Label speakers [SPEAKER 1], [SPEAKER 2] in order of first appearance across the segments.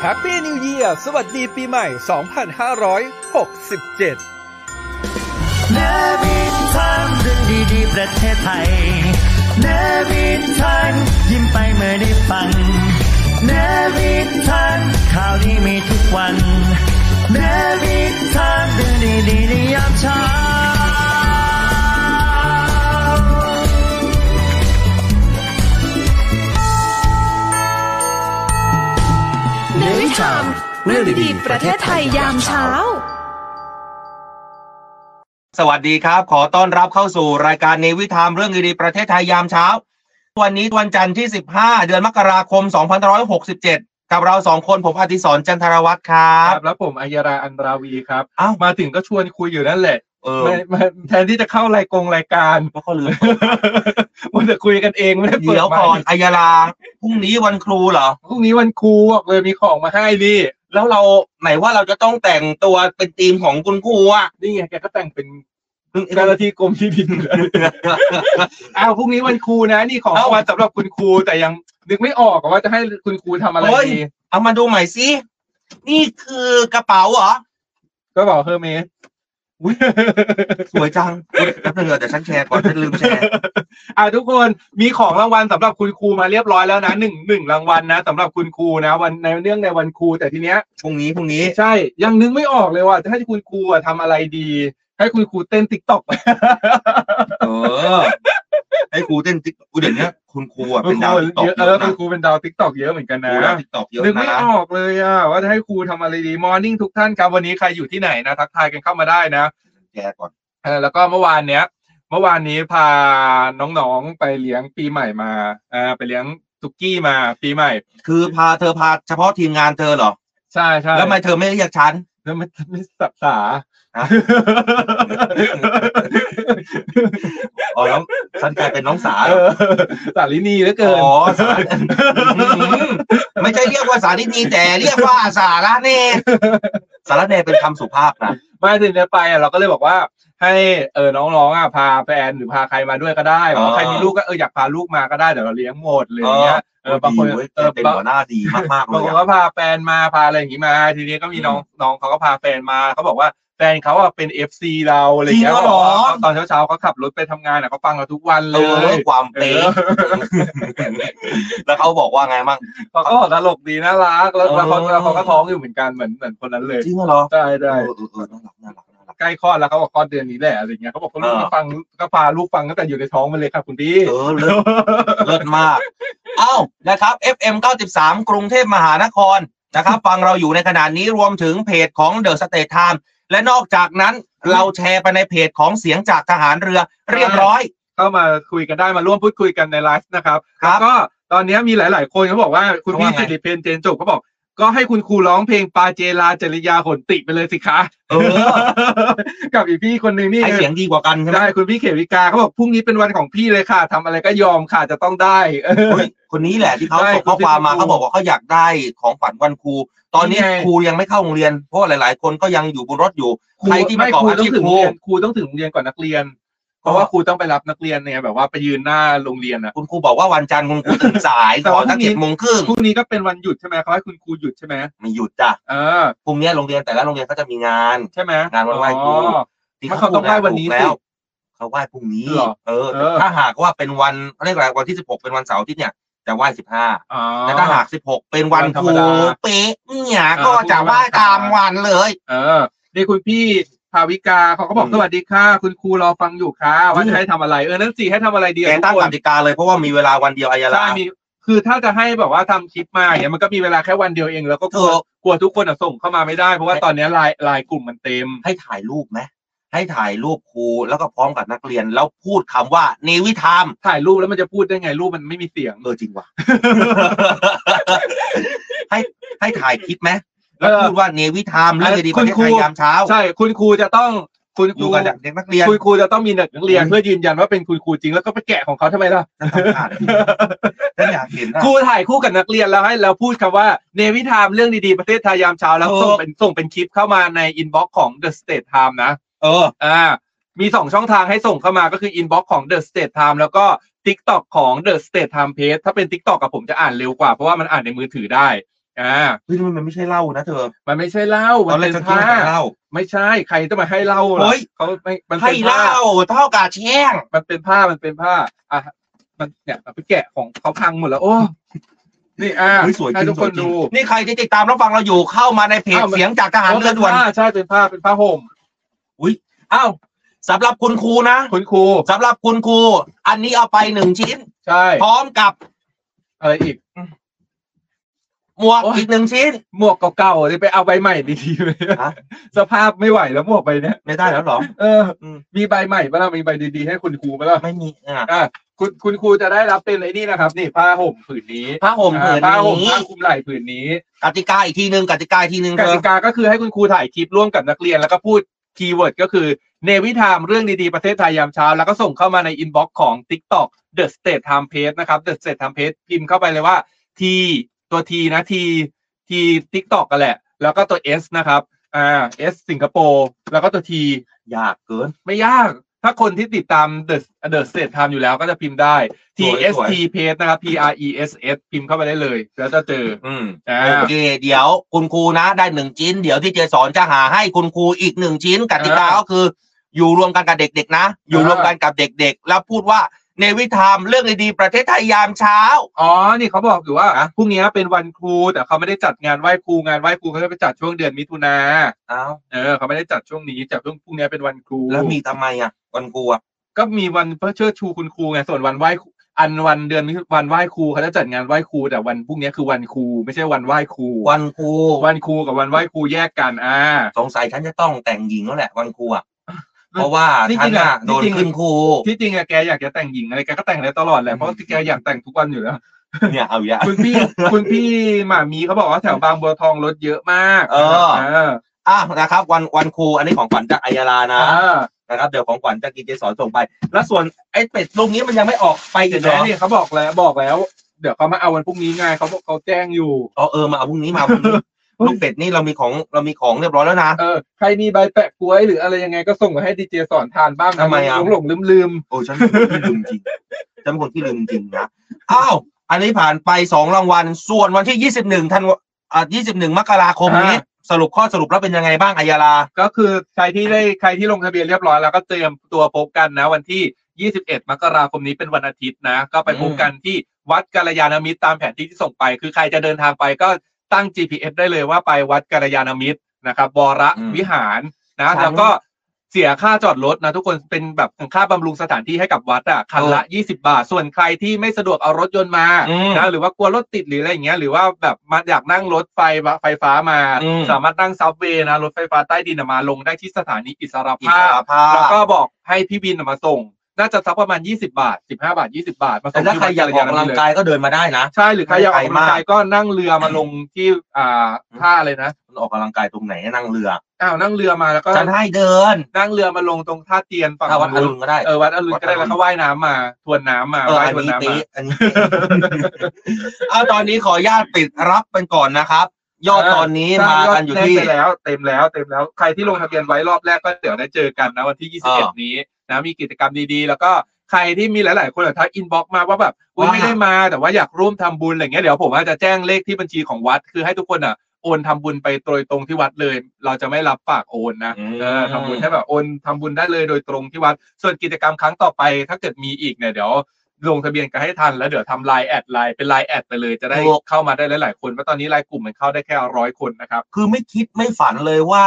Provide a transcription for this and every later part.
[SPEAKER 1] แฮปปี้นิวเยียสวัสดีปีใหม่ 2567
[SPEAKER 2] เนวินทันเรื่องดีๆ ประเทศไทย เนวินทันยิ้มไปเมื่อได้ฟัง เนวินทันข่าวดีมีทุกวัน เนวินทันเรื่องดีๆในยามเช้า
[SPEAKER 3] เนวิชามเรื่องดีๆประเทศไทยยามเช้า
[SPEAKER 4] สวัสดีครับ ขอต้อนรับเข้าสู่รายการเนวิทามเรื่องดีๆประเทศไทยยามเช้า วันนี้วันจันทร์ที่ 15 เดือนมกราคม 2567 กับเราสองคนผมอธิสรจันทรวัตรครั
[SPEAKER 5] ค
[SPEAKER 4] บ
[SPEAKER 5] รับแล้วผมอัยยราอันราวีครับ
[SPEAKER 4] อ้าว
[SPEAKER 5] มาถึงก็ชวนคุยอยู่นั่นแหละ
[SPEAKER 4] เออ
[SPEAKER 5] ไม่ไม่แทนที่จะเข้ารายกงรายการ
[SPEAKER 4] ก็เขาลืม
[SPEAKER 5] มันจะคุยกันเองไม่ได้เปิด
[SPEAKER 4] เดี๋ยว
[SPEAKER 5] ไม
[SPEAKER 4] ก่อน
[SPEAKER 5] ค์
[SPEAKER 4] อัยยาลาพรุ่งนี้วันครูเหรอ
[SPEAKER 5] พรุ่งนี้วันครูบอกเลยมีของมาให้นี่
[SPEAKER 4] แล้วเราไหนว่าเราจะต้องแต่งตัวเป็นธีมของคุณครูอ่ะ
[SPEAKER 5] นี่ไงแกก็แต่งเป็นเจ้าหน้าที่กรมที่ดินเลยอ้าวพรุ่งนี้วันครูนะ นี่ของรางวัลสำหรับคุณครูแต่ยังนึกไม่ออกว่าจะให้คุณครูทำอะไรดี
[SPEAKER 4] เอามาดูใหม่สินี่คือกระเป๋าเหรอ
[SPEAKER 5] ก็บอกเฮอร์เมส
[SPEAKER 4] สวยจังแป๊บนึงเดี๋ยวฉันแชร์ก่อนฉันลืมแชร์
[SPEAKER 5] อ่าทุกคนมีของรางวัลสำหรับคุณครูมาเรียบร้อยแล้วนะหนึ่งหนึ่งรางวัลนะสำหรับคุณครูนะ วันในเรื่องในวันครูแต่ทีเนี้ย
[SPEAKER 4] พรุ่งนี้พรุ่งนี้
[SPEAKER 5] ใช่ ยังนึกไม่ออกเลยว่าจะให้คุณครูอะทำอะไรดี ให้คุณครูเต้นติ๊กต็อก
[SPEAKER 4] เออ ให้ครูเต้นติ๊กกูเดี๋ยวนี้คุณครูอ่ะเป็นดาวติ๊กตอก
[SPEAKER 5] เอ
[SPEAKER 4] เย
[SPEAKER 5] อ
[SPEAKER 4] อะ
[SPEAKER 5] คุ
[SPEAKER 4] นะ
[SPEAKER 5] ณครูเป็นดาวติ๊กต็อกเยอะเหมือนกัน
[SPEAKER 4] ค
[SPEAKER 5] นะ
[SPEAKER 4] รูดาวติ๊กตอกเยอะ
[SPEAKER 5] นึกไม่
[SPEAKER 4] นะ
[SPEAKER 5] ออกเลยอ่ะว่าจะให้ครูทำอะไรดีมอร์นิ่งทุกท่านครับวันนี้ใครอยู่ที่ไหนนะทักทายกันเข้ามาได้นะ
[SPEAKER 4] แชร์ก่อน
[SPEAKER 5] เออแล้วก็เมื่อวานเนี้ย เมื่อวานนี้พาน้องๆไปเลี้ยงปีใหม่มาอ่าไปเลี้ยงสุกี้มาปีใหม่
[SPEAKER 4] คือพาเธอพาเฉพาะทีมงานเธอเหรอ
[SPEAKER 5] ใช่ใช่
[SPEAKER 4] แล้วทำไมเธอไม่เรียกฉัน
[SPEAKER 5] แล้วมันไม่สับสา
[SPEAKER 4] อ่ะ อ๋อน้องฉันกลายเป็นน้องสาว
[SPEAKER 5] เออสารินีเหลือเกิน
[SPEAKER 4] อ๋อสารไม่ใช่เรียกว่าสารนีแต่เรียกว่าสาระเนสาระเนเป็นคำสุภาพนะ
[SPEAKER 5] ไม่ถึงจะไปอ่ะเราก็เลยบอกว่า ให้เออน้องๆอ่ะพาแฟนหรือพาใครมาด้วยก็ได้บอกว่าใครมีลูกก็เอออยากพาลูกมาก็ได้เดี๋ยวเราเลี้ยงหมดเลยางเงี้ยเออบางคน
[SPEAKER 4] ดีว้ย
[SPEAKER 5] เออ
[SPEAKER 4] เป็น
[SPEAKER 5] บาง
[SPEAKER 4] หัวหน้าดีมากๆเล
[SPEAKER 5] บาง
[SPEAKER 4] ย
[SPEAKER 5] คน
[SPEAKER 4] อะ
[SPEAKER 5] ก็พาแฟนมาพาอะไรอย่างงี้มา ทีนี้ก็มีน้องน้องเขาก็พาแฟนมาเขาบอกว่าแฟนเขาอ่ะเป็นเอฟซีเราอะไรอย่างเงี้ย
[SPEAKER 4] จริงเหรอ
[SPEAKER 5] บกว่าตอนเช้าๆเขาขับรถไปทำงานอ่ะเขาฟังเราทุกวันเล
[SPEAKER 4] เออยความ
[SPEAKER 5] เอ
[SPEAKER 4] เป๊ะ
[SPEAKER 5] อ
[SPEAKER 4] แล้วเขาบอกว่าไงมั่ง
[SPEAKER 5] เขาก็ตลกดีน่ารักแล้วแล้วเขา
[SPEAKER 4] เออ
[SPEAKER 5] แล้วเขาก็ท้องอยู่เหมือนกันเหมือนเหมือนคนนั้นเลย
[SPEAKER 4] จริงเหรอ
[SPEAKER 5] ใช่ใช่
[SPEAKER 4] เออเออเออน่ารักน่ารักน่ารัก
[SPEAKER 5] ใกล้คลอดแล้วเขาบอกคลอดเดือนนี้แหละอะไรอย่างเงี้ยเขาบอกเขาลูก
[SPEAKER 4] เออ
[SPEAKER 5] ก็ฟังก็พาลูกฟังตั้งแต่อยู่ในท้องมันเลยครับคุณพี่
[SPEAKER 4] เออเลิศเลิศมาก เอ้านะครับ FM 93 กรุงเทพมหานครนะครับ ฟังเราอยู่ในขณะนี้รวมถึงเพจของ The State Time และนอกจากนั้นเราแชร์ไปในเพจของเสียงจากทหารเรือเรียบร้อย
[SPEAKER 5] เข้ามาคุยกันได้มาร่วมพูดคุยกันในไลฟ์นะครับ
[SPEAKER 4] ครั
[SPEAKER 5] แล้ว
[SPEAKER 4] บ
[SPEAKER 5] ก็ตอนนี้มีหลาย ๆ คนเขาบอกว่าคุณพี่
[SPEAKER 4] ว่าไง
[SPEAKER 5] สิริเพนเจนจบเขาบอก ก็ให้คุณครูร้องเพลงปาเจลาจริยาหนติไปเลยสิคะ
[SPEAKER 4] เออ
[SPEAKER 5] กับอีกพี่คนหนึ่งนี่
[SPEAKER 4] ให้เสียงดีกว่ากันใช่ไหม
[SPEAKER 5] ได้คุณพี่เขมิกาเขาบอกพรุ่งนี้เป็นวันของพี่เลยค่ะทำอะไรก็ยอมค่ะจะต้องได้
[SPEAKER 4] เฮ้ยคนนี้แหละที่เขา
[SPEAKER 5] ได้
[SPEAKER 4] ส่งข้อความมาเขาบอกว่าเขาอยากได้ของขวัญวันครู ตอนนี้
[SPEAKER 5] นี่ไง
[SPEAKER 4] ครูยังไม่เข้าโรงเรียน เพราะว่าหลาย ๆ คนก็ยังอยู่บนรถอยู่ ใครที่
[SPEAKER 5] ไม่
[SPEAKER 4] ไม่ก่อ
[SPEAKER 5] ครู
[SPEAKER 4] อา
[SPEAKER 5] ต้อ
[SPEAKER 4] ชีพ
[SPEAKER 5] งถึ
[SPEAKER 4] ค
[SPEAKER 5] งโร
[SPEAKER 4] รู
[SPEAKER 5] งเรียนครูต้องถึงโรงเรียนก่อนนักเรียน เพราะว่าครูต้องไปรับนักเรียนเนี่ยแบบว่าไปยืนหน้าโรงเรียนนะ
[SPEAKER 4] คุณครูบอกว่าวันจันทร์คุณครูตื่นสายขอสักเจ็ดโมงครึ่ง
[SPEAKER 5] พรุ่งนี้ก็เป็นวันหยุดใช่ไหมเขาให้คุณครูหยุดใช่ไหม
[SPEAKER 4] ไม่หยุดจ้ะ
[SPEAKER 5] เออ
[SPEAKER 4] พรุ่งเนี้ยโรงเรียนแต่ละโรงเรียนเขาจะมีงาน
[SPEAKER 5] ใช่ไหม
[SPEAKER 4] งานวันไหว้ครู
[SPEAKER 5] อ๋อ มันเขาต้องไหว้วันนี้
[SPEAKER 4] ถูกแล้วเขาไหว้พรุ่งนี้
[SPEAKER 5] เหรอ
[SPEAKER 4] เออ
[SPEAKER 5] เออ
[SPEAKER 4] ถ้าหากว่าเป็นวันเขาเรียกอะไรวันที่สิบหกเป็นวันเสาร์อาที่เนี่ย จะไหว้สิบห้า
[SPEAKER 5] อ๋อ
[SPEAKER 4] แต่ถ้าหากสิบหกเป็นวัน
[SPEAKER 5] วันธร
[SPEAKER 4] ค
[SPEAKER 5] รม
[SPEAKER 4] รู
[SPEAKER 5] ดา
[SPEAKER 4] เป๊ะเนี่ย
[SPEAKER 5] อ่า
[SPEAKER 4] ก็จะไหว้ตามวันเลย
[SPEAKER 5] เออนี่คุณพี่ภาวิกาเขาก็บอก
[SPEAKER 4] อืม
[SPEAKER 5] สวัสดีค่ะ คุณครูรอฟังอยู่ค่ะว่า
[SPEAKER 4] อืม
[SPEAKER 5] จะให้ทำอะไร เออนั่นสิให้ทำอะไรดี
[SPEAKER 4] แก
[SPEAKER 5] อะทุก
[SPEAKER 4] ตั้ง
[SPEAKER 5] ค
[SPEAKER 4] ก
[SPEAKER 5] น
[SPEAKER 4] ติกาเลยเพราะว่ามีเวลาวันเดียวอายาลา
[SPEAKER 5] ใช่มีคือถ้าจะให้แบบว่าทำคลิปมาอย่างเงี้ยมันก็มีเวลาแค่วันเดียวเองแล้วก็กลัว
[SPEAKER 4] ถูก
[SPEAKER 5] กลัวทุกคนอะส่งเข้ามาไม่ได้ เพราะว่าตอนเนี้ยไลายลายกลุ่มมันเต็ม
[SPEAKER 4] ให้ถ่ายรูปไหมให้ถ่ายรูปครูแล้วก็พร้อมกับนักเรียนแล้วพูดคำว่าเนวิธาม
[SPEAKER 5] ถ่ายรูปแล้วมันจะพูดได้ไงรูปมันไม่มีเสียง
[SPEAKER 4] เออจริงว่ะ ให้ให้ถ่ายคลิปไหมแล้ว
[SPEAKER 5] เออ
[SPEAKER 4] พูดว่าเนวิธามเรื่องดีๆประเทศไทยยามเช้า
[SPEAKER 5] ใช่คุณครูจะต้องคุณ
[SPEAKER 4] อ
[SPEAKER 5] ครู
[SPEAKER 4] ยู่กับเด็กนักเรียน
[SPEAKER 5] คุณครูจะต้องมีเด็กนักเรียนเพื่อยืนยันว่าเป็นคุณครูจริงแล้วก็ไปแกะของเขาทำไมล่ะ
[SPEAKER 4] ฉันทำขาดฉันอยากเห็นนะ
[SPEAKER 5] ครูถ่ายคู่กับนักเรียนแล้วให้เราพูดคำว่าเนวิทามเรื่องดีๆ ประเทศไทยยามเช้าแล้ว
[SPEAKER 4] โอ้
[SPEAKER 5] ส่งเป็นส่งเป็นคลิปเข้ามาในอินบ็อกของ The State Time นะ
[SPEAKER 4] เออ
[SPEAKER 5] อ่ามีสองช่องทางให้ส่งเข้ามาก็คืออินบ็อกของ The State Time แล้วก็ TikTok ของ The State Time Page ถ้าเป็น TikTok กับผมจะอ่านเร็วกว่าเพราะว่ามันอ่านในมือถือได้ อ่า
[SPEAKER 4] เฮ้ยมันไม่ใช่เหล้านะเธอ
[SPEAKER 5] มันไม่ใช่เหล้า
[SPEAKER 4] ต
[SPEAKER 5] มั
[SPEAKER 4] อน
[SPEAKER 5] น
[SPEAKER 4] แรก
[SPEAKER 5] เป็น
[SPEAKER 4] ฉันคิด
[SPEAKER 5] ผ้า
[SPEAKER 4] ว่าเป็นเหล้า
[SPEAKER 5] ไม่ใช่ใครจะมาให้เหล้าล่ะ
[SPEAKER 4] เฮ้ย
[SPEAKER 5] เขาไม่มัน
[SPEAKER 4] ให้
[SPEAKER 5] เป็น
[SPEAKER 4] เห
[SPEAKER 5] ผ้า
[SPEAKER 4] ล้าเท่ากับแช่ง
[SPEAKER 5] มันเป็นผ้ามันเป็นผ้าอ่ะมันเนี่ยเอาไปแกะของเขาพังหมดแล้วโอ้นี่อ่ะ
[SPEAKER 4] เฮ้ยสวยจ
[SPEAKER 5] ให้
[SPEAKER 4] ริง
[SPEAKER 5] ทุก
[SPEAKER 4] ส
[SPEAKER 5] ค
[SPEAKER 4] วย
[SPEAKER 5] น
[SPEAKER 4] จริง
[SPEAKER 5] ดู
[SPEAKER 4] นี่ใครที่ติดตามรับฟังเราอยู่เข้ามาในเพจ
[SPEAKER 5] อ้าวมัน
[SPEAKER 4] เสียงจากทหารเรือด่วน
[SPEAKER 5] พะป็ผ้าใช่เป็นผ้าเป็นผ้าห่ม
[SPEAKER 4] อ้าวสำหรับคุณครูนะ
[SPEAKER 5] คุณครู
[SPEAKER 4] สำหรับคุณครู อันนี้เอาไปหนึ่งชิ้น
[SPEAKER 5] ใช่
[SPEAKER 4] พร้อมกับ
[SPEAKER 5] อะไรอีก
[SPEAKER 4] หมวก
[SPEAKER 5] โอ๊ย
[SPEAKER 4] อีกหนึ่งชิ้น
[SPEAKER 5] หมวกเก่าๆเลยไปเอาใบใหม่ดีๆเลย
[SPEAKER 4] ฮะ
[SPEAKER 5] สภาพไม่ไหวแล้วหมวกใบเนี้ย
[SPEAKER 4] ไม่ได้แล้วเหรอ
[SPEAKER 5] เอออ
[SPEAKER 4] ม
[SPEAKER 5] มีใบใหม่ปะล่ะมีใบดีๆให้คุณครูปะล่ะ
[SPEAKER 4] ไม่มีอ่ะ
[SPEAKER 5] อ่ะคุณคุณครูจะได้รับเป็นไอ้นี่นะครับ นี่ผ้าห่มผืนนี้
[SPEAKER 4] ผ้าห่มผืน
[SPEAKER 5] อ่าผ้าห่ม
[SPEAKER 4] นี้
[SPEAKER 5] ผ้าคลุมไหล่ผืนนี้
[SPEAKER 4] กติกาอีกทีหนึ่งกติกาอีกทีหนึ่ง
[SPEAKER 5] ก
[SPEAKER 4] เธอ
[SPEAKER 5] ติกาก็คือให้คุณครูถ่ายคลิปร่วมกับนักเรียน แล้วก็พูดคีย์เวิร์ดก็คือเนวิทามเรื่องดีๆ ประเทศไทยยามเช้า แล้วก็ส่งเข้ามาในอินบ็อกซ์ของ TikTok The State Time Page นะครับ The State Time Page พิมพ์เข้าไปเลยว่า T ตัว T นะ T T TikTok กันแหละ แล้วก็ตัว S นะครับอ่า S สิงคโปร์แล้วก็ตัว T
[SPEAKER 4] อยากเกิน
[SPEAKER 5] ไม่ยาก ถ้าคนที่ติดตาม The The State Time อยู่แล้วก็จะพิมพ์ได้ T
[SPEAKER 4] สวย
[SPEAKER 5] S
[SPEAKER 4] สวย
[SPEAKER 5] T Page นะครับ P R E S S พิมพ์เข้าไปได้เลย แล้วจะเจอ
[SPEAKER 4] อืม
[SPEAKER 5] อ่า
[SPEAKER 4] โอเคเดี๋ยวคุณครูนะได้หนึ่งชิ้น เดี๋ยวที่เจสอนจะหาให้คุณครูอีกหนึ่งชิ้นกติกา
[SPEAKER 5] อ่า
[SPEAKER 4] ก็คือ อยู่รวมกันกับเด็กๆนะ อยู่
[SPEAKER 5] อ่ารร
[SPEAKER 4] วมกันกับเด็กๆ แล้วพูดว่าในวิธามเรื่องดีๆประเทศไทยยามเช้า
[SPEAKER 5] อ๋อ นี่เขาบอกอยู่ว่า
[SPEAKER 4] อะ
[SPEAKER 5] พรุ่งนี้เป็นวันครู แต่เขาไม่ได้จัดงานไหว้ครูงานไหว้ครูเขาจะไปจัดช่วงเดือนมิถุนา
[SPEAKER 4] อ้าว
[SPEAKER 5] เออเขาไม่ได้จัดช่วงนี้จัดช่วงพรุ่งนี้เป็นวันครู
[SPEAKER 4] แล้วมีทำไมอ่ะวันครูอ่ะ
[SPEAKER 5] ก็มีวันเพื่อเชิดชูคุณครูไงส่วนวันไหว้ครูอันวันเดือนมิถุวันไหว้ครูเขาจะจัดงานไหว้ครู แต่วันพรุ่งนี้คือวันครู ไม่ใช่วันไหว้ครู
[SPEAKER 4] วันครู
[SPEAKER 5] วันครูกับวันไหว้ครูแยกกันอ่า
[SPEAKER 4] สงสัยฉันจะต้องแต่งหญิงแล้วแหละวันครู อ่ะเพราะว่า
[SPEAKER 5] จริงๆ
[SPEAKER 4] ฉันน่ะ
[SPEAKER 5] อ่ะ
[SPEAKER 4] โดน
[SPEAKER 5] จริงๆ
[SPEAKER 4] ขึ้นค รู
[SPEAKER 5] ที่จริงอะแกอยากจะแต่งหญิงอะไรแกก็แต่งได้ตลอดแหละเพราะที่แกอยากแต่งทุกวันอยู่แล้ว
[SPEAKER 4] เนี่ยเอาอย่า
[SPEAKER 5] คุณพี่คุณพี่หมามีเขาบอกว่าแถวบางบัวทองรถเยอะมาก
[SPEAKER 4] เออ
[SPEAKER 5] อ
[SPEAKER 4] อ่ะนะครับ วันวันครูอันนี้ของขวัญจากอัยยาลานะ
[SPEAKER 5] อ่า
[SPEAKER 4] นะครับเดี๋ยวของขวัญจากกินเจสอนส่งไป แล้วส่วนไอ้เป็ดลูกนี้มันยังไม่ออกไปอี
[SPEAKER 5] เห็
[SPEAKER 4] ก
[SPEAKER 5] น
[SPEAKER 4] เหร
[SPEAKER 5] แล้
[SPEAKER 4] อ
[SPEAKER 5] วนี่เขาบอกแล้วบอกแล้ว เดี๋ยวเขามาเอาวันพรุ่งนี้ไงเขาบอกเขาแจ้งอยู่
[SPEAKER 4] อ๋อเออมาเอาพรุ่งนี้มาเอาพรุ่งนี้ ลูกเป็ดนี่เรามีของเรามีของเรียบร้อยแล้วนะ
[SPEAKER 5] เออใครมีใบแปะกล้วย หรืออะไรยังไงก็ส่งมาให้ดีเจสอนทานบ้างนะ
[SPEAKER 4] ทำไมอ่ะ
[SPEAKER 5] หลงหลงลืมลืม
[SPEAKER 4] โอ้ฉันเป็นคนที่ลืมจริงฉันเป็นคนที่ลืมจริงนะอ้าวอันนี้ผ่านไปสองรางวัล ส่วนวันที่ยี่สิบหนึ่งธันวาอ่ายี่สิบหนึ่งมกราคมนี้ สรุปข้อสรุปแล้วเป็นยังไงบ้างอายาลา
[SPEAKER 5] ๆก็คือใครที่ได้ใครที่ลงทะเบียนเรียบร้อยแล้วก็เตรียมตัวพบกันนะ วันที่ 21 มกราคมนี้เป็นวันอาทิตย์นะ ก็ไปพบกันที่วัดกาลยานมิตรตามแผนที่ที่ส่งไป คือใครจะเดินทางไปก็ตั้ง GPS ได้เลยว่าไปวัดกาลยานมิตรนะครับวร
[SPEAKER 4] อืม
[SPEAKER 5] วิหารนะ
[SPEAKER 4] ครับ
[SPEAKER 5] แล้วก็เสียค่าจอดรถนะ ทุกคนเป็นแบบค่าบำรุงสถานที่ให้กับวัดอ่ะคันละ 20 บาท ส่วนใครที่ไม่สะดวกเอารถยนต์มา
[SPEAKER 4] อืม
[SPEAKER 5] นะหรือว่ากลัวรถติดหรืออะไรอย่างเงี้ย หรือว่าแบบมาอยากนั่งรถไฟมาไฟฟ้ามา
[SPEAKER 4] อืม
[SPEAKER 5] สามารถนั่งซับเวย์นะ รถไฟฟ้าใต้ดินนะมาลงได้ที่สถานีอิสร
[SPEAKER 4] อิส
[SPEAKER 5] ภาพ
[SPEAKER 4] รภา
[SPEAKER 5] แล้วก็
[SPEAKER 4] พ
[SPEAKER 5] บอกให้พี่บินน่ะมาส่ง น่าจะสักประมาณ 20 บาท 15 บาท 20 บาท มาส่
[SPEAKER 4] แต่
[SPEAKER 5] ง
[SPEAKER 4] ถ้าใครอยากออกกำลังกายก็เดินมาได้นะ
[SPEAKER 5] ใช่หรือใครอยากออกกำลัง
[SPEAKER 4] ไม่ไก
[SPEAKER 5] กา
[SPEAKER 4] ลา
[SPEAKER 5] ม
[SPEAKER 4] ย ก
[SPEAKER 5] ก็นั่งเรือมาลงที่อ่าท่าอะไรนะ
[SPEAKER 4] มันออกกำลังกายตรงไหนนั่งเรือ
[SPEAKER 5] อ้าวนั่งเรือมาแล้วก็
[SPEAKER 4] ฉันให้เดิน
[SPEAKER 5] นั่งเรือมาลงตรงท่าเตียนฝั่ง
[SPEAKER 4] ถ้าวัดอรุณก็ได้
[SPEAKER 5] เออวัดอรุณก็ได้
[SPEAKER 4] วัดอรุณ
[SPEAKER 5] แล้วก็ว่ายน้ำมาทวนน้ำมา
[SPEAKER 4] เออ
[SPEAKER 5] ว่าย
[SPEAKER 4] อัน
[SPEAKER 5] ทวน
[SPEAKER 4] นี้
[SPEAKER 5] น้ำ
[SPEAKER 4] เป๊ะ
[SPEAKER 5] มา
[SPEAKER 4] อันนี้เป๊ะ เอาตอนนี้ ขออนุญาตปิดรับเป็นก่อนนะครับ ยอด
[SPEAKER 5] เออ
[SPEAKER 4] ตอนนี้
[SPEAKER 5] สร้ง
[SPEAKER 4] มาย
[SPEAKER 5] อด
[SPEAKER 4] กันอยู่
[SPEAKER 5] แน่
[SPEAKER 4] ที่
[SPEAKER 5] ไปแล้วเต็มแล้วเต็มแล้วใครที่ลงทะเบียนไว้รอบแรกก็เดี๋ยวได้เจอกันนะวันที่
[SPEAKER 4] อ่า
[SPEAKER 5] 21 นี้นะมีกิจกรรมดีๆ แล้วก็ใครที่มีหลายๆ คนอะทักอินบ็อกมาว่าแบบว่า
[SPEAKER 4] ว่า
[SPEAKER 5] ไม่ได้มาแต่ว่าอยากร่วมทำบุญอะไรเงี้ยเดี๋ยวผมอาจจะแจ้งเลขที่บัญชีของวัด คือให้ทุกคนอ่ะโอนทำบุญไปโดยตรงที่วัดเลย เราจะไม่รับฝากโอนนะเออทำบุญให้แบบโอนทำบุญได้เลยโดยตรงที่วัด ส่วนกิจกรรมครั้งต่อไป ถ้าเกิดมีอีกเนี่ยเดี๋ยว ลงทะเบียนกันให้ทันแล้วเดี๋ยวทำไลน์แอดไลน์เป็นไลน์แอดไปเลยจะได้
[SPEAKER 4] ถูก
[SPEAKER 5] เข้ามาได้หลายๆคนเพราะตอนนี้ไลน์กลุ่มมันเข้าได้แค่ร้อยคนนะครับ
[SPEAKER 4] คือไม่คิดไม่ฝันเลยว่า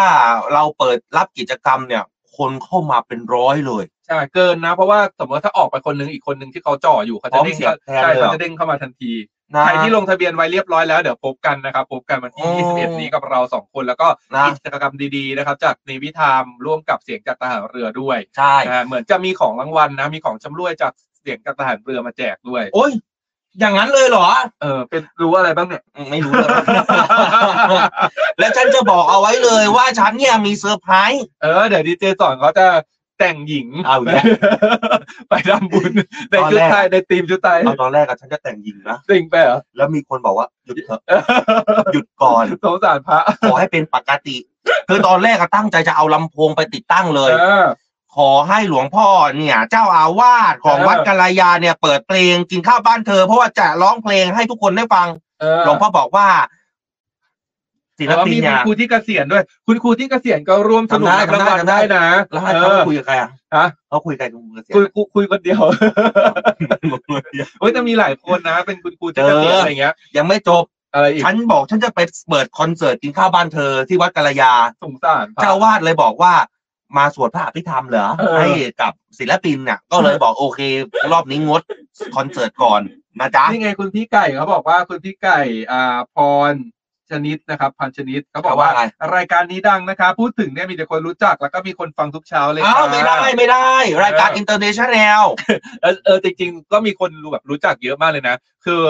[SPEAKER 4] เราเปิดรับกิจกรรมเนี่ย คนเข้ามาเป็นร้อยเลย
[SPEAKER 5] ใช่เกินนะ เพราะว่าสมมติถ้าออกไปคนนึงอีกคนนึงที่เขาจ่ออยู่เขาจะเด้ง
[SPEAKER 4] พร้อมเสียบแทน
[SPEAKER 5] ใช่
[SPEAKER 4] เลยเหรอ
[SPEAKER 5] เขาจะเด้งเข้ามาทันที
[SPEAKER 4] นะ
[SPEAKER 5] ใครที่ลงทะเบียนไว้เรียบร้อยแล้วเดี๋ยวพบกันนะครับพบกันวันที่
[SPEAKER 4] โอ้
[SPEAKER 5] 21 นี้กับเราสองคนแล้วก็
[SPEAKER 4] นะ
[SPEAKER 5] กิจกรรมดีๆนะครับ จากนิวิธามร่วมกับเสียงจากทหารเรือด้วย
[SPEAKER 4] ใช่
[SPEAKER 5] นะฮะเหมือนจะมีของรางวัลนะ มีของจำรวยจากเสียงจากทหารเรือมาแจกด้วย
[SPEAKER 4] โอ้ย อย่างนั้นเลยเหรอ
[SPEAKER 5] เออเป็นรู้อะไรบ้างเนี่ย
[SPEAKER 4] อืมไม่รู้เลย และฉันจะบอกเอาไว้เลยว่าฉันเนี่ยมีเซอร์ไพรส์
[SPEAKER 5] เออเดี๋ยวดีเจสอนเขาจะแต่งหญิง
[SPEAKER 4] เอาอีกแล้ว
[SPEAKER 5] ไปทำบุญในชุด
[SPEAKER 4] ตอนแรก
[SPEAKER 5] ไทยในทีมชุดไทย
[SPEAKER 4] เอาตอนแรกอะฉันจะแต่งหญิงนะ
[SPEAKER 5] จริงไปเหรอ
[SPEAKER 4] แล้วมีคนบอกว่าหยุดเถอะหยุดก่อน
[SPEAKER 5] สงสารพระ
[SPEAKER 4] ขอให้เป็นปกติ คือตอนแรกก็ตั้งใจจะเอาลำโพงไปติดตั้งเลย
[SPEAKER 5] เออ
[SPEAKER 4] ขอให้หลวงพ่อเนี่ย เจ้าอาวาสของ
[SPEAKER 5] เออ
[SPEAKER 4] วัดกัลยาเนี่ย เปิดเพลงกินข้าวบ้านเธอ เพราะว่าจะร้องเพลงให้ทุกคนได้ฟัง
[SPEAKER 5] เออ
[SPEAKER 4] หลวงพ่อบอกว่า ศิล
[SPEAKER 5] แล้ว
[SPEAKER 4] ปินอ
[SPEAKER 5] มีคุณ
[SPEAKER 4] ย่าง
[SPEAKER 5] ครูที่เกษียณด้วย คุณครูที่เกษียณก็ร่วมสนุก
[SPEAKER 4] ทำได้
[SPEAKER 5] รับรางวัล
[SPEAKER 4] ทำได้
[SPEAKER 5] ได้นะ
[SPEAKER 4] แล้วให้
[SPEAKER 5] เอ
[SPEAKER 4] เขา
[SPEAKER 5] อ
[SPEAKER 4] คุยกับใครอ่ะ
[SPEAKER 5] ฮะ
[SPEAKER 4] เขาคุยกับคุณเกษียณ
[SPEAKER 5] คุยคุยคุยคนเดียว
[SPEAKER 4] อ่ะ
[SPEAKER 5] เฮ้ยแต่มีหลายคนนะ เป็นคุณครูที่เกษียณ
[SPEAKER 4] เจออ
[SPEAKER 5] อะไรเงี้ย
[SPEAKER 4] ยังไม่จบ
[SPEAKER 5] อะไรอีก
[SPEAKER 4] ฉันบอกฉันจะไปเปิดคอนเสิร์ตกินข้าวบ้านเธอที่วัดกาลยา
[SPEAKER 5] สงสาร
[SPEAKER 4] เจ้าอาวาดเลยบอกว่ามาสวดพระอภิธรรมเหรอ
[SPEAKER 5] เออ
[SPEAKER 4] ให้กับศิลปินน่ะ ก็เลยบอกโอเค รอบนี้งดคอนเสิร์ตก่อนนะจ๊ะ
[SPEAKER 5] นี่ไงคุณพี่ไก่เขาบอกว่าคุณพี่ไก่อ่าพรชนิดนะครับพรชนิดเขาบอกว่า
[SPEAKER 4] เขาว่าอะไร
[SPEAKER 5] รายการนี้ดังนะคะ พูดถึงเนี่ยมีแต่คนรู้จักแล้วก็มีคนฟังทุกเช้าเลย
[SPEAKER 4] อ้าว
[SPEAKER 5] ค่ะ
[SPEAKER 4] ไม่ได้ไม่ได้ รายการ
[SPEAKER 5] เออ
[SPEAKER 4] อินเตอร์เนชั่นแนล
[SPEAKER 5] เออเออจริงๆก็มีคนรู้แบบรู้จักเยอะมากเลยนะ คือ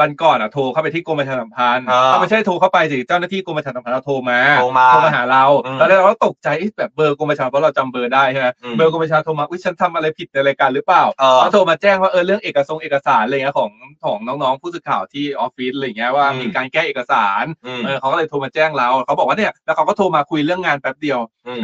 [SPEAKER 5] วันก่อนอ่ะโทรเข้าไปที่กรมประชาสัมพันธ์
[SPEAKER 4] อ่า
[SPEAKER 5] เขาไม่ใช่โทรเข้าไปสิเจ้าหน้าที่กรมประชาสัมพันธ์เราโทรมา
[SPEAKER 4] โทรมา
[SPEAKER 5] หาเรา
[SPEAKER 4] อืม
[SPEAKER 5] ตอนแรกเราก็ตกใจเอ๊ะแบบเบอร์กรมประชาเพราะเราจำเบอร์ได้ใช่ไหม
[SPEAKER 4] อืม
[SPEAKER 5] เบอร์กรมประชาโทรมาอุ้ยฉันทำอะไรผิดในรายการหรือเปล่า
[SPEAKER 4] เออ
[SPEAKER 5] เขาโทรมาแจ้งว่าเออเรื่องเอกสงค์เอกสารอะไรเงี้ยของของน้องๆผู้สื่อข่าวที่ออฟฟิศอะไรเงี้ยว่า
[SPEAKER 4] อืม
[SPEAKER 5] มีการแก้เอกสาร
[SPEAKER 4] อืม
[SPEAKER 5] เออเขาก็เลยโทรมาแจ้งเราเขาบอกว่าเนี่ยแล้วเขาก็โทรมาคุยเรื่องงานแป๊บเดียว
[SPEAKER 4] อืม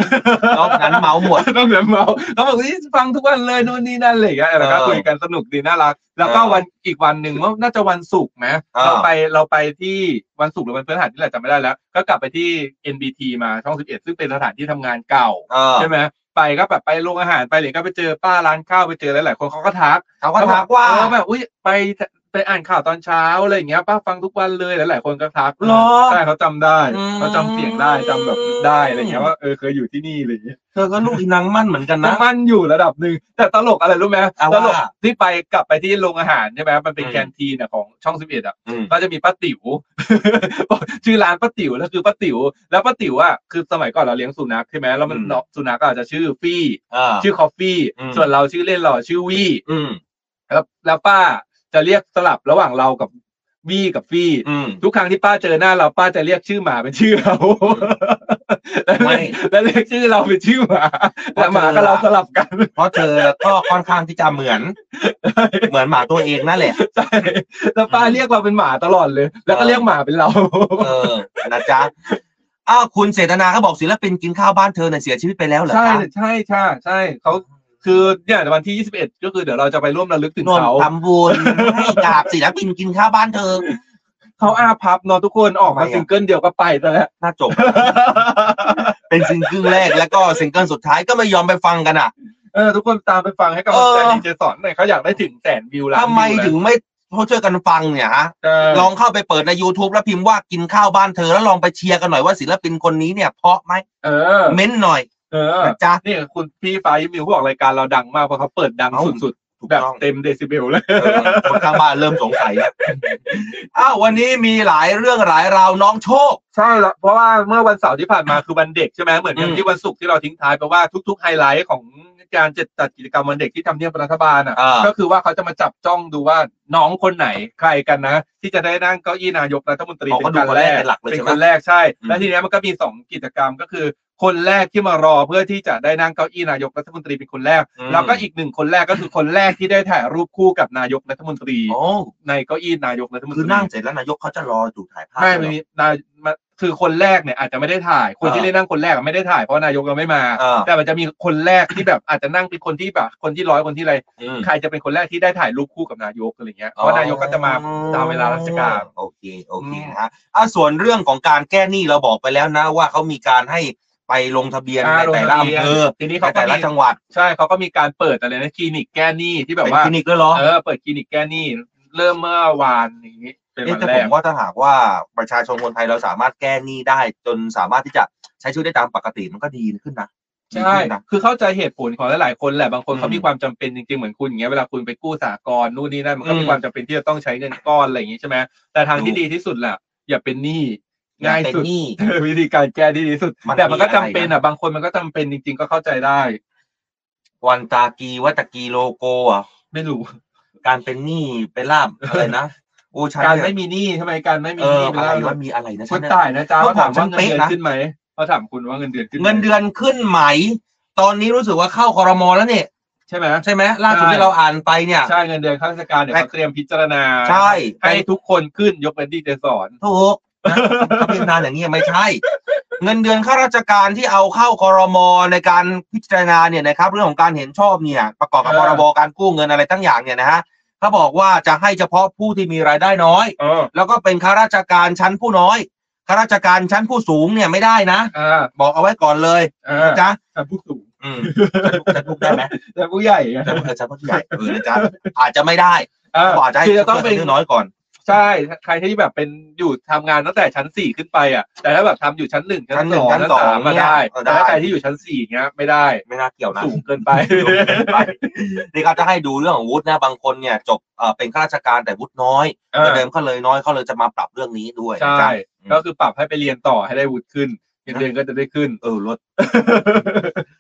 [SPEAKER 4] นอกนั้นเมาหมด
[SPEAKER 5] ต้องเหมือนเมาเขาบอกนี่ฟังทุกวันเลยนู่นนี่นั่นอะไรอย่างเงี้ยแล้วก็
[SPEAKER 4] เออ
[SPEAKER 5] คุยกันสนุกดีน่ารัก แล้วก็
[SPEAKER 4] เออ
[SPEAKER 5] วันอีกวันหนึ่งว่าน่าจะวันศุกร์ไหม
[SPEAKER 4] เออ
[SPEAKER 5] เราไปเราไปที่วันศุกร์หรือวันพฤหัสที่แหละจำไม่ได้แล้ว ก็กลับไปที่ NBT มาช่อง 11 ซึ่งเป็นสถานที่ทำงานเก่า
[SPEAKER 4] เออ
[SPEAKER 5] ใช่ไหมไปก็แบบไปโรงอาหารไปเลยก็ไปเจอป้าร้านข้าวไปเจอหลายๆคนเขาก็ทัก
[SPEAKER 4] เขาก็ทักว่า
[SPEAKER 5] เออแบบอุ้ยไปไปอ่านข่าวตอนเช้าอะไรอย่างเงี้ยป้าฟังทุกวันเลยหลายๆคนก็ทัก
[SPEAKER 4] เหรอ
[SPEAKER 5] ใช่เขาจำได้
[SPEAKER 4] อืม
[SPEAKER 5] เขาจำเสียงได้จำแบบได้อะไรอย่างเงี้ยว่าเออเคยอยู่ที่นี่อะไรอย่างเงี้ย
[SPEAKER 4] เธอก็ลูกอีนางมั่นเหมือนกัน
[SPEAKER 5] นะ
[SPEAKER 4] นะ
[SPEAKER 5] มันอยู่ระดับหนึ่งแต่ตลกอะไรรู้ไหม
[SPEAKER 4] อ่ะ
[SPEAKER 5] ต
[SPEAKER 4] ว่า
[SPEAKER 5] ลกที่ไปกลับไปที่โรงอาหารใช่ไหมมันเป็น
[SPEAKER 4] อืม
[SPEAKER 5] แกนทีนอะของช่องสิบเอ็ดอ่ะ
[SPEAKER 4] อืม
[SPEAKER 5] ก็จะมีป้าติ๋ว ชื่อร้านป้าติ๋วแล้วคือป้าติ๋วแล้วป้าติ๋วอ่ะคือสมัยก่อนเราเลี้ยงสุนัขใช่ไหมแล้วมัน
[SPEAKER 4] อืม
[SPEAKER 5] เนาะสุนัขก็อาจจะชื่อฟี่
[SPEAKER 4] เออ
[SPEAKER 5] ชื่อคอฟฟี่
[SPEAKER 4] อืม
[SPEAKER 5] ส่วนเราชื่อเล่นเราชื่อวี่
[SPEAKER 4] อืม
[SPEAKER 5] แล้วแล้วป้าจะเรียกสลับระหว่างเรากับวี่กับฟี่
[SPEAKER 4] อืม
[SPEAKER 5] ทุกครั้งที่ป้าเจอหน้าเราป้าจะเรียกชื่อหมาเป็นชื่อเราแล้ว
[SPEAKER 4] ไม่
[SPEAKER 5] เรียกแล้วเรียกชื่อเราเป็นชื่อหมาแต่หมากับเราสลับกัน
[SPEAKER 4] เพราะเธอก็ค่อนข้างที่จะเหมือน เหมือนหมาตัวเองนั่นแหละ
[SPEAKER 5] ใช่แล้วป้าเรียกเราเป็นหมาตลอดเลย แล้วก็เรียกหมาเป็นเรา
[SPEAKER 4] เออ นะจ๊ะ อ้าว คุณเสตนาเขาบอกศิลปินกินข้าวบ้านเธอเนี่ยเสียชีวิตไปแล้วเหรอ
[SPEAKER 5] ใช่
[SPEAKER 4] คะ
[SPEAKER 5] ใช่ใช่ใช่เขาคือเนี่ยวันที่ 21 ก็คือเดี๋ยวเราจะไปร่วมระลึกถึง
[SPEAKER 4] นวล
[SPEAKER 5] เขา
[SPEAKER 4] ทำบุญให้กับศิลปินกินข้าวบ้านเธอ
[SPEAKER 5] เขาอาพับเนอะทุกคนออกมา
[SPEAKER 4] ทำไมอะ
[SPEAKER 5] ซิงเกิลเดียวก็ไปซะแล้ว
[SPEAKER 4] น่าจบ เป็นซิงเกิลแรกแล้วก็ซิงเกิลสุดท้ายก็ไม่ยอมไปฟังกันอ่ะ
[SPEAKER 5] เออทุกคนตามไปฟังให้กำลังใจ
[SPEAKER 4] เออ
[SPEAKER 5] ดีเจสอนหน่อยเขาอยากได้ถึงแสนวิวล้าน
[SPEAKER 4] ทำไมถึงไม่ช่วยกันฟังเนี่ยฮะ ล
[SPEAKER 5] ล
[SPEAKER 4] อ
[SPEAKER 5] อง
[SPEAKER 4] งเข้าไปเปิดใน YouTube แล้วพิมพ์ว่ากินข้าวบ้านเธอ แล้วลองไปเชียร์กันหน่อยว่าศิลปินคนนี้เนี่ยเพราะไหม
[SPEAKER 5] เออ
[SPEAKER 4] เม้นหน่อย
[SPEAKER 5] เออ
[SPEAKER 4] นะจ๊ะ
[SPEAKER 5] นี่คุณพี่ฟ้ายิ้มมิวเขาบอกรายการเราดังมากเพราะเขาเปิดดัง
[SPEAKER 4] เอ้า
[SPEAKER 5] สุด
[SPEAKER 4] ถู
[SPEAKER 5] ๆ
[SPEAKER 4] ก
[SPEAKER 5] แบบ
[SPEAKER 4] ต้อง
[SPEAKER 5] เต็มเดซิเบลเลย
[SPEAKER 4] เออคนข้างบ้านเริ่มสงสัยแล้วอ้าววันนี้มีหลายเรื่องหลายราวน้องโชค
[SPEAKER 5] ใช่ละเพราะว่าเมื่อวันเสาร์ที่ผ่านมาคือวันเด็กใช่ไหมเหมือนกับ
[SPEAKER 4] อืม
[SPEAKER 5] ที่วันศุกร์ที่เราทิ้งท้ายไปว่าทุกๆไฮไลท์ของการจัดจัดกิจกรรมวันเด็กที่ทำเนียบรัฐบาลอ่ะ
[SPEAKER 4] อ่า
[SPEAKER 5] ก็คือว่าเขาจะมาจับจ้องดูว่าน้องคนไหนใครกันนะ ที่จะได้นั่งเก้าอี้นายกรัฐมนตรี
[SPEAKER 4] อ๋อ
[SPEAKER 5] เป็น
[SPEAKER 4] ก็ดู
[SPEAKER 5] คน
[SPEAKER 4] คน
[SPEAKER 5] แร
[SPEAKER 4] แรก
[SPEAKER 5] ก
[SPEAKER 4] เป็นหลักเลย
[SPEAKER 5] เป็น
[SPEAKER 4] ใช่ไหม
[SPEAKER 5] คนแรกใช่
[SPEAKER 4] อืม
[SPEAKER 5] แล้วทีเนี้ยมันก็มีสองกิจกรรมก็คือ คนแรกที่มารอเพื่อที่จะได้นั่งเก้าอี้นายกรัฐมนตรีเป็นคนแรก แล้วก็อีกหนึ่งคนแรกก็คือคนแรกที่ได้ถ่ายรูปคู่กับนายกรัฐมนตรี
[SPEAKER 4] โอ้
[SPEAKER 5] ในเก้าอี้นายกรัฐมนตรี
[SPEAKER 4] คือนั่งเสร็จแล้วนายกเขาจะรอดูถ่ายภาพ
[SPEAKER 5] ไม่
[SPEAKER 4] เหร
[SPEAKER 5] มั
[SPEAKER 4] อ
[SPEAKER 5] นมีนายมันคือคนแรกเนี่ยอาจจะไม่ได้ถ่าย คน
[SPEAKER 4] อ่า
[SPEAKER 5] ที่ได้นั่งคนแรกอะไม่ได้ถ่ายเพราะนายกเราไม่มา
[SPEAKER 4] อ่า
[SPEAKER 5] แต่มันจะมีคนแรกที่แบบอาจจะนั่งเป็นคนที่แบบคนที่ร้อยคนที่อะไร
[SPEAKER 4] อืม
[SPEAKER 5] ใครจะเป็นคนแรกที่ได้ถ่ายรูปคู่กับนายกอะไรเงี้ยเพราะนายกก็จะมาตามเวลาราชการ
[SPEAKER 4] โอเคโอเค
[SPEAKER 5] อืม
[SPEAKER 4] นะฮะอ่ะส่วนเรื่องของการแก้หนี้เราบอกไปแล้วนะว่าเขามีการให้ไปลงทะเบียนในแต่ละอำเภอ
[SPEAKER 5] ทีนี้
[SPEAKER 4] ใน
[SPEAKER 5] เขาก็
[SPEAKER 4] แต่ละ
[SPEAKER 5] มี
[SPEAKER 4] จังหวัด
[SPEAKER 5] ใช่เขาก็มีการเปิดอะไรนะคลินิกแก้หนี้ที่แบบ
[SPEAKER 4] เป็น
[SPEAKER 5] ว่า
[SPEAKER 4] คลินิกด้วยเหรอ
[SPEAKER 5] เออเปิดคลินิกแก้หนี้เริ่มเมื่อวานนี้เป็น
[SPEAKER 4] เอ๊ะ
[SPEAKER 5] วัน
[SPEAKER 4] แต่
[SPEAKER 5] แร
[SPEAKER 4] ผ
[SPEAKER 5] ก
[SPEAKER 4] มว่าถ้าหากว่าประชาชนคนไทยเราสามารถแก้หนี้ได้ จนสามารถที่จะใช้ชีวิตได้ตามปกติมันก็ดีขึ้นนะดี
[SPEAKER 5] ใช่
[SPEAKER 4] ขึ้นนะ
[SPEAKER 5] คือเข้าใจเหตุผลของหลายๆคนแหละ บางคนเขา
[SPEAKER 4] อืม
[SPEAKER 5] มีความจำเป็นจริงๆ เหมือนคุณอย่างเงี้ย เวลาคุณไปกู้สากลนู่นนี่นั่น มันก็
[SPEAKER 4] อื
[SPEAKER 5] มี
[SPEAKER 4] ม
[SPEAKER 5] ความจำเป็นที่จะต้องใช้เงินก้อนอะไรอย่างงี้ใช่ไหม แต่ทางที่
[SPEAKER 4] ถูก
[SPEAKER 5] ดีที่สุดแหละอย่าเป็นหนี้ ง่าย
[SPEAKER 4] เป็น
[SPEAKER 5] สุด
[SPEAKER 4] หนี้
[SPEAKER 5] วิธีการแก้ที่ดีที่สุด
[SPEAKER 4] มัน
[SPEAKER 5] แต่มันก็
[SPEAKER 4] มีอะ
[SPEAKER 5] จำ
[SPEAKER 4] ไร
[SPEAKER 5] เป็น
[SPEAKER 4] นะ
[SPEAKER 5] อ่ะ บางคนมันก็จำเป็นจริง ๆ ก็เข้าใจได้
[SPEAKER 4] วันตากีวัตกีโลโกอ่ะ
[SPEAKER 5] ไม่รู้
[SPEAKER 4] การเป็นหนี้เป็นลา บอะไรนะโอ้ใช่
[SPEAKER 5] การไม่มีหนี้ทำไมการไม่มี
[SPEAKER 4] เอ
[SPEAKER 5] ห
[SPEAKER 4] อ
[SPEAKER 5] นี้
[SPEAKER 4] อะไร
[SPEAKER 5] แล้ว
[SPEAKER 4] ว่ามีอะไรนะ
[SPEAKER 5] คุ
[SPEAKER 4] ฉัน
[SPEAKER 5] ณ
[SPEAKER 4] เนี่ย
[SPEAKER 5] ต่ายนะจ๊ะ
[SPEAKER 4] เขา
[SPEAKER 5] เขาถามว่า
[SPEAKER 4] ถามฉัน
[SPEAKER 5] เงินเดือน
[SPEAKER 4] เป๊ะนะ
[SPEAKER 5] ขึ้นไหมเขาถามคุณว่าเงินเดือนขึ้นไหม
[SPEAKER 4] เงินเดือนขึ้นไหม ตอนนี้รู้สึกว่าเข้าคอรมอแล้วเนี่ย
[SPEAKER 5] ใช่ไหม
[SPEAKER 4] ใช่ไหมล่าสุด
[SPEAKER 5] ใช่
[SPEAKER 4] ที่เราอ่านไปเนี่ย
[SPEAKER 5] ใช่ เงินเดือนข้าราชการเนี่ยเขาเตรียมพิจารณา
[SPEAKER 4] ใช่
[SPEAKER 5] ให้
[SPEAKER 4] เป็น
[SPEAKER 5] ทุกคนขึ้นยกเว้นดีเจส อน
[SPEAKER 4] ถูกนะทำเนียมนานอย่างนี้ยไม่ใช่ เงินเดือนข้าราชการที่เอาเข้าคอรมอในการพิจารณาเนี่ยนะครับ เรื่องของการเห็นชอบเนี่ย ประกอบกับพ
[SPEAKER 5] เออ
[SPEAKER 4] รบการกู้เงินอะไรตั้งอย่างเนี่ยนะฮะเขาบอกว่าจะให้เฉพาะผู้ที่มีรายได้น้อย
[SPEAKER 5] เออ
[SPEAKER 4] แล้วก็เป็นข้าราชการชั้นผู้น้อย ข้าราชการชั้นผู้สูงเนี่ยไม่ได้นะ
[SPEAKER 5] อ่า
[SPEAKER 4] บอกเอาไว้ก่อนเลย
[SPEAKER 5] อ่า
[SPEAKER 4] นะจ๊ะ
[SPEAKER 5] แต่ผู้สูง
[SPEAKER 4] อืมจะพูดได้ไหม
[SPEAKER 5] แต่ ผู้ใหญ่อะ
[SPEAKER 4] จะพูดจะพูดใหญ่เออนะจ๊ะอาจจะไม่ได้
[SPEAKER 5] อ่า
[SPEAKER 4] ก็อาจจะให้
[SPEAKER 5] คือจะต้องเป็น
[SPEAKER 4] พื่น้อยก่อน
[SPEAKER 5] ใช่ใครที่แบบเป็นอยู่ทำงานตั้งแต่ชั้นสี่ขึ้นไปอ่ะ แต่ถ้าแบบทำอยู่ชั้นหนึ่ง
[SPEAKER 4] ชั้
[SPEAKER 5] ชั้น
[SPEAKER 4] นหนึ่
[SPEAKER 5] สอง ง
[SPEAKER 4] ชั้
[SPEAKER 5] ชั้น
[SPEAKER 4] นสอง
[SPEAKER 5] สามมา
[SPEAKER 4] เนี่ย
[SPEAKER 5] ได้
[SPEAKER 4] เออได้
[SPEAKER 5] แต่ถ้าใครที่อยู่ชั้นสี่เงี้ยไม่ได้
[SPEAKER 4] ไม่น่าเกี่ยวนะ
[SPEAKER 5] สูงเกินไป
[SPEAKER 4] นี่ครับจะให้ดูเรื่องของวุฒินะบางคนเนี่ย จบเอ่อเป็นข้าราชการแต่วุฒิน้อย
[SPEAKER 5] เออ
[SPEAKER 4] เดิมเขาเลยน้อยเขาเลยจะมาปรับเรื่องนี้ด้วย
[SPEAKER 5] ใช่
[SPEAKER 4] นะจ๊ะ
[SPEAKER 5] ก็คือปรับให้ไปเรียนต่อให้ได้วุฒิขึ้นเงินเดือนก็จะได้ขึ้น
[SPEAKER 4] เออลด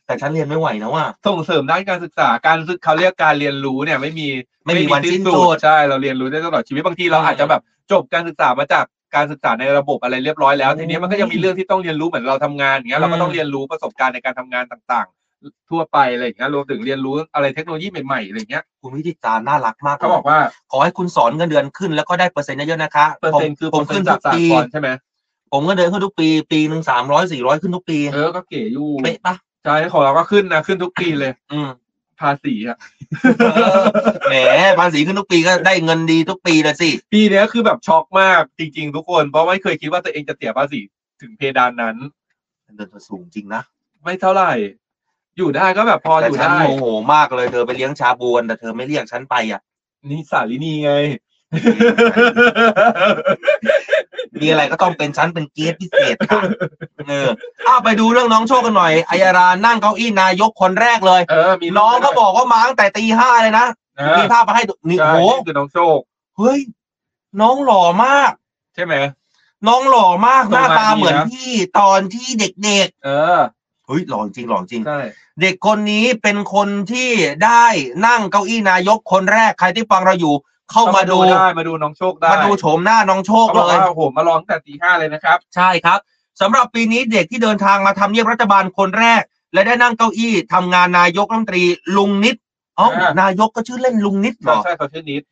[SPEAKER 4] แต่ฉันเรียนไม่ไหวนะว่า
[SPEAKER 5] ส่งเสริมด้านการศึกษาการศึกเขาเรียกการเรียนรู้เนี่ยไม่มี
[SPEAKER 4] ไม่มีวันสิ้นสุด
[SPEAKER 5] ใช่เราเรียนรู้ได้ตลอดชีวิตบางทีเรา
[SPEAKER 4] อืม
[SPEAKER 5] อาจจะแบบจบการศึกษามาจากการศึกษาในระบบอะไรเรียบร้อยแล้ว
[SPEAKER 4] อืม
[SPEAKER 5] ทีนี้มันก็ยังมีเรื่องที่ต้องเรียนรู้เหมือนเราทำงานอย่างเงี้ย
[SPEAKER 4] อืม
[SPEAKER 5] เราก็ต้องเรียนรู้ประสบการณ์ในการทำงานต่างๆ ทั่วไปอะไรอย่างเงี้ยรวมถึงเรียนรู้อะไรเทคโนโลยีใหม่ๆอะไรอย่างเงี้ย
[SPEAKER 4] คุณวิธิตาน่ารักมาก
[SPEAKER 5] เขาบอกว่า
[SPEAKER 4] ขอให้คุณสอนเงินเดือนขึ้นแล้วก็ได้เปอร์เซ็นต์เยอะๆนะคะ
[SPEAKER 5] เปอร์เซ็นต์คือ
[SPEAKER 4] ผ
[SPEAKER 5] เปอ
[SPEAKER 4] ม
[SPEAKER 5] ร์เซ็น
[SPEAKER 4] ขึ้น
[SPEAKER 5] ต์
[SPEAKER 4] ทุ
[SPEAKER 5] จาก กสาก
[SPEAKER 4] ปี
[SPEAKER 5] ลใช่ไหม
[SPEAKER 4] ผมเงินเดือนขึ้นทุกปี ปีหนึ่งสามร้อยสี่ร้อยขึ้นทุกปี
[SPEAKER 5] เออก็เก๋อยู่
[SPEAKER 4] เป๊ะปะ
[SPEAKER 5] ใช่ของเราก็ขึ้นนะขึ้นทุกปีเลย
[SPEAKER 4] อืม
[SPEAKER 5] ภาษีอะ
[SPEAKER 4] เออแหมภาษีขึ้นทุกปีก็ได้เงินดีทุกปีเลยสิ
[SPEAKER 5] ปีเนี้ยคือแบบช็อกมากจริงๆ ทุกคน เพราะไม่เคยคิดว่าตัวเองจะเสียภาษีถึงเพดานนั้น
[SPEAKER 4] เงินเดือนเธอสูงจริงนะ
[SPEAKER 5] ไม่เท่าไหร่ อยู่ได้ก็แบบพออ
[SPEAKER 4] แต่
[SPEAKER 5] ยู่
[SPEAKER 4] ฉัน
[SPEAKER 5] ได้
[SPEAKER 4] โมโหมากเลยเธอไปเลี้ยงชาบูนแต่เธอไม่เรียกฉันไปอ่ะ
[SPEAKER 5] นี่สาลินีไง
[SPEAKER 4] มีอะไรก็ต้องเป็นชั้นเป็นเกสพิเศษค่ะ เอออ้าวไปดูเรื่องน้องโชคกันหน่อยอัยารานั่งเก้าอี้นายกคนแร กเลย
[SPEAKER 5] เออ มี
[SPEAKER 4] น้องก็บอกว่ามาตั้งแต่ตีห้าเลยนะ
[SPEAKER 5] เออ
[SPEAKER 4] มีภาพมาให้ดูนี่
[SPEAKER 5] ใช่
[SPEAKER 4] โอ้โห
[SPEAKER 5] นี่คือน้องโชค
[SPEAKER 4] เฮ้ย น้องหล่อมาก
[SPEAKER 5] ใช่ไหม
[SPEAKER 4] น้องหล่อมาก
[SPEAKER 5] โต
[SPEAKER 4] ห
[SPEAKER 5] มา
[SPEAKER 4] น้าตา
[SPEAKER 5] ดีนะ
[SPEAKER 4] เหมือนพี่ตอนที่เด็ก
[SPEAKER 5] เออ
[SPEAKER 4] ๆ เฮ้ย หล่อจริงหล่อจริง
[SPEAKER 5] ใช่
[SPEAKER 4] เด็กคนนี้เป็นคนที่ได้นั่งเก้าอี้นายกคนแรก ใครที่ฟังเราอยู่ เข้ามาดู
[SPEAKER 5] ได้ มาดูน้องโชคได้
[SPEAKER 4] มาดูโฉมหน้าน้องโช
[SPEAKER 5] เขา
[SPEAKER 4] ค
[SPEAKER 5] บ
[SPEAKER 4] เล
[SPEAKER 5] อ
[SPEAKER 4] ย
[SPEAKER 5] กว่าโอ้โหมาลองตั้งแต่ตีห้าเลยนะครับ
[SPEAKER 4] ใช่ครับสำหรับปีนี้เด็กที่เดินทางมาทำเนียบรัฐบาลคนแรก และได้นั่งเก้าอี้ทำงานนายกรัฐมนตรีลุงนิดเอ๋อ
[SPEAKER 5] อ่าน
[SPEAKER 4] นายกก็ชื่อเล่นลุงนิดเหร
[SPEAKER 5] ใช่
[SPEAKER 4] อ
[SPEAKER 5] ใช่เขาชื่อนิด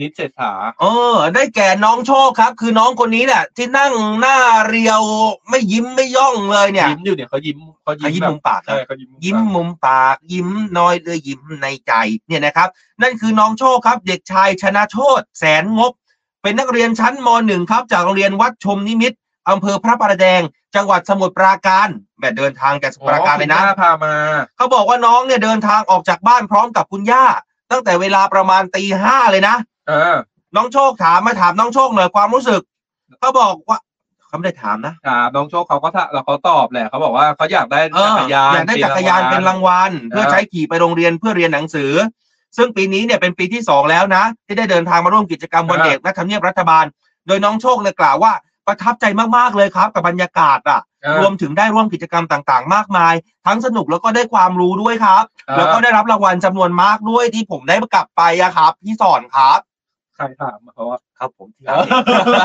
[SPEAKER 5] นิดเศรษฐา
[SPEAKER 4] เออ ได้แก่น้องโชคครับ คือน้องคนนี้แหละที่นั่งหน้าเรียวไม่ยิ้มไม่ย่องเลยเนี่ย
[SPEAKER 5] ยิ้มอยู่เนี่ยเขายิ้มเขา
[SPEAKER 4] อ่ะ
[SPEAKER 5] ยิ้
[SPEAKER 4] ยิ้
[SPEAKER 5] ม
[SPEAKER 4] ม
[SPEAKER 5] แบ
[SPEAKER 4] มุ
[SPEAKER 5] บ
[SPEAKER 4] มปากครั
[SPEAKER 5] ใช่
[SPEAKER 4] บ
[SPEAKER 5] เขายิ้ม
[SPEAKER 4] ยิ้มมุมปากยิ้มน้อยด้วยยิ้มในใจเนี่ยนะครับ นั่นคือน้องโชคครับ เด็กชายชนะโชตแสนงบ เป็นนักเรียนชั้นมหนึ่งครับ จากโรงเรียนวัดชมนิมิตรอำเภอพระประแดง จังหวัดสมุทรปราการแบบเดินทางจากสมุทรปราการเลยนะ
[SPEAKER 5] อ๋อคุณย่พามา
[SPEAKER 4] เขาบอกว่าน้องเนี่ยเดินทางออกจากบ้านพร้อมกับคุณย่า ตั้งแต่เวลาประมาณตีห้าเลยนะ
[SPEAKER 5] เออ
[SPEAKER 4] น้องโชคถามมาถามน้องโชคหน่อยความรู้สึกเขาบอกว่าเขาไม่ได้ถามนะ
[SPEAKER 5] ถามน้องโชคเขาก็ถะแล้วเขาตอบแหละเขาบอกว่าเขาอยากได้
[SPEAKER 4] เออก
[SPEAKER 5] จัรยาน
[SPEAKER 4] อยากได้จักรยานเป็นรางวัลเพื่อใช้ขี่ไปโรงเรียนเพื่อเรียนหนังสือ ซึ่งปีนี้เนี่ยเป็นปีที่สองแล้วนะ ที่ได้เดินทางมาร่วมกิจกรรมวันเด็กและทำเนียบรัฐบาล โดยน้องโชคเนี่ยกล่าวว่าประทับใจมากๆเลยครับ กับบรรยากาศอ่ะ
[SPEAKER 5] เออ
[SPEAKER 4] รวมถึงได้ร่วมกิจกรรมต่างๆ มากมาย ทั้งสนุกแล้วก็ได้ความรู้ด้วยครับ
[SPEAKER 5] เออ
[SPEAKER 4] แล้วก็ได้รับรางวัลจำนวนมากด้วยที่ผมได้กลับไปอะครับ พี่สอนครับ
[SPEAKER 5] ใครถามเขาว่า
[SPEAKER 4] ครับผมที่
[SPEAKER 5] แ
[SPEAKER 4] ร้านเนี่ย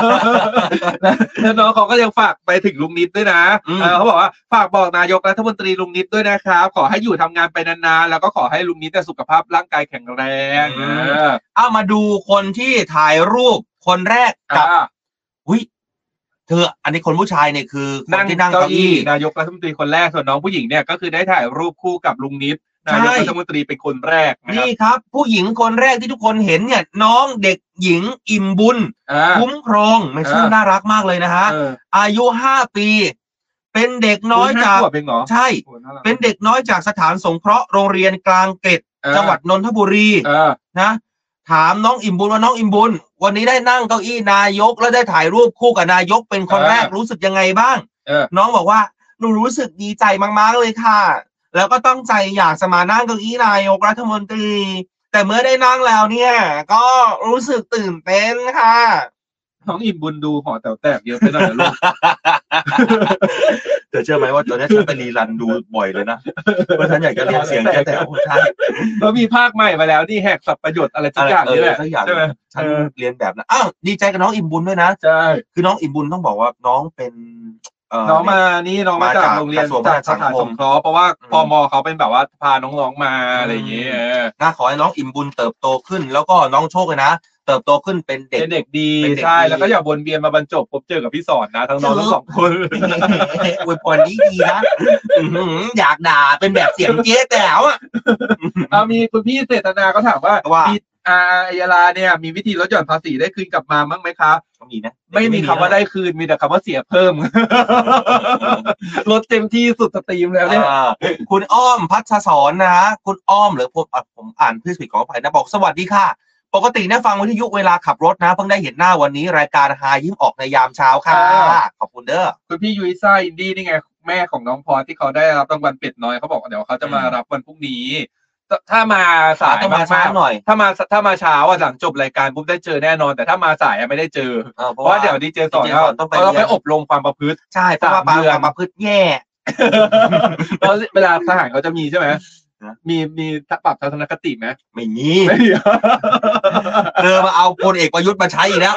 [SPEAKER 5] ล้วน้องเขาก็ยังฝากไปถึงลุงนิดด้วยนะ
[SPEAKER 4] อืม
[SPEAKER 5] เออเขาบอกว่าฝากบอกนายกรัฐมนตรีลุงนิดด้วยนะครับ ขอให้อยู่ทำงานไปนานๆแล้วก็ขอให้ลุงนิดแต่ยสุขภาพร่างกายแข็งแรง
[SPEAKER 4] อืม
[SPEAKER 5] เออ
[SPEAKER 4] เอามาดูคนที่ถ่ายรูปคนแรกกับ
[SPEAKER 5] อ่ะ
[SPEAKER 4] อุ้ยเธออันนี้คนผู้ชายเนี่ยคือคนที่นั่งเก้าอี้
[SPEAKER 5] นายกรัฐมนตรีคนแรกส่วนน้องผู้หญิงเนี่ยก็คือได้ถ่ายรูปคู่กับลุงนิด
[SPEAKER 4] ใช่
[SPEAKER 5] นายกรัฐมนตรีเป็นคนแรกนะครับ
[SPEAKER 4] นี่ครับ ผู้หญิงคนแรกที่ทุกคนเห็นเนี่ย น้องเด็กหญิงอิ่มบุญ
[SPEAKER 5] อ่า
[SPEAKER 4] คุ้มครองไม่ชื่อ
[SPEAKER 5] เออ
[SPEAKER 4] น่ารักมากเลยนะฮะ
[SPEAKER 5] เออ
[SPEAKER 4] อายุห้าปี เป็นเด็กน้อย
[SPEAKER 5] ห้
[SPEAKER 4] จาก
[SPEAKER 5] ขวบเองเหรอ
[SPEAKER 4] ใช่
[SPEAKER 5] โอ้โหารั
[SPEAKER 4] เป็นเด็กน้อยจากสถานสงเคราะห์โรงเรียนกลางเกร็ด
[SPEAKER 5] เออ
[SPEAKER 4] จังหวัดนนทบุรี
[SPEAKER 5] เออ
[SPEAKER 4] นะถามน้องอิ่มบุญว่าน้องอิ่มบุญ วันนี้ได้นั่งเก้าอี้นายกแล้วได้ถ่ายรูปคู่กับนายกเป็นคนแรกรู้สึกยังไงบ้าง
[SPEAKER 5] เออ
[SPEAKER 4] น้องบอกว่าหนูรู้สึกดีใจมาก ๆ เลยค่ะ แล้วก็ตั้งใจอยากจะมานั่งเก้าอี้นายกรัฐมนตรี แต่เมื่อได้นั่งแล้วเนี่ย ก็รู้สึกตื่นเต้นค่ะ
[SPEAKER 5] น้องอิ่มบุญดูหอแต๋วแตกเยอะไปหน่อยนะลูก
[SPEAKER 4] เธอเชื่อไหมว่าตอนนี้ฉันไปรีรันดูบ่อยเลยนะเพราะฉันอยากจะเรียนเสียงแค่แต่โอ้ใช่
[SPEAKER 5] แล้วมีภาคใหม่มาแล้วนี่แหกสับประโยชน์อะไรสักอย่างนี่แหละ
[SPEAKER 4] สักอย่าง
[SPEAKER 5] ใช่ไหม
[SPEAKER 4] ฉันเรียนแบบนะอ้าวดีใจกับน้องอิ่มบุญด้วยนะ
[SPEAKER 5] ใช่
[SPEAKER 4] คือน้องอิ่มบุญต้องบอกว่าน้องเป็นเ
[SPEAKER 5] น้องมานี่น้องมา
[SPEAKER 4] มา
[SPEAKER 5] จา
[SPEAKER 4] จาก
[SPEAKER 5] กโรงเรียน
[SPEAKER 4] กระทรวง
[SPEAKER 5] จากสถาน
[SPEAKER 4] สังค
[SPEAKER 5] ส
[SPEAKER 4] ม
[SPEAKER 5] งเคราะห์เพราะว่าพ
[SPEAKER 4] อื
[SPEAKER 5] อ
[SPEAKER 4] ม
[SPEAKER 5] มอเขาเป็นแบบว่าพาน้องๆมาอะไรอย่างเงี้ย
[SPEAKER 4] อืม
[SPEAKER 5] เออ
[SPEAKER 4] น่าขอให้น้องอิ่มบุญเติบโตขึ้น แล้วก็น้องโชคเลยนะเติบโตขึ้นเป็นเด็ก
[SPEAKER 5] เป็นเด็กดี
[SPEAKER 4] เป็นเด็ก
[SPEAKER 5] ใช่
[SPEAKER 4] ดี
[SPEAKER 5] แล้วก็อย่าวนเวียนมาบรรจบพบเจอกับพี่สอนนะทั้งน้องทั้งสองคน
[SPEAKER 4] อวยพรดีดีๆนะอื้อหืออยากด่าเป็นแบบเสียงเจ๊แต๋วอ่ะ
[SPEAKER 5] เอามีคุณพี่เศรษฐนาก็ถามว่า
[SPEAKER 4] ว่า
[SPEAKER 5] มีอาอัยยาลาเนี่ยมีวิธีลดหย่อนภาษีได้คืนกลับมาบ้างไหมคะ
[SPEAKER 4] ก็มีนะ
[SPEAKER 5] ไม่มีคำว่าได้คืนมีแต่คำว่าเสียเพิ่ม ลดเต็มที่สุดสตรีมแล้วเนี่ย
[SPEAKER 4] อ่าคุณอ้อมพัชสอนนะฮะคุณอ้อมหรือผมอ่ะผมอ่านพื่ผิดขออภัยนะบอกสวัสดีค่ะ ปกตินะฟังวิทยุเวลาขับรถนะ เพิ่งได้เห็นหน้าวันนี้รายการหายิ้มออกในยามเช้าค่ะ
[SPEAKER 5] อ่า
[SPEAKER 4] ขอบคุณเด้อ
[SPEAKER 5] คุณพี่ยุ้ยซ่าอินดี้นี่ไง แม่ของน้องพรที่เขาได้รับรางวัลเป็ดน้อยเขาบอกว่าเดี๋ยวเขาจะมา
[SPEAKER 4] อืม
[SPEAKER 5] รับวันพรุ่งนี้ถ้าถ้ามาสาย
[SPEAKER 4] ต้องมา
[SPEAKER 5] ๆ
[SPEAKER 4] ช้าหน่อย
[SPEAKER 5] ถ้ามาถ้ามาเช้าอ่ะหลังจบรายการปุ๊บได้เจอแน่นอน แต่ถ้ามาสายอ่ะไม่ได้เจอ
[SPEAKER 4] ออ
[SPEAKER 5] เพราะว่าเดี๋ยวดีเจสอน
[SPEAKER 4] ดีเจ
[SPEAKER 5] เขา
[SPEAKER 4] สอนต้องไป
[SPEAKER 5] เรา
[SPEAKER 4] เรี
[SPEAKER 5] ไป
[SPEAKER 4] ยน
[SPEAKER 5] อบรมความประพฤติ
[SPEAKER 4] ใช่เพราะว่าปา
[SPEAKER 5] สามเดือน
[SPEAKER 4] ปามาพืชแย่
[SPEAKER 5] แล้วเวลาทหารเขาจะมีใช่ไหม
[SPEAKER 4] ฮะ
[SPEAKER 5] มีมีปรับทัศนคติไหม
[SPEAKER 4] ไม่มี
[SPEAKER 5] ไม่มี
[SPEAKER 4] เออมาเอาพลเอกประยุทธ์มาใช้อีกแล้ว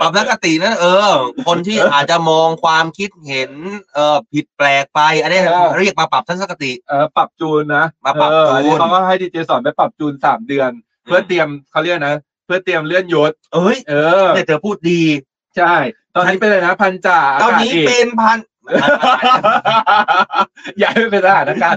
[SPEAKER 4] ปรับนักตินั้นเออ คนที่อาจจะมองความคิดเห็น เออผิดแปลกไป อันนี้เรียกมาปรับทัศนคติ
[SPEAKER 5] เออปรับจูนนะ
[SPEAKER 4] มาปรับ
[SPEAKER 5] เอออันนี้
[SPEAKER 4] จูน
[SPEAKER 5] เขาก็ให้ดีเจสอนไปปรับจูนสามเดือน เพื่อเตรียมเขาเรียกนะเพื่อเตรียมเลื่อนยศ
[SPEAKER 4] เอ้ย
[SPEAKER 5] เออ
[SPEAKER 4] เนี่ยเธอพูดดี
[SPEAKER 5] ใช่ ตอนนี้เป็นอะไรนะ พันจ่า
[SPEAKER 4] ตอน
[SPEAKER 5] กาศ
[SPEAKER 4] นี้
[SPEAKER 5] เอก
[SPEAKER 4] เป็นพัน
[SPEAKER 5] ย้ายไปเป็นทหารอากา ศ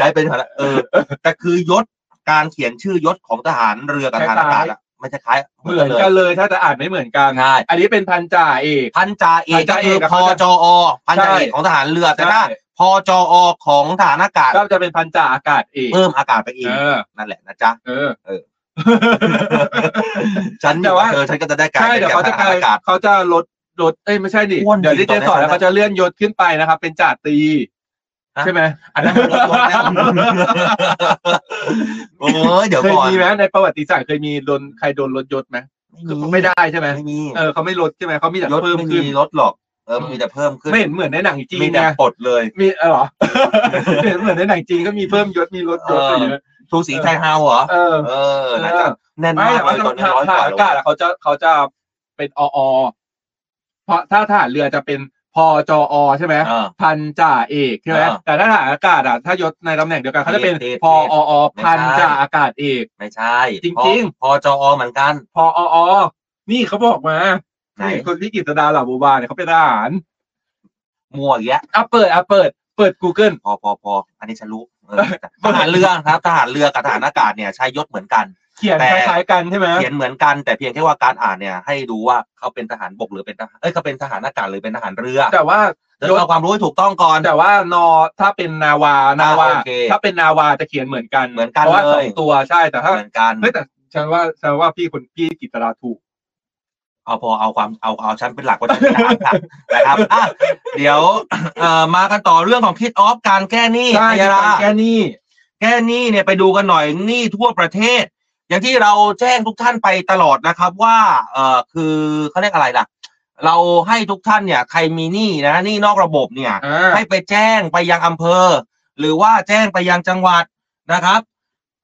[SPEAKER 4] ย้ายเป็นพันเออ แต่คือยศการเขียนชื่อยศของทหารเรือกับทหารอากาศอะมันจะคล้าย
[SPEAKER 5] เหมือนกันเลยถ้าจะอ่านไม่เหมือนกัน
[SPEAKER 4] ใช่
[SPEAKER 5] อันนี้เป็นพันจ่าเอก
[SPEAKER 4] พันจ่าเอกก็คือพจอพันจ่าเอกของทหารเรือแต่ถ้า
[SPEAKER 5] ใช่
[SPEAKER 4] พจอของทหารอากาศ
[SPEAKER 5] ก็จะเป็นพันจ่าอากาศเอก
[SPEAKER 4] เพิ่มอากาศไปอีก
[SPEAKER 5] เออ
[SPEAKER 4] นั่นแหละนะจ๊ะ
[SPEAKER 5] เออ
[SPEAKER 4] เออ ฉันอ
[SPEAKER 5] แต่
[SPEAKER 4] ยู่
[SPEAKER 5] ว่า
[SPEAKER 4] กับเธอฉันก็จะได้การ
[SPEAKER 5] ใช่เดี๋ยวเขาจะกลาย
[SPEAKER 4] อากาศ
[SPEAKER 5] เขาจะลดลดเอ้ยไม่ใช่ดิ
[SPEAKER 4] อ้วนดิ
[SPEAKER 5] เดี๋ยวที่เจสอนแล้
[SPEAKER 4] ตอนนั้
[SPEAKER 5] ว
[SPEAKER 4] น
[SPEAKER 5] เขาจะเลื่อนยศขึ้นไปนะครับ เป็นจ่าตรี
[SPEAKER 4] ฮะ
[SPEAKER 5] ใช่ไหม
[SPEAKER 4] อันนั้นมันลดลงแล้ว เออเดี๋ยว
[SPEAKER 5] เคย
[SPEAKER 4] ก่อน
[SPEAKER 5] มีไหมในประวัติศาสตร์เคยมีโดนใครโดนลดยศไหมคือไม่ได้ใช่ไหม
[SPEAKER 4] ไม่มี
[SPEAKER 5] เออเขาไม่ลดใช่ไหมเขามีแต่
[SPEAKER 4] รถ
[SPEAKER 5] เพิ่ม
[SPEAKER 4] ไม่
[SPEAKER 5] ขึ้น
[SPEAKER 4] มีรถหรอก เออมีแต่เพิ่มขึ้น
[SPEAKER 5] ไม่เห็นเหมือนในหนังจีน
[SPEAKER 4] มีแต่
[SPEAKER 5] ไง
[SPEAKER 4] ปลดเลย
[SPEAKER 5] มีเออเหรอ เห็นเหมือนในหนังจีนก็มีเพิ่มยศมีลดยศอะไรอย่างเงี้ย
[SPEAKER 4] ทูสีไทยฮาวเหรอ
[SPEAKER 5] เออ
[SPEAKER 4] เออนะจ๊ะแน่น
[SPEAKER 5] ไม่
[SPEAKER 4] มากเล
[SPEAKER 5] แต่ว่าย
[SPEAKER 4] ตอนนี้
[SPEAKER 5] ทาง
[SPEAKER 4] ร้อยก
[SPEAKER 5] ทาง
[SPEAKER 4] ว่า
[SPEAKER 5] อา
[SPEAKER 4] โล
[SPEAKER 5] กาศอะเขาจะเขาจะเป็นออเพราะถ้าทหารเรือจะเป็นพจอใช่ไหม
[SPEAKER 4] เออ
[SPEAKER 5] พันจ่าเอกใช่ไหม
[SPEAKER 4] อ่า
[SPEAKER 5] แต่ถ้าทหารอากาศอะถ้ายศในตำแหน่งเดียวกันเขาจะเป็น
[SPEAKER 4] เอก
[SPEAKER 5] พออ
[SPEAKER 4] ไม่ใช่
[SPEAKER 5] พันจ่าอากาศเอก
[SPEAKER 4] ไม่ใช่
[SPEAKER 5] จริงๆ
[SPEAKER 4] พอจอเหมือนกัน
[SPEAKER 5] พออนี่เขาบอกมา
[SPEAKER 4] ไหน
[SPEAKER 5] นี่คนที่กิตดาเหล่าบูบาเนี่ยเขาเป็นทหาร
[SPEAKER 4] มั่วอีกแล้ว
[SPEAKER 5] อ่ะเปิดอ่ะเปิด เปิด Google
[SPEAKER 4] พอพอพออันนี้ฉันรู้เออทหารเรือครับทหารเรือกับทหารอากาศเนี่ยใช้ยศเหมือนกัน
[SPEAKER 5] เขียน
[SPEAKER 4] แต่
[SPEAKER 5] คล้ายๆกันใช่ไหม
[SPEAKER 4] เขียนเหมือนกันแต่เพียงแค่ว่าการอ่านเนี่ย ให้ดูว่าเขาเป็นทหารบกหรือเป็นทหารเอ้ยเขาเป็นทหารอากาศหรือเป็นทหารเรือ
[SPEAKER 5] แต่ว่า
[SPEAKER 4] เดี๋ยวเอาความรู้ให้ถูกต้องก่อน
[SPEAKER 5] แต่ว่านอถ้าเป็นนาวา
[SPEAKER 4] อ่าว
[SPEAKER 5] นาา
[SPEAKER 4] โอเค
[SPEAKER 5] ถ้าเป็นนาวาจะเขียนเหมือนกัน
[SPEAKER 4] เหมือนกัน
[SPEAKER 5] เพราะว่า
[SPEAKER 4] เลย
[SPEAKER 5] สองตัวใช่ แต่ถ้า
[SPEAKER 4] เหมือนกัน
[SPEAKER 5] เฮ้ยแต่ฉันว่าฉันว่าพี่คนพี่กิตราถูก
[SPEAKER 4] เอาพอเอาความเอาเอาฉันเป็นหลักว่าฉันเป็นท หารค่ะนะครับอ่ะเดี๋ยว เอ่อมากันต่อเรื่องของคิดออฟการแก้หนี้
[SPEAKER 5] ใช่
[SPEAKER 4] อัยยารา
[SPEAKER 5] แค่นี้
[SPEAKER 4] แก้หนี้เนี่ยไปดูกันหน่อยหนี้ทั่วประเทศ อย่างที่เราแจ้งทุกท่านไปตลอดนะครับว่าเออคือเขาเรียกอะไรล่ะ เราให้ทุกท่านเนี่ยใครมีหนี้นะหนี้นอกระบบเนี่ย
[SPEAKER 5] อ่า
[SPEAKER 4] ให้ไปแจ้งไปยังอำเภอ หรือว่าแจ้งไปยังจังหวัดนะครับ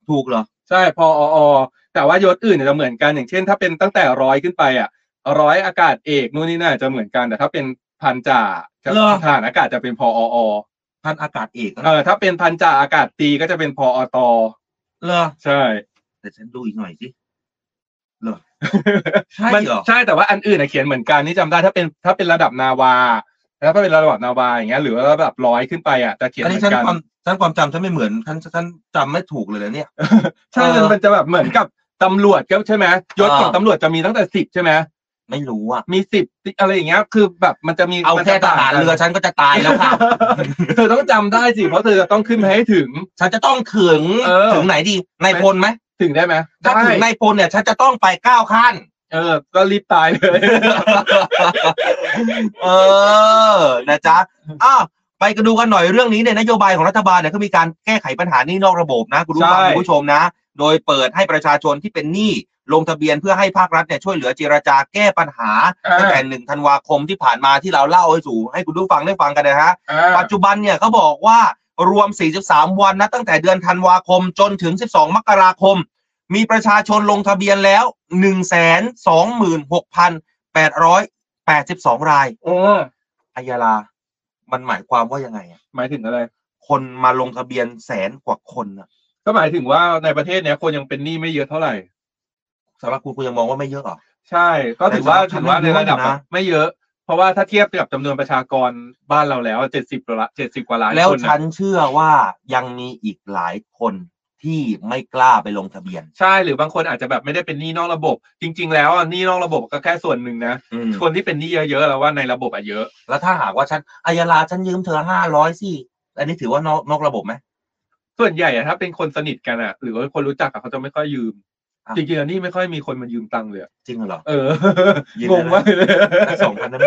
[SPEAKER 4] ถูกเหรอ
[SPEAKER 5] ใช่ พอออแต่ว่ายศอื่นเนี่ยจะเหมือนกัน อย่างเช่น ถ้าเป็นตั้งแต่ร้อยขึ้นไปอ่ะ ร้อยอากาศเอกนู่นนี่น่าจะเหมือนกัน แต่ถ้าเป็นพันจ่าจะ
[SPEAKER 4] เหรอ
[SPEAKER 5] ทหารอากาศจะเป็นพอออ
[SPEAKER 4] ท่านอากาศเอกเหร
[SPEAKER 5] เอ
[SPEAKER 4] อ
[SPEAKER 5] อ ถ้าเป็นพันจ่าอากาศตรีก็จะเป็นพออต
[SPEAKER 4] เหรอ
[SPEAKER 5] ใช่
[SPEAKER 4] เดี๋ยวฉันดูอีกหน่อยสิ ใช่
[SPEAKER 5] มัน
[SPEAKER 4] เหรอ
[SPEAKER 5] ใช่แต่ว่าอันอื่นน่ะเขียนเหมือนกันนี่จำได้ถ้าเป็นถ้าเป็นระดับนาวาแล้วถ้าเป็นระดับนาวาอย่างเงี้ยหรือว่าระดับร้อยขึ้นไปอ่ะจะเขียน
[SPEAKER 4] อัน
[SPEAKER 5] เหมื
[SPEAKER 4] นี้
[SPEAKER 5] อ
[SPEAKER 4] ฉัน
[SPEAKER 5] นกัน
[SPEAKER 4] ความฉันความจำฉันไม่เหมือนฉันฉันจำไม่ถูกเลยนะเนี่ย
[SPEAKER 5] ใช่
[SPEAKER 4] เออ
[SPEAKER 5] มันจะแบบเหมือนกับตำรวจก็ใช่ไหมยศของ
[SPEAKER 4] อ่า
[SPEAKER 5] ตำรวจจะมีตั้งแต่สิบใช่ไหม
[SPEAKER 4] ไม่รู้อะ
[SPEAKER 5] มีสิบอะไรอย่างเงี้ยคือแบบมันจะมี
[SPEAKER 4] เอา
[SPEAKER 5] มัน
[SPEAKER 4] แค่ท
[SPEAKER 5] จะต่ง
[SPEAKER 4] หาร
[SPEAKER 5] กัน
[SPEAKER 4] เรือฉันก็จะตายแล้ว ค่ะ
[SPEAKER 5] เธอต้องจำได้สิเพราะเธอจะต้องขึ้นไปให้ถึง
[SPEAKER 4] ฉันจะต้องถึง
[SPEAKER 5] เออ
[SPEAKER 4] ถึงไหนดีนายพลไหม
[SPEAKER 5] ถึงได้ไหม
[SPEAKER 4] ถ้า
[SPEAKER 5] ได้
[SPEAKER 4] ถึงนายพลเนี่ย ฉันจะต้องไปเก้าขั้น
[SPEAKER 5] เออ ก็รีบตายเลย
[SPEAKER 4] เออนะจ๊ะอ้าวไปกันดูกันหน่อยเรื่องนี้เนี่ยนโยบายของรัฐบาลเนี่ยเขามีการแก้ไขปัญหานี่นอกระบบนะคุณผู้ฟัง
[SPEAKER 5] ใช่
[SPEAKER 4] คุณผู้ชมนะ โดยเปิดให้ประชาชนที่เป็นหนี้ลงทะเบียนเพื่อให้ภาครัฐเนี่ยช่วยเหลือเจรจาแก้ปัญหา
[SPEAKER 5] อ่า
[SPEAKER 4] ตั้งแต่หนึ่งธันวาคมที่ผ่านมาที่เราเล่าให้สู่ให้คุณผู้ฟังได้ฟังกันนะฮะ
[SPEAKER 5] อ่า
[SPEAKER 4] ปัจจุบันเนี่ยเขาบอกว่ารวม 43 วันนะตั้งแต่เดือนธันวาคมจนถึง 12 มกราคม มีประชาชนลงทะเบียนแล้ว 126,882 ราย
[SPEAKER 5] โอ้
[SPEAKER 4] อายาลา มันหมายความว่ายังไงอะ
[SPEAKER 5] หมายถึงอะไร
[SPEAKER 4] คนมาลงทะเบียนแสนกว่าคนอะ
[SPEAKER 5] ก็หมายถึงว่าในประเทศเนี้ยคนยังเป็นหนี้ไม่เยอะเท่าไหร่
[SPEAKER 4] สำหรับคุณคุณยังมองว่าไม่เยอะเหรอ
[SPEAKER 5] ใช่ ก็ถือว่า
[SPEAKER 4] แต่สำหรับ
[SPEAKER 5] ถือว่าในระดับ
[SPEAKER 4] ฉันว่าเยอะนะ
[SPEAKER 5] ไม่เยอะ เพราะว่าถ้าเทียบกับจำนวนประชากรบ้านเราแล้วเจ็ดสิบละเจ็ดสิบกว่าล้าน
[SPEAKER 4] แล้ว
[SPEAKER 5] คน
[SPEAKER 4] ฉั
[SPEAKER 5] น่ะ
[SPEAKER 4] นเชื่อว่ายังมีอีกหลายคน ที่ไม่กล้าไปลงทะเบียน
[SPEAKER 5] ใช่หรือบางคนอาจจะแบบไม่ได้เป็นหนี้นอกระบบ จริง ๆ แล้วอ่ะหนี้นอกระบบก็แค่ส่วนหนึ่งนะ
[SPEAKER 4] อืม
[SPEAKER 5] คนที่เป็นหนี้เยอะๆแล้วว่าในระบบอ่ะเยอะ
[SPEAKER 4] แล้วถ้าหากว่าฉันอายาลาฉันยืมเธอห้าร้อยสิอันนี้ถือว่านอกนอกระบบไหม
[SPEAKER 5] ส่วนใหญ่อะถ้าเป็นคนสนิทกันอะหรือว่าคนรู้จักอะเขาจะไม่ค่อยยืม
[SPEAKER 4] อ่ะ
[SPEAKER 5] จริงๆแล้วนี่ไม่ค่อยมีคนมายืมตังค์เลยอะ
[SPEAKER 4] จริงเหรอ
[SPEAKER 5] เออ
[SPEAKER 4] ยืม
[SPEAKER 5] ง
[SPEAKER 4] ได้
[SPEAKER 5] ง
[SPEAKER 4] ไหม
[SPEAKER 5] มากเลย
[SPEAKER 4] สักสองพันได้ไหม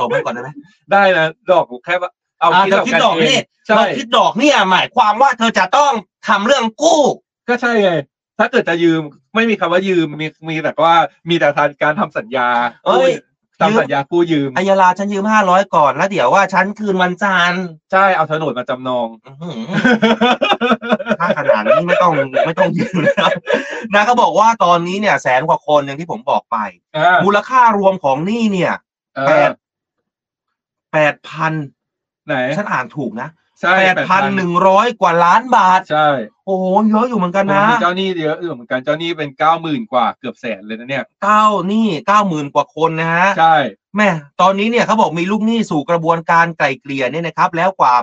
[SPEAKER 4] สองพันก่อนได้ไหม
[SPEAKER 5] ได้นะดอกแค่ว่าเอา
[SPEAKER 4] อ่ะ
[SPEAKER 5] คิด
[SPEAKER 4] เธอคิ
[SPEAKER 5] ดอก
[SPEAKER 4] ด
[SPEAKER 5] กัน
[SPEAKER 4] ดอก
[SPEAKER 5] เอ
[SPEAKER 4] นี่
[SPEAKER 5] งใช่
[SPEAKER 4] เราคิดดอกเนี่ยหมายความว่าเธอจะต้องทำเรื่องกู้
[SPEAKER 5] ก็ใช่ไงถ้าเกิดจะยืมไม่มีคำว่ายืมมีมีแต่ว่ามีแต่การทำสัญญา
[SPEAKER 4] เอ้ย
[SPEAKER 5] ทำสัญญากู้ยืม
[SPEAKER 4] อายาลาฉันยืมห้าร้อยก่อนแล้วเดี๋ยวว่าฉันคืนวันจันทร์
[SPEAKER 5] ใช่เอาโฉนดมาจำนอง
[SPEAKER 4] อื้อหือ ถ้าขนาดนี้ไม่ต้องไม่ต้อง ยืมแล้วนะเขาบอกว่าตอนนี้เนี่ยแสนกว่าคนอย่างที่ผมบอกไป
[SPEAKER 5] อ่า
[SPEAKER 4] มูลค่ารวมของหนี้เนี่ย
[SPEAKER 5] เอ
[SPEAKER 4] แป
[SPEAKER 5] อ
[SPEAKER 4] ดแปดพัน
[SPEAKER 5] ไหน
[SPEAKER 4] ฉันอ่านถูกนะ
[SPEAKER 5] ใช่
[SPEAKER 4] แปดพันหนึ่งร้อยกว่าล้านบาท
[SPEAKER 5] ใช่
[SPEAKER 4] โอ้โหเยอะอยู่เหมือนกันนะ
[SPEAKER 5] มีเจ้าหนี้เยอะอยู่เหมือนกันเจ้าหนี้เป็นเก้าหมื่นกว่าเกือบแสนเลยนะเนี่ย
[SPEAKER 4] เก้าหนี้เก้าหมื่นกว่าคนนะฮะ
[SPEAKER 5] ใช่
[SPEAKER 4] แม่ตอนนี้เนี่ยเขาบอกมีลูกหนี้สู่กระบวนการไกล่เกลี่ยเนี่ยนะครับ แล้วกว่า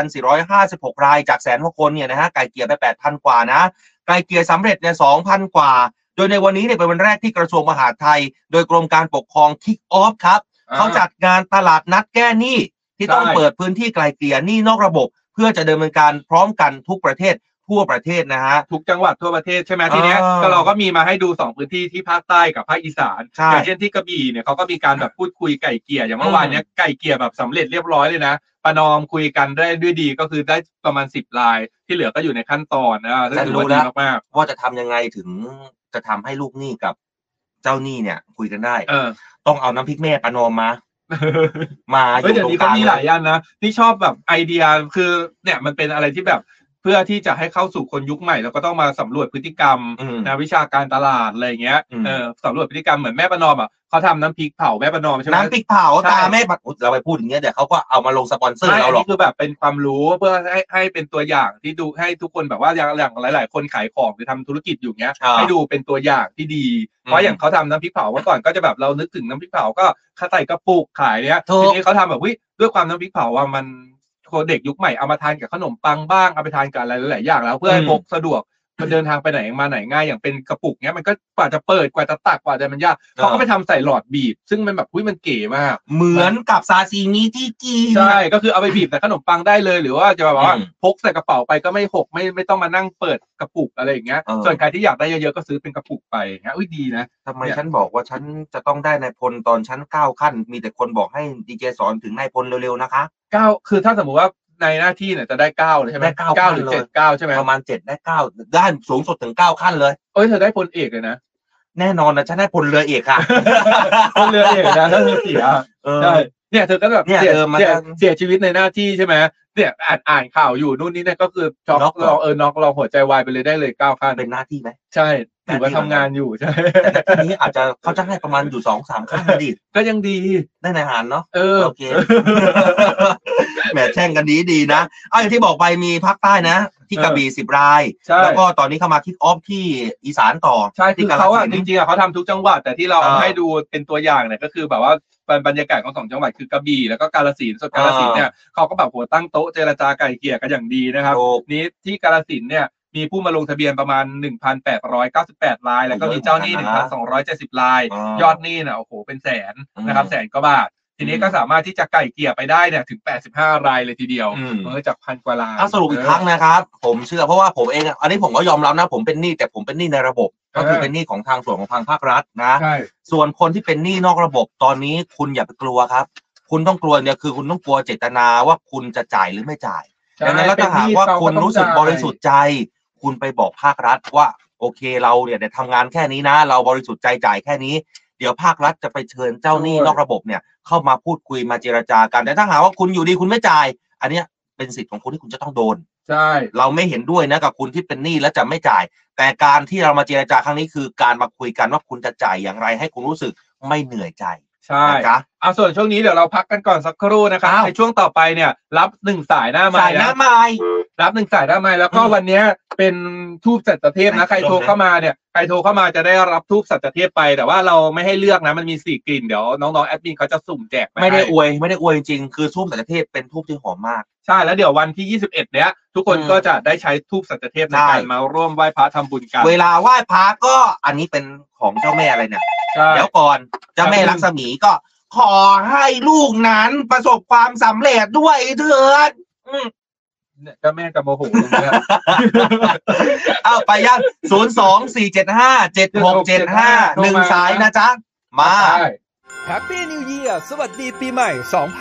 [SPEAKER 4] 8,456 รายจากแสนกว่าคนเนี่ยนะฮะไกล่เกลี่ยไป 8,000 กว่านะ ไกล่เกลี่ยสำเร็จเนี่ย2,000 กว่า โดยในวันนี้เนี่ยเป็นวันแรกที่กระทรวงมหาดไทย โดยกรมการปกครองคิกออฟครับ เขาจัดงานตลาดนัดแก้หนี้ที่ต้อง
[SPEAKER 5] ใช่
[SPEAKER 4] เปิดพื้นที่ไกลเกลี่ยหนี้นอกระบบ เพื่อจะดำเนินการพร้อมกันทุกประเทศทั่วประเทศนะฮะ
[SPEAKER 5] ทุกจังหวัดทั่วประเทศใช่ไหมทีเนี้ย
[SPEAKER 4] อ่า
[SPEAKER 5] ก็เราก็มีมาให้ดูสองพื้นที่ที่ภาคใต้กับภาคอีสาน
[SPEAKER 4] ใช่
[SPEAKER 5] อย่างเช่นที่กระบี่เนี่ยเขาก็มีการแบบพูดคุยไก่เกลี่ยอย่างเมื่อวานเนี้ยไก่เกลี่ยแบบสำเร็จเรียบร้อยเลยนะประนอมคุยกันได้ด้วยดีก็คือได้ประมาณสิบลาย ที่เหลือก็อยู่ในขั้นตอนนะซึ่ง
[SPEAKER 4] ฉัน
[SPEAKER 5] ถือ
[SPEAKER 4] รู้
[SPEAKER 5] ว่า
[SPEAKER 4] แล้
[SPEAKER 5] ดี
[SPEAKER 4] ว
[SPEAKER 5] มาก
[SPEAKER 4] ว่าจะทำยังไงถึงจะทำให้ลูกหนี้กับเจ้าหนี้เนี่ยคุยกันได้
[SPEAKER 5] ๆเออ
[SPEAKER 4] ต้องเอาน้ำพริกแม่ประนอมมา มาอ
[SPEAKER 5] เฮ้ย
[SPEAKER 4] ยู่
[SPEAKER 5] เดี๋ย
[SPEAKER 4] ตร
[SPEAKER 5] ว
[SPEAKER 4] งกลาง
[SPEAKER 5] นี้ก็มีหลายอันนะนี่ชอบแบบไอเดียคือเนี่ยมันเป็นอะไรที่แบบเพื่อที่จะให้เข้าสู่คนยุคใหม่แล้วก็ต้องมาสำรวจพฤติกรรม
[SPEAKER 4] อืม
[SPEAKER 5] นะวิชาการตลาดอะไรอย่างเงี้ย
[SPEAKER 4] อืม
[SPEAKER 5] เออสำรวจพฤติกรรมเหมือนแม่ประนอมอ่ะเขาทำน้ำพริกเผาแม่ประนอมใช่ไหม
[SPEAKER 4] น้ำพริกเผา
[SPEAKER 5] ใช่
[SPEAKER 4] ตาแม่ปัดอุ๊ยเราไปพูดอย่างเงี้ยเดี๋ยวเขาก็เอามาลงสปอนเซอร์
[SPEAKER 5] ใช่
[SPEAKER 4] เรา
[SPEAKER 5] อัน
[SPEAKER 4] หรอก
[SPEAKER 5] นี้คือแบบเป็นความรู้เพื่อให้ให้เป็นตัวอย่างที่ดูให้ทุกคนแบบว่าอย่างอย่างหลาย ๆ คนขายของหรือทำธุรกิจอยู่เงี้ย
[SPEAKER 4] อ่า
[SPEAKER 5] ให้ดูเป็นตัวอย่างที่ดี
[SPEAKER 4] อืม
[SPEAKER 5] เพราะอย่างเขาทำน้ำพริกเผาเมื่อก่อนก็จะแบบเรานึกถึงน้ำพริกเผาก็ข้าใส่กระปุกขายเนี้ย
[SPEAKER 4] ถูก
[SPEAKER 5] ทีนี้เขาทำแบบวิด้วยความน้ำพริกเผาว่ามันคนเด็กยุคใหม่เอามาทานกับขนมปังบ้างเอาไปทานกับอะไรหลายๆอย่างแล้วเพื่อให้พกสะดวกมันเดินทางไปไหนมาไหนง่ายอย่างเป็นกระปุกเนี้ยมันก็กว่าจะเปิดกว่าจะตักกว่าจะมันยากเขาก็ไปทำใส่หลอดบีบ ซึ่งมันแบบอุ้ยมันเก๋มาก
[SPEAKER 4] เหมือนกับซาซิมิที่กิน
[SPEAKER 5] ใช่ ก็คือเอาไปบีบแต่ขนมปังได้เลย หรือว่าจะแบบว่า
[SPEAKER 4] อืม
[SPEAKER 5] พกใส่กระเป๋าไปก็ไม่หกไม่ไม่ต้องมานั่งเปิดกระปุกอะไรอย่างเงี้ย
[SPEAKER 4] เออ
[SPEAKER 5] ส่วนใครที่อยากได้เยอะๆก็ซื้อเป็นกระปุกไปอย่างเงี้ยอุ้ยดีนะ
[SPEAKER 4] ทำไมฉันบอกว่าฉันจะต้องได้นายพลตอนชั้นเก้าขั้น มีแต่คนบอกให้ดีเจสอนถึงนายพลเร็วๆนะคะ
[SPEAKER 5] เก้า คือถ้าสมมุติว่าในหน้าที่เนี่ยจะได้เก้าเลยใช่ไหม
[SPEAKER 4] ได้เก้า
[SPEAKER 5] เก้า
[SPEAKER 4] ขั้น
[SPEAKER 5] หรือ
[SPEAKER 4] เลย
[SPEAKER 5] เจ็ดเก้าใช่ไหม
[SPEAKER 4] ประมาณเจ็ดได้เก้าด้านสูงสุดถึงเก้าขั้นเลย
[SPEAKER 5] เอ้ยเธอได้พลเอกเลยนะ
[SPEAKER 4] แน่นอนนะฉันได้พลเรือเอกค่ะ
[SPEAKER 5] พลเรือเอกนะถ้าเธอเสีย
[SPEAKER 4] เออ
[SPEAKER 5] ใช่เนี่ยเธอก็แบบ
[SPEAKER 4] เนี่ย
[SPEAKER 5] เสีย
[SPEAKER 4] เออมัน
[SPEAKER 5] เสีย
[SPEAKER 4] จะ
[SPEAKER 5] เสียชีวิตในหน้าที่ใช่ไหมเนี่ยอ่านอ่านข่าวอยู่นู่นนี่นั่นก็คือช็
[SPEAKER 4] น็
[SPEAKER 5] อ
[SPEAKER 4] อกกเหรอ
[SPEAKER 5] ลองเออน็อกลองหัวใจวายไปเลยได้เลยเก้าขั้น
[SPEAKER 4] เป็นหน้าที่ไหม
[SPEAKER 5] ใช่ถือว่า
[SPEAKER 4] ห
[SPEAKER 5] ทำ
[SPEAKER 4] น้าที่
[SPEAKER 5] งานอยู่ใช่
[SPEAKER 4] แต่ ทีนี้อาจจะเขาจะให้ประมาณอยู่สองสามขั้นนะดิ
[SPEAKER 5] ก็ยังดี
[SPEAKER 4] ได้นายหารเนาะ
[SPEAKER 5] เออ
[SPEAKER 4] โอเค แหมแช่งกันดีดีๆนะเอาอย่างที่บอกไปมีภาคใต้นะ ที่กระบี่สิบราย
[SPEAKER 5] ใช่
[SPEAKER 4] แล้วก็ตอนนี้เข้ามาคิกออฟที่อีสานต่อ
[SPEAKER 5] ใช่คือก
[SPEAKER 4] ที่าฬ
[SPEAKER 5] เขาอ่ะ
[SPEAKER 4] สิน
[SPEAKER 5] จ
[SPEAKER 4] ธุ์
[SPEAKER 5] ริงๆอ่ะเขาทำทุกจังหวัดแต่ที่เราเอา
[SPEAKER 4] อ่า
[SPEAKER 5] ให้ดูเป็นตัวอย่างเนี่ยก็คือแบบว่าบรรยากาศของสองจังหวัดคือกระบี่แล้วก็กาฬสินธุ์ส่วนกาฬสินธุ์
[SPEAKER 4] อ่า
[SPEAKER 5] เนี่ยเขาก็แบบโหัวตั้งโต๊ะเจรจาไกลเกลี่ยกันอย่างดีนะครับ
[SPEAKER 4] โอ้
[SPEAKER 5] นี้ที่กาฬสินธุ์เนี่ยมีผู้มาลงทะเบียนประมาณ 1,898ราย แล้วก็มีเจ้าหนี้
[SPEAKER 4] เยอะเหมือนกัน
[SPEAKER 5] 1,270ราย
[SPEAKER 4] อ่าย
[SPEAKER 5] ยอดหนี้เนี่ยโอ้โหเป็นแสนนะครับ
[SPEAKER 4] อืม
[SPEAKER 5] แสนกว่าบาท ทีนี้ก็สามารถที่จะไกลเกลี่ยไปได้เนี่ยถึง 85 รายเลยทีเดียว
[SPEAKER 4] อืม
[SPEAKER 5] เออจากพันกว่าราย
[SPEAKER 4] ถ้าสรุปอีกครั้งนะครับ ผมเชื่อเพราะว่าผมเองอ่ะอันนี้ผมก็ยอมรับนะ ผมเป็นหนี้แต่ผมเป็นหนี้ในระบบ ก็คือ
[SPEAKER 5] เออ
[SPEAKER 4] เป็นหนี้ของทางส่วนของทางภาครัฐนะ
[SPEAKER 5] ใช่
[SPEAKER 4] ส่วนคนที่เป็นหนี้นอกระบบตอนนี้คุณอย่าไปกลัวครับ คุณต้องกลัวเนี่ยคือคุณต้องกลัวเจตนาว่าคุณจะจ่ายหรือไม่จ่าย
[SPEAKER 5] ใช่
[SPEAKER 4] ดังนั้นแล้วถ้าหากว่า
[SPEAKER 5] เป็น
[SPEAKER 4] คุณ
[SPEAKER 5] หนี้เขต้อง
[SPEAKER 4] รู้สึก
[SPEAKER 5] จ่าย
[SPEAKER 4] บริสุทธิ์ใจ คุณไปบอกภาครัฐว่า โอเคเราเนี่ยเนี่ยทำงานแค่นี้นะ เราบริสุทธิ์ใจจ่ายแค่นี้ เดี๋ยวภาครัฐจะไปเชิญเจ้าหนี้
[SPEAKER 5] ด้วย
[SPEAKER 4] นอกระบบเนี่ย เข้ามาพูดคุยมาเจรจากันแต่ถ้าหากว่าคุณอยู่ดีคุณไม่จ่าย อันเนี้ยเป็นสิทธิ์ของคุณที่คุณจะต้องโดน
[SPEAKER 5] ใช่
[SPEAKER 4] เราไม่เห็นด้วยนะกับคุณที่เป็นหนี้และจะไม่จ่าย แต่การที่เรามาเจรจาครั้งนี้คือการมาคุยกันว่าคุณจะจ่ายอย่างไร ให้คุณรู้สึกไม่เหนื่อยใจ
[SPEAKER 5] ใ ใช่
[SPEAKER 4] นะจ๊ะ
[SPEAKER 5] อ่ะส่วนช่วงนี้เดี๋ยวเราพักกันก่อนสักครู่นะครับ
[SPEAKER 4] อ้าว
[SPEAKER 5] ในช่วงต่อไปเนี่ย รับหนึ่งสายหน้าไมา
[SPEAKER 4] สายหน้าไม้
[SPEAKER 5] รับหนึ่งสายหน้าไม้แล้วก็
[SPEAKER 4] อืม
[SPEAKER 5] วันเนี้ยเป็นทูบสัจเทพนะใครโทรเข้ามาเนี่ยใครโทรเข้ามาจะได้รับทูบสัจเทพไป แต่ว่าเราไม่ให้เลือกนะมันมีสี่กลิ่นเดี๋ยวน้องๆแอดมินเขาจะสุ่มแจกป
[SPEAKER 4] ไม่ได้
[SPEAKER 5] ให้
[SPEAKER 4] อวยไม่ได้อวยจริงคือทูบสัญเทศเป็นทูบที่หอมมาก
[SPEAKER 5] ใช่แล้วเดี๋ยววันที่ 21 เนี้ย ทุกคน
[SPEAKER 4] อืม
[SPEAKER 5] ก็จะได้ใช้ทูบสัจเทพใน
[SPEAKER 4] ใช่
[SPEAKER 5] การมาร่วมไหว้พระทำบุญกัน
[SPEAKER 4] เวลาไหว้พระก็อันนี้เป็นของเจ้าแม่อะไรเนี่ย
[SPEAKER 5] ใช่
[SPEAKER 4] เดี๋ยวก่อนเจ้าแม่ลักษมีก็ ขอให้ลูกนั้นประสบความสำเร็จด้วยเถิด อืม
[SPEAKER 5] เนี่ยเจ้าแม่จะโมโหตรงเนี้ย
[SPEAKER 4] เอาไปยังศูนย์สองสี่เจ็ดห้าเจ็ดหกเจ็ดห้าหนึ่งสายนะจ๊ะ มา
[SPEAKER 5] ใช่
[SPEAKER 1] Happy New Year สวัสดีปีใหม่ 2567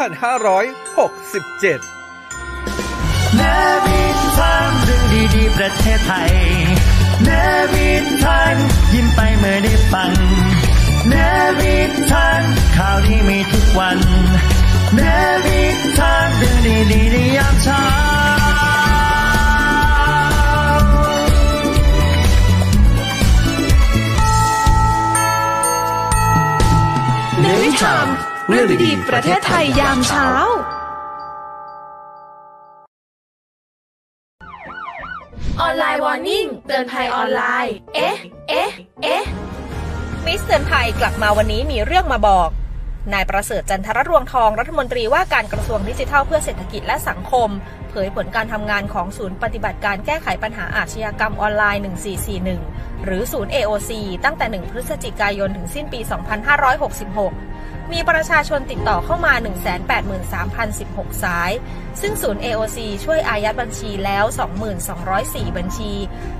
[SPEAKER 2] นวินทันเรื่องดีๆ ประเทศไทยนวินทันยิ้มไปเมื่อได้ฟังนวินทันข่าวดีมีทุกวันนวินทันเรื่องดีๆในยามเช้า
[SPEAKER 3] เนวิชามเรื่องดีๆประเทศไทยยามเช้า ออนไลน์วอร์นิ่งเตือนภัยออนไลน์ เอ๊ะ เอ๊ะ เอ๊ะ
[SPEAKER 6] มิสเตือนภัยกลับมาวันนี้มีเรื่องมาบอก นายประเสริฐจันทรรวงทองรัฐมนตรีว่าการกระทรวงดิจิทัลเพื่อเศรษฐกิจและสังคม เผยผลการทำงานของศูนย์ปฏิบัติการแก้ไขปัญหาอาชญากรรมออนไลน์ 1441 หรือศูนย์ AOC ตั้งแต่ 1 พฤศจิกายนถึงสิ้นปี 2566 มีประชาชนติดต่อเข้ามา 183,016 สาย ซึ่งศูนย์ AOC ช่วยอายัดบัญชีแล้ว 22,204 บัญชี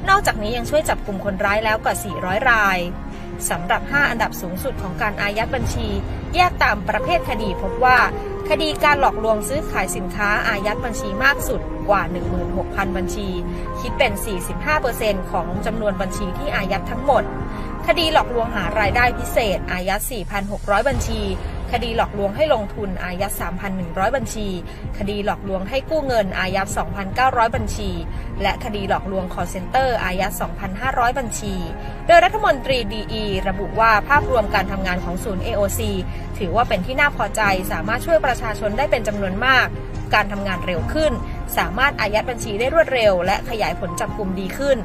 [SPEAKER 6] นอกจากนี้ยังช่วยจับกลุ่มคนร้ายแล้วกว่า 400 ราย สำหรับ 5 อันดับสูงสุดของการอายัดบัญชี แยกตามประเภทคดีพบว่า คดีการหลอกลวงซื้อขายสินค้าอายัดบัญชีมากสุดกว่า 16,000 บัญชี คิดเป็น 45%ของจำนวนบัญชีที่อายัดทั้งหมด คดีหลอกลวงหารายได้พิเศษ อายัด 4,600 บัญชี คดีหลอกลวงให้ลงทุนอายัด 3,100 บัญชี คดีหลอกลวงให้กู้เงินอายัด 2,900 บัญชี และคดีหลอกลวงคอเซ็นเตอร์อายัด 2,500 บัญชี โดยรัฐมนตรีดีระบุว่าภาพรวมการทำงานของศูนย์ AOC ถือว่าเป็นที่น่าพอใจ สามารถช่วยประชาชนได้เป็นจำนวนมาก การทำงานเร็วขึ้น สามารถอายัดบัญชีได้รวดเร็ว และขยายผลจับกลุ่มดีขึ้น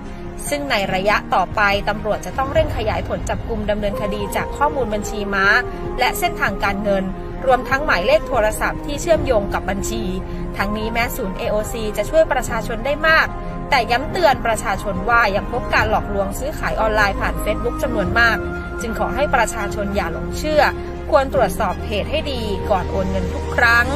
[SPEAKER 6] ซึ่งในระยะต่อไปตำรวจจะต้องเร่งขยายผลจับกลุ่มดำเนินคดีจากข้อมูลบัญชีม้า และเส้นทางการเงิน รวมทั้งหมายเลขโทรศัพท์ที่เชื่อมโยงกับบัญชี ทั้งนี้แม้ศูนย์ AOC จะช่วยประชาชนได้มาก แต่ย้ำเตือนประชาชนว่ายังพบการหลอกลวงซื้อขายออนไลน์ผ่าน Facebook จำนวนมาก จึงขอให้ประชาชนอย่าหลงเชื่อ ควรตรวจสอบเพจให้ดีก่อนโอนเงินทุกครั้ง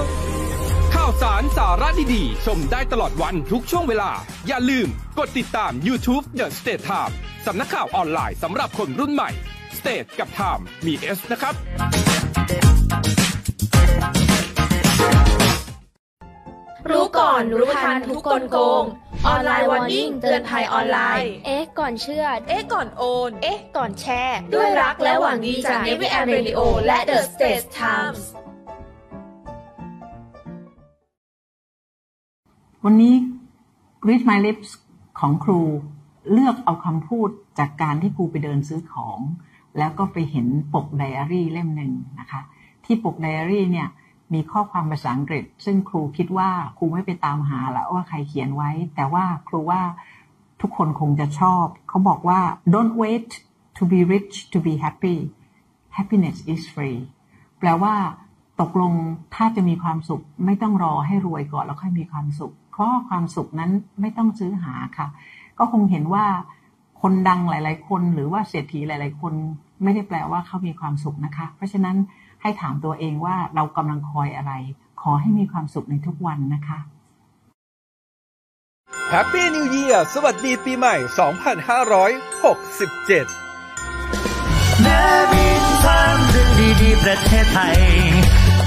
[SPEAKER 7] ข่าวสารสาระดีๆ ชมได้ตลอดวันทุกช่วงเวลา อย่าลืมกดติดตาม YouTube The State Time สำนักข่าวออนไลน์สำหรับคนรุ่นใหม่ State กับ Time มี S นะครับ
[SPEAKER 3] รู้ก่อนรู้ทันทุกกลโกง ออนไลน์วอร์นิ่งเตือนภัยออนไลน์
[SPEAKER 8] เอ๊ะก่อนเชื่อ
[SPEAKER 6] เอ๊ะก่อนโอน เอ๊ะ
[SPEAKER 8] ก่อนแชร์
[SPEAKER 3] ด้วยรักและหวังดีจาก Navy Air Radio และ The States Times
[SPEAKER 9] วันนี้ Read My Lips ของครูเลือกเอาคำพูดจากการที่ครูไปเดินซื้อของ แล้วก็ไปเห็นปกไดอารี่เล่มหนึ่งนะคะ ที่ปกไดอารี่เนี่ยมีข้อความภาษาอังกฤษ ซึ่งครูคิดว่าครูไม่ไปตามหาละว่าใครเขียนไว้ แต่ว่าครูว่าทุกคนคงจะชอบ เขาบอกว่า don't wait to be rich to be happy happiness is free แปลว่า ตกลงถ้าจะมีความสุขไม่ต้องรอให้รวยก่อนแล้วค่อยมีความสุข เพราะว่าความสุขนั้นไม่ต้องซื้อหาค่ะ ก็คงเห็นว่าคนดังหลาย ๆ คนหรือว่าเศรษฐีหลาย ๆ คนไม่ได้แปลว่าเขามีความสุขนะคะ เพราะฉะนั้นให้ถามตัวเองว่าเรากำลังคอยอะไร ขอให้มีความสุขในทุกวันนะคะ
[SPEAKER 1] Happy New Year สวัสดีปีใหม่ 2567
[SPEAKER 2] นวินทันเรื่องดีๆ ประเทศไทย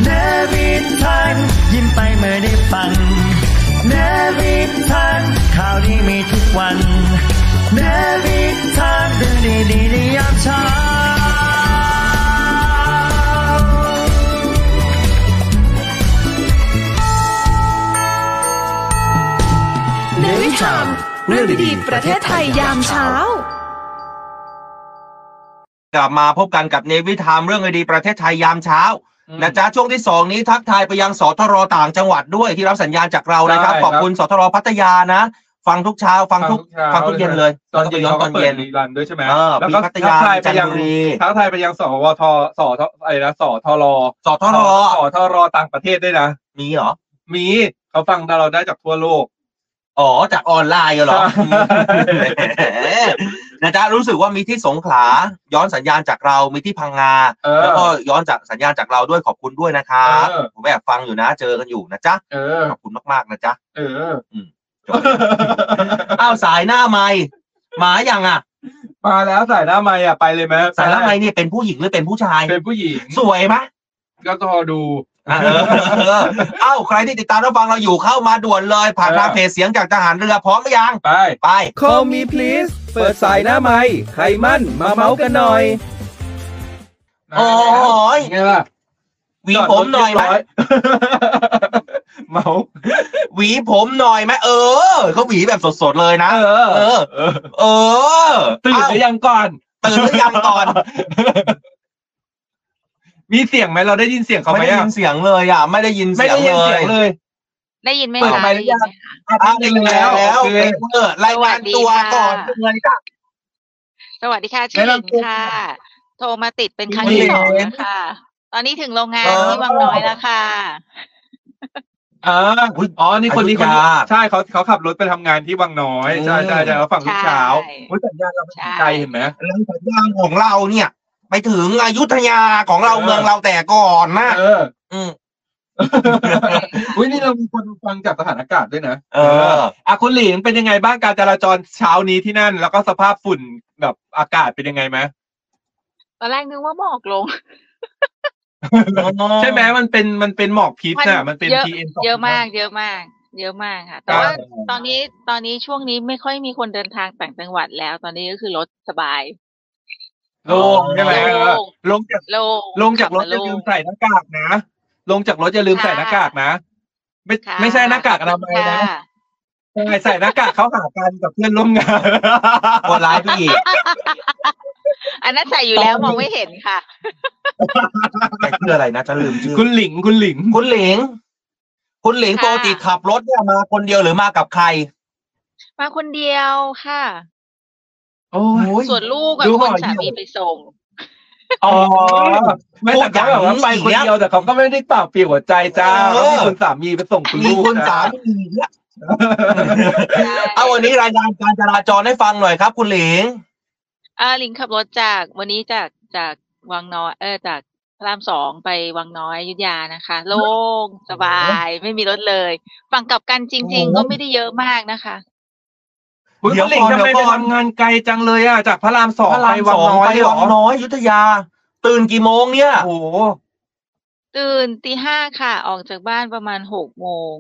[SPEAKER 2] นวินทันยิ้มไปเมื่อได้ฟังนวินทันข่าวดีมีทุกวันนวินทันเรื่องดีๆในยามเช้า
[SPEAKER 3] เนวิชามเรื่องดีๆประเทศไทยยามเช้า
[SPEAKER 4] กลับมาพบกันกับเนวิทามเรื่องดีๆประเทศไทยยามเช้า
[SPEAKER 5] อืม
[SPEAKER 4] นะจ๊ะช่วงที่สองนี้ทักทายไปยังสทรต่างจังหวัดด้วยที่รับสัญญาณจากเรานะครับ
[SPEAKER 5] ใช่ครับ
[SPEAKER 4] ขอบคุณสทรพัทยานะ ฟังทุกเช้าฟังทุกฟังทุกเย็นเลย
[SPEAKER 5] ตอนเย็น
[SPEAKER 4] แล้ว
[SPEAKER 5] เขา
[SPEAKER 4] ก็ไปย้อนตอน
[SPEAKER 5] ก็เปิ
[SPEAKER 4] เย็
[SPEAKER 5] ด
[SPEAKER 4] น
[SPEAKER 5] รีรันด้วยใช่ไหม
[SPEAKER 4] เออ
[SPEAKER 5] แล้ว
[SPEAKER 4] มีพั
[SPEAKER 5] ก็
[SPEAKER 4] ท
[SPEAKER 5] ทั
[SPEAKER 4] ยาก
[SPEAKER 5] ทายไปยัง
[SPEAKER 4] จันทบุรี
[SPEAKER 5] ทักทายไปยังสวทสทอะไรนะสทร
[SPEAKER 4] สทร
[SPEAKER 5] สทรต่างประเทศด้วยนะ
[SPEAKER 4] มีเหรอ
[SPEAKER 5] มีเขาฟังเราได้จากทั่วโลก
[SPEAKER 4] อ๋อ จากออนไลน์เหรอ
[SPEAKER 5] ใช่
[SPEAKER 4] แหม นะจ๊ะรู้สึกว่ามีที่สงขลาย้อนสัญญาณจากเรา มีที่พังงา
[SPEAKER 5] เออ
[SPEAKER 4] แล้วก็ย้อนจากสัญญาณจากเราด้วยขอบคุณด้วยนะครับ
[SPEAKER 5] เออ
[SPEAKER 4] ผมแอบฟังอยู่นะ เจอกันอยู่นะจ๊ะ
[SPEAKER 5] เออ
[SPEAKER 4] ขอบคุณมากๆนะจ๊ะ
[SPEAKER 5] เออ
[SPEAKER 4] อ้าวสายหน้าไม่หมาอย่างอ่ะ
[SPEAKER 5] มาแล้วสายหน้าไม่อะไปเลยไหม
[SPEAKER 4] สายหน้าไม่เนี่ยเป็นผู้หญิงหรือเป็นผู้ชาย
[SPEAKER 5] เป็นผู้หญิง
[SPEAKER 4] สวยไหม
[SPEAKER 5] ก็รอดู
[SPEAKER 4] อ่ะ เออเออเอ้าใครที่ติดตามรับฟังเราอยู่เข้ามาด่วนเลย ผ่านทาง
[SPEAKER 5] เออ
[SPEAKER 4] เพจเสียงจากทหารเรือพร้อมหรือยัง
[SPEAKER 5] ไป
[SPEAKER 4] ไป
[SPEAKER 1] Call me please เปิดสายหน้าไม้ใครมั่นมาเมาส์กันหน่อย
[SPEAKER 4] โอ้ย
[SPEAKER 5] ไงล่ะ
[SPEAKER 4] หวีผมหน่อยไหม
[SPEAKER 5] เมา
[SPEAKER 4] หวีผมหน่อยไหมเออเขาหวีแบบสดๆเลยนะ
[SPEAKER 5] เออ
[SPEAKER 4] เออ
[SPEAKER 5] เออ
[SPEAKER 4] เออ
[SPEAKER 5] ตื่นห
[SPEAKER 4] เอ้า
[SPEAKER 5] รือยังก่อน
[SPEAKER 4] ตื่นหรือยังก่อน
[SPEAKER 5] มีเสียงไหมเราได้ยินเสียงเขาไหม
[SPEAKER 4] ไม่ได้
[SPEAKER 5] อะ
[SPEAKER 4] ยินเสียงเลยอ่ะ ไม่ได้ยิน
[SPEAKER 5] ไม่
[SPEAKER 4] เสีย
[SPEAKER 5] ได้
[SPEAKER 4] ง
[SPEAKER 5] ยิน
[SPEAKER 4] เล
[SPEAKER 5] เสีย
[SPEAKER 4] ย
[SPEAKER 5] งเลย
[SPEAKER 8] ได้ยินไหม
[SPEAKER 5] เปิด
[SPEAKER 8] คะ
[SPEAKER 5] ไมค์หรือยัง
[SPEAKER 8] ด้ยินไหมคะ
[SPEAKER 4] อ้าวได้ยินแล้วแล้ว
[SPEAKER 5] โอเค
[SPEAKER 4] เออรายงานตัวก่อน
[SPEAKER 8] สวัสดีค่ะ
[SPEAKER 4] เงินกับ
[SPEAKER 8] สวัสดีค่ะชื่อ
[SPEAKER 5] แนะ
[SPEAKER 8] หญิง
[SPEAKER 5] นำตัว
[SPEAKER 8] ค่ะ โทรมาติดเป็นครั้งที่
[SPEAKER 5] หญิง
[SPEAKER 8] สองแล้วค่ะ ตอนนี้ถึงโรงงาน
[SPEAKER 4] เออ
[SPEAKER 8] ที่วังน้อยแล้วค่ะ
[SPEAKER 5] อ๋
[SPEAKER 4] อุ๊ย
[SPEAKER 5] อนี่คนนี้คน
[SPEAKER 4] อยุธ
[SPEAKER 5] นี้
[SPEAKER 4] ยา
[SPEAKER 5] ใช่เขาเขาขับรถไปทำงานที่วังน้อยใช่ใช่ใช่เขาฝั่งลูกเช้า
[SPEAKER 8] ใช่
[SPEAKER 5] อุ๊ยสัญญาณเราไม่ถึงใจเห็นไหม
[SPEAKER 4] หลังสัญญาณของเราเนี่ย ไปถึงอยุธยาของเรา
[SPEAKER 5] เออ
[SPEAKER 4] เมืองเราแต่ก่อนนะ
[SPEAKER 5] เออ
[SPEAKER 4] อืม
[SPEAKER 5] อุ้ยนี่เรามีคนฟังจากสถานอากาศด้วยนะ
[SPEAKER 4] เออ
[SPEAKER 5] อ่ะคุณหลิงเป็นยังไงบ้างการจราจรเช้านี้ที่นั่น แล้วก็สภาพฝุ่นแบบอากาศเป็นยังไงไหม
[SPEAKER 8] ตอนแรกนึกว่าหมอกล ง
[SPEAKER 5] ใช่ไหมมันเป็นมันเป็นหมอกพิษน่ะมันเป็น
[SPEAKER 8] เยอะ
[SPEAKER 5] PM
[SPEAKER 8] เยอะมากเยอะมาก เยอะมากค่ะ แต่ว่าตอนนี้ตอนนี้ช่วงนี้ไม่ค่อยมีคนเดินทางต่างจังหวัดแล้ว ตอนนี้ก็คือรถสบาย
[SPEAKER 5] โล่งใช่ไหมเออลงจาก
[SPEAKER 8] โล่ง
[SPEAKER 5] ลงจากรถ
[SPEAKER 8] ขับ
[SPEAKER 5] อย่า
[SPEAKER 8] มาโ
[SPEAKER 5] ลืมใส่หน้ากากนะ ลงจากรถอย่าลืมใส่หน้ากากนะ ไม่
[SPEAKER 8] ค่ะ
[SPEAKER 5] ไม่ใช่หน้ากากอนามัยนะ
[SPEAKER 8] ค่ะ
[SPEAKER 5] ใช่ใส่หน้ากากเข้าหากันกับเพื่อนร่วมงาน
[SPEAKER 4] คนร้ายพี่อีก
[SPEAKER 8] อันนั้นใส่อยู่แล้วมองไม่เห็นค่ะ
[SPEAKER 4] แต่ชื่ออะไรนะจะลืมชื่อ
[SPEAKER 5] คุณหลิงคุณหลิง
[SPEAKER 4] คุณหลิง คุณหลิง
[SPEAKER 8] ค่ะ
[SPEAKER 4] ปกติขับรถเนี่ยมาคนเดียวหรือมากับใคร
[SPEAKER 8] มาคนเดียวค่ะ
[SPEAKER 5] โอ้ย
[SPEAKER 8] ส่วนลูกกับ
[SPEAKER 5] ดูห่
[SPEAKER 8] ค
[SPEAKER 5] อน เหี่ยว
[SPEAKER 8] สามีไปส่ง
[SPEAKER 5] อ๋อไม่แต่เขาแบบว่าไปคนเดียวแต่เขาก็ไม่ได้เปล่าเปลี่ยวหัวใจจ้า
[SPEAKER 4] เออ
[SPEAKER 5] เขามีคุณสามีไปส่งคุณ
[SPEAKER 4] มี
[SPEAKER 5] ลูก
[SPEAKER 4] คุณสามีเนี่ยเอาวันนี้รายงานการจราจรให้ฟังหน่อยครับ คุณหลิง
[SPEAKER 8] อ่าลิงขับรถจากวันนี้จากจากวังน้อยเออจากพระรามสองไปวังน้อยอยุธยานะคะ โล่งสบายไม่มีรถเลย ฝั่งกลับกันจริง
[SPEAKER 4] โอ้
[SPEAKER 8] ๆ
[SPEAKER 4] โห
[SPEAKER 8] ก็ไม่ได้เยอะมากนะคะ
[SPEAKER 5] เฮ้ย
[SPEAKER 4] เดี๋ยว
[SPEAKER 5] คุณหลิง
[SPEAKER 4] ก่อน
[SPEAKER 5] ทำไม
[SPEAKER 4] เดี๋ยว
[SPEAKER 5] ไป
[SPEAKER 4] ก่อน
[SPEAKER 5] ทำงานไกลจังเลยอ่ะจากพระรามสองไปวังน้อย
[SPEAKER 4] ไป
[SPEAKER 5] เหร
[SPEAKER 4] วั
[SPEAKER 5] อง
[SPEAKER 4] น้อยยุทธยา ตื่นกี่โมงเนี่ย
[SPEAKER 5] โอ้โห
[SPEAKER 8] ตื่นตีห้าค่ะออกจากบ้านประมาณหกโมง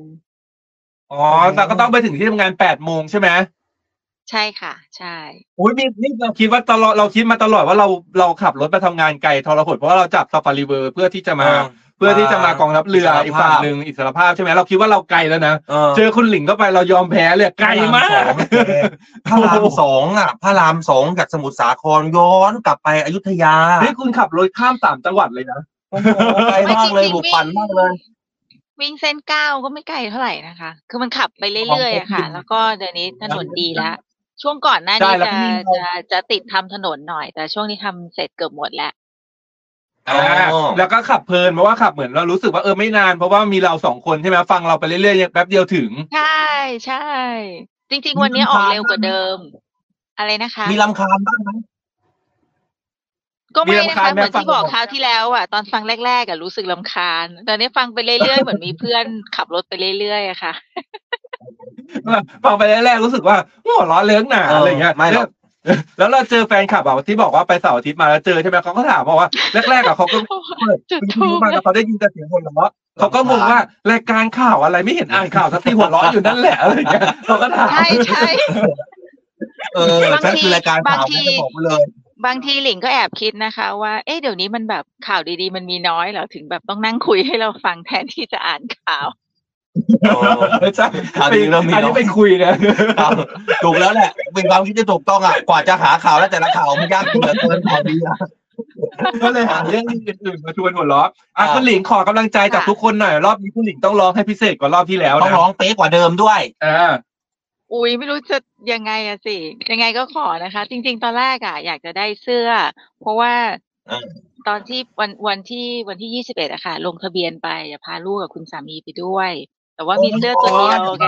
[SPEAKER 5] อ๋อแต่ก็ต้องไปถึงที่ทำงานแปดโมงใช่ไหม
[SPEAKER 8] ใช่ค่ะ ใช่
[SPEAKER 5] อุ้ยมีนี่เราคิดว่าตลอดเราคิดมาตลอดว่าเราเราขับรถไปทำงานไกลทรหดเพราะว่าเราจับซาฟารีเวอร์เพื่อที่จะมา เพื่อที่จะมากองทัพเรือ
[SPEAKER 4] อิส
[SPEAKER 5] อีก
[SPEAKER 4] รภาพ
[SPEAKER 5] ฝั่งหนึ่งอิสรภาพใช่ไหมเราคิดว่าเราไกลแล้วนะ
[SPEAKER 4] เออ
[SPEAKER 5] เจอคุณหลิงเข้าไปเรายอมแพ้เลยไกลมาก
[SPEAKER 4] พระรามสองอ่ะพระรามสองจากสมุทรสาครย้อนกลับไปอยุธยา
[SPEAKER 5] นี่คุณขับรถข้ามสามจังหวัดเลยนะ
[SPEAKER 4] โอ้โหไกลมากเลย
[SPEAKER 8] ไม่จริงๆ
[SPEAKER 4] บุกปั่น
[SPEAKER 8] วิ่ง
[SPEAKER 4] มากเลย
[SPEAKER 8] วิ่งเส้นเก้าก็ไม่ไกลเท่าไหร่นะคะ คือมันขับไปเรื่อยๆอะค่ะ แล้วก็เดี๋ยวนี้ถนนดีละช่วงก่อนหน้า
[SPEAKER 5] ใช่
[SPEAKER 8] นี้
[SPEAKER 5] แล้
[SPEAKER 8] จะ
[SPEAKER 5] วก็มี
[SPEAKER 8] จะจะติดทำถนนหน่อย แต่ช่วงนี้ทำเสร็จเกือบหมดแล้ว
[SPEAKER 5] อ่า
[SPEAKER 4] อ๋อ
[SPEAKER 5] แล้วก็ขับเพลินเพราะว่าขับเหมือนเรารู้สึกว่าเออไม่นานเพราะว่ามีเราสองคนใช่ไหมฟังเราไปเรื่อยๆแป๊บเดียวถึง
[SPEAKER 8] ใช่ใช่ จริง ๆ วันนี้ออกเร็วกว่าเดิม อะไรนะคะ
[SPEAKER 4] มีลำคาญบ้างไหม
[SPEAKER 8] ก็ไม่
[SPEAKER 5] มี
[SPEAKER 8] นะ
[SPEAKER 5] รำคาญ
[SPEAKER 8] คะ
[SPEAKER 5] ไหม
[SPEAKER 8] เหมือน
[SPEAKER 5] ฟัง
[SPEAKER 8] ที่บอก
[SPEAKER 5] ก่อน
[SPEAKER 8] คราวที่แล้วอ่ะตอนฟังแรกๆอ่ะรู้สึกลำคาญตอนนี้ฟังไปเรื่อยๆ เหมือนมีเพื่อนขับรถไปเรื่อยๆอะค่ะ
[SPEAKER 5] ฟังไปแรกๆรู้สึกว่าหัวเร้อนเลิกหนาอะไรเงี้ย
[SPEAKER 4] ไม่หรอก
[SPEAKER 5] แล้วแล้วเราเจอแฟนขับอ่ะที่บอกว่าไปเสาร์อาทิตย์มาแล้วเจอใช่ไหมเขาก็ถามบอกว่าแรกๆอ่ะเขาก็เปิด
[SPEAKER 8] จุด
[SPEAKER 5] วิท
[SPEAKER 8] ทู
[SPEAKER 5] ยุ
[SPEAKER 8] ป
[SPEAKER 5] มาแล้วเขาได้ยินแต่เสียงหัวเราะเขาก็งงว่ารายการข่าวอะไรไม่เห็นอ่านข่าวสักทีหัวเร้อนอยู่นั่นแหละอะไรเงี้ยเขาก็ถาม
[SPEAKER 8] ใช่ใช่
[SPEAKER 4] เออฉันคือรายการข่าว
[SPEAKER 8] บางที
[SPEAKER 4] ฉันจะบอกไว้เลย
[SPEAKER 8] บางทีหลิงก็แอบคิดนะคะ ว่าเอ๊ะเดี๋ยวนี้มันแบบข่าวดีๆ มันมีน้อยเหรอถึงแบบต้องนั่งคุยให้เราฟังแทนที่จะอ่านข่าว
[SPEAKER 4] เออ
[SPEAKER 5] ใช่
[SPEAKER 4] ข่าวดีเริ่มมี
[SPEAKER 5] อัน
[SPEAKER 4] เนอะ
[SPEAKER 5] นี้ไปคุยนะ
[SPEAKER 4] ครับ ถูกแล้วแหละเป็นความคิดที่ถูกต้องอ่ะกว่าจะหาข่าวแล้วแต่ละข่าวมันยากเหลือเกินข่าวดีอ่ะ
[SPEAKER 5] ก็เลยหาเรื่องอื่นๆมาชวนหัวเราะอ่ะ
[SPEAKER 4] อ่า
[SPEAKER 5] คุณหลิงขอกำลังใจจากทุกคนหน่อยรอบนี้คุณหลิงต้องร้องให้พิเศษกว่ารอบที่แล้ว
[SPEAKER 4] ต้อ
[SPEAKER 5] นะ
[SPEAKER 4] งร้องเป๊ะกว่าเดิมด้วย
[SPEAKER 5] อ่า
[SPEAKER 8] อุ้ยไม่รู้จะยังไงอะสิยังไงก็ขอนะคะ จริง ๆ ตอนแรกอะอยากจะได้เสื้อ เพราะว่า
[SPEAKER 4] เออ
[SPEAKER 8] ตอนที่วันวันที่วันที่ยี่สิบเอ็ดอะค่ะ ลงทะเบียนไปอะพาลูกกับคุณสามีไปด้วย แต่ว่ามีเสื้อตัวเดียวไง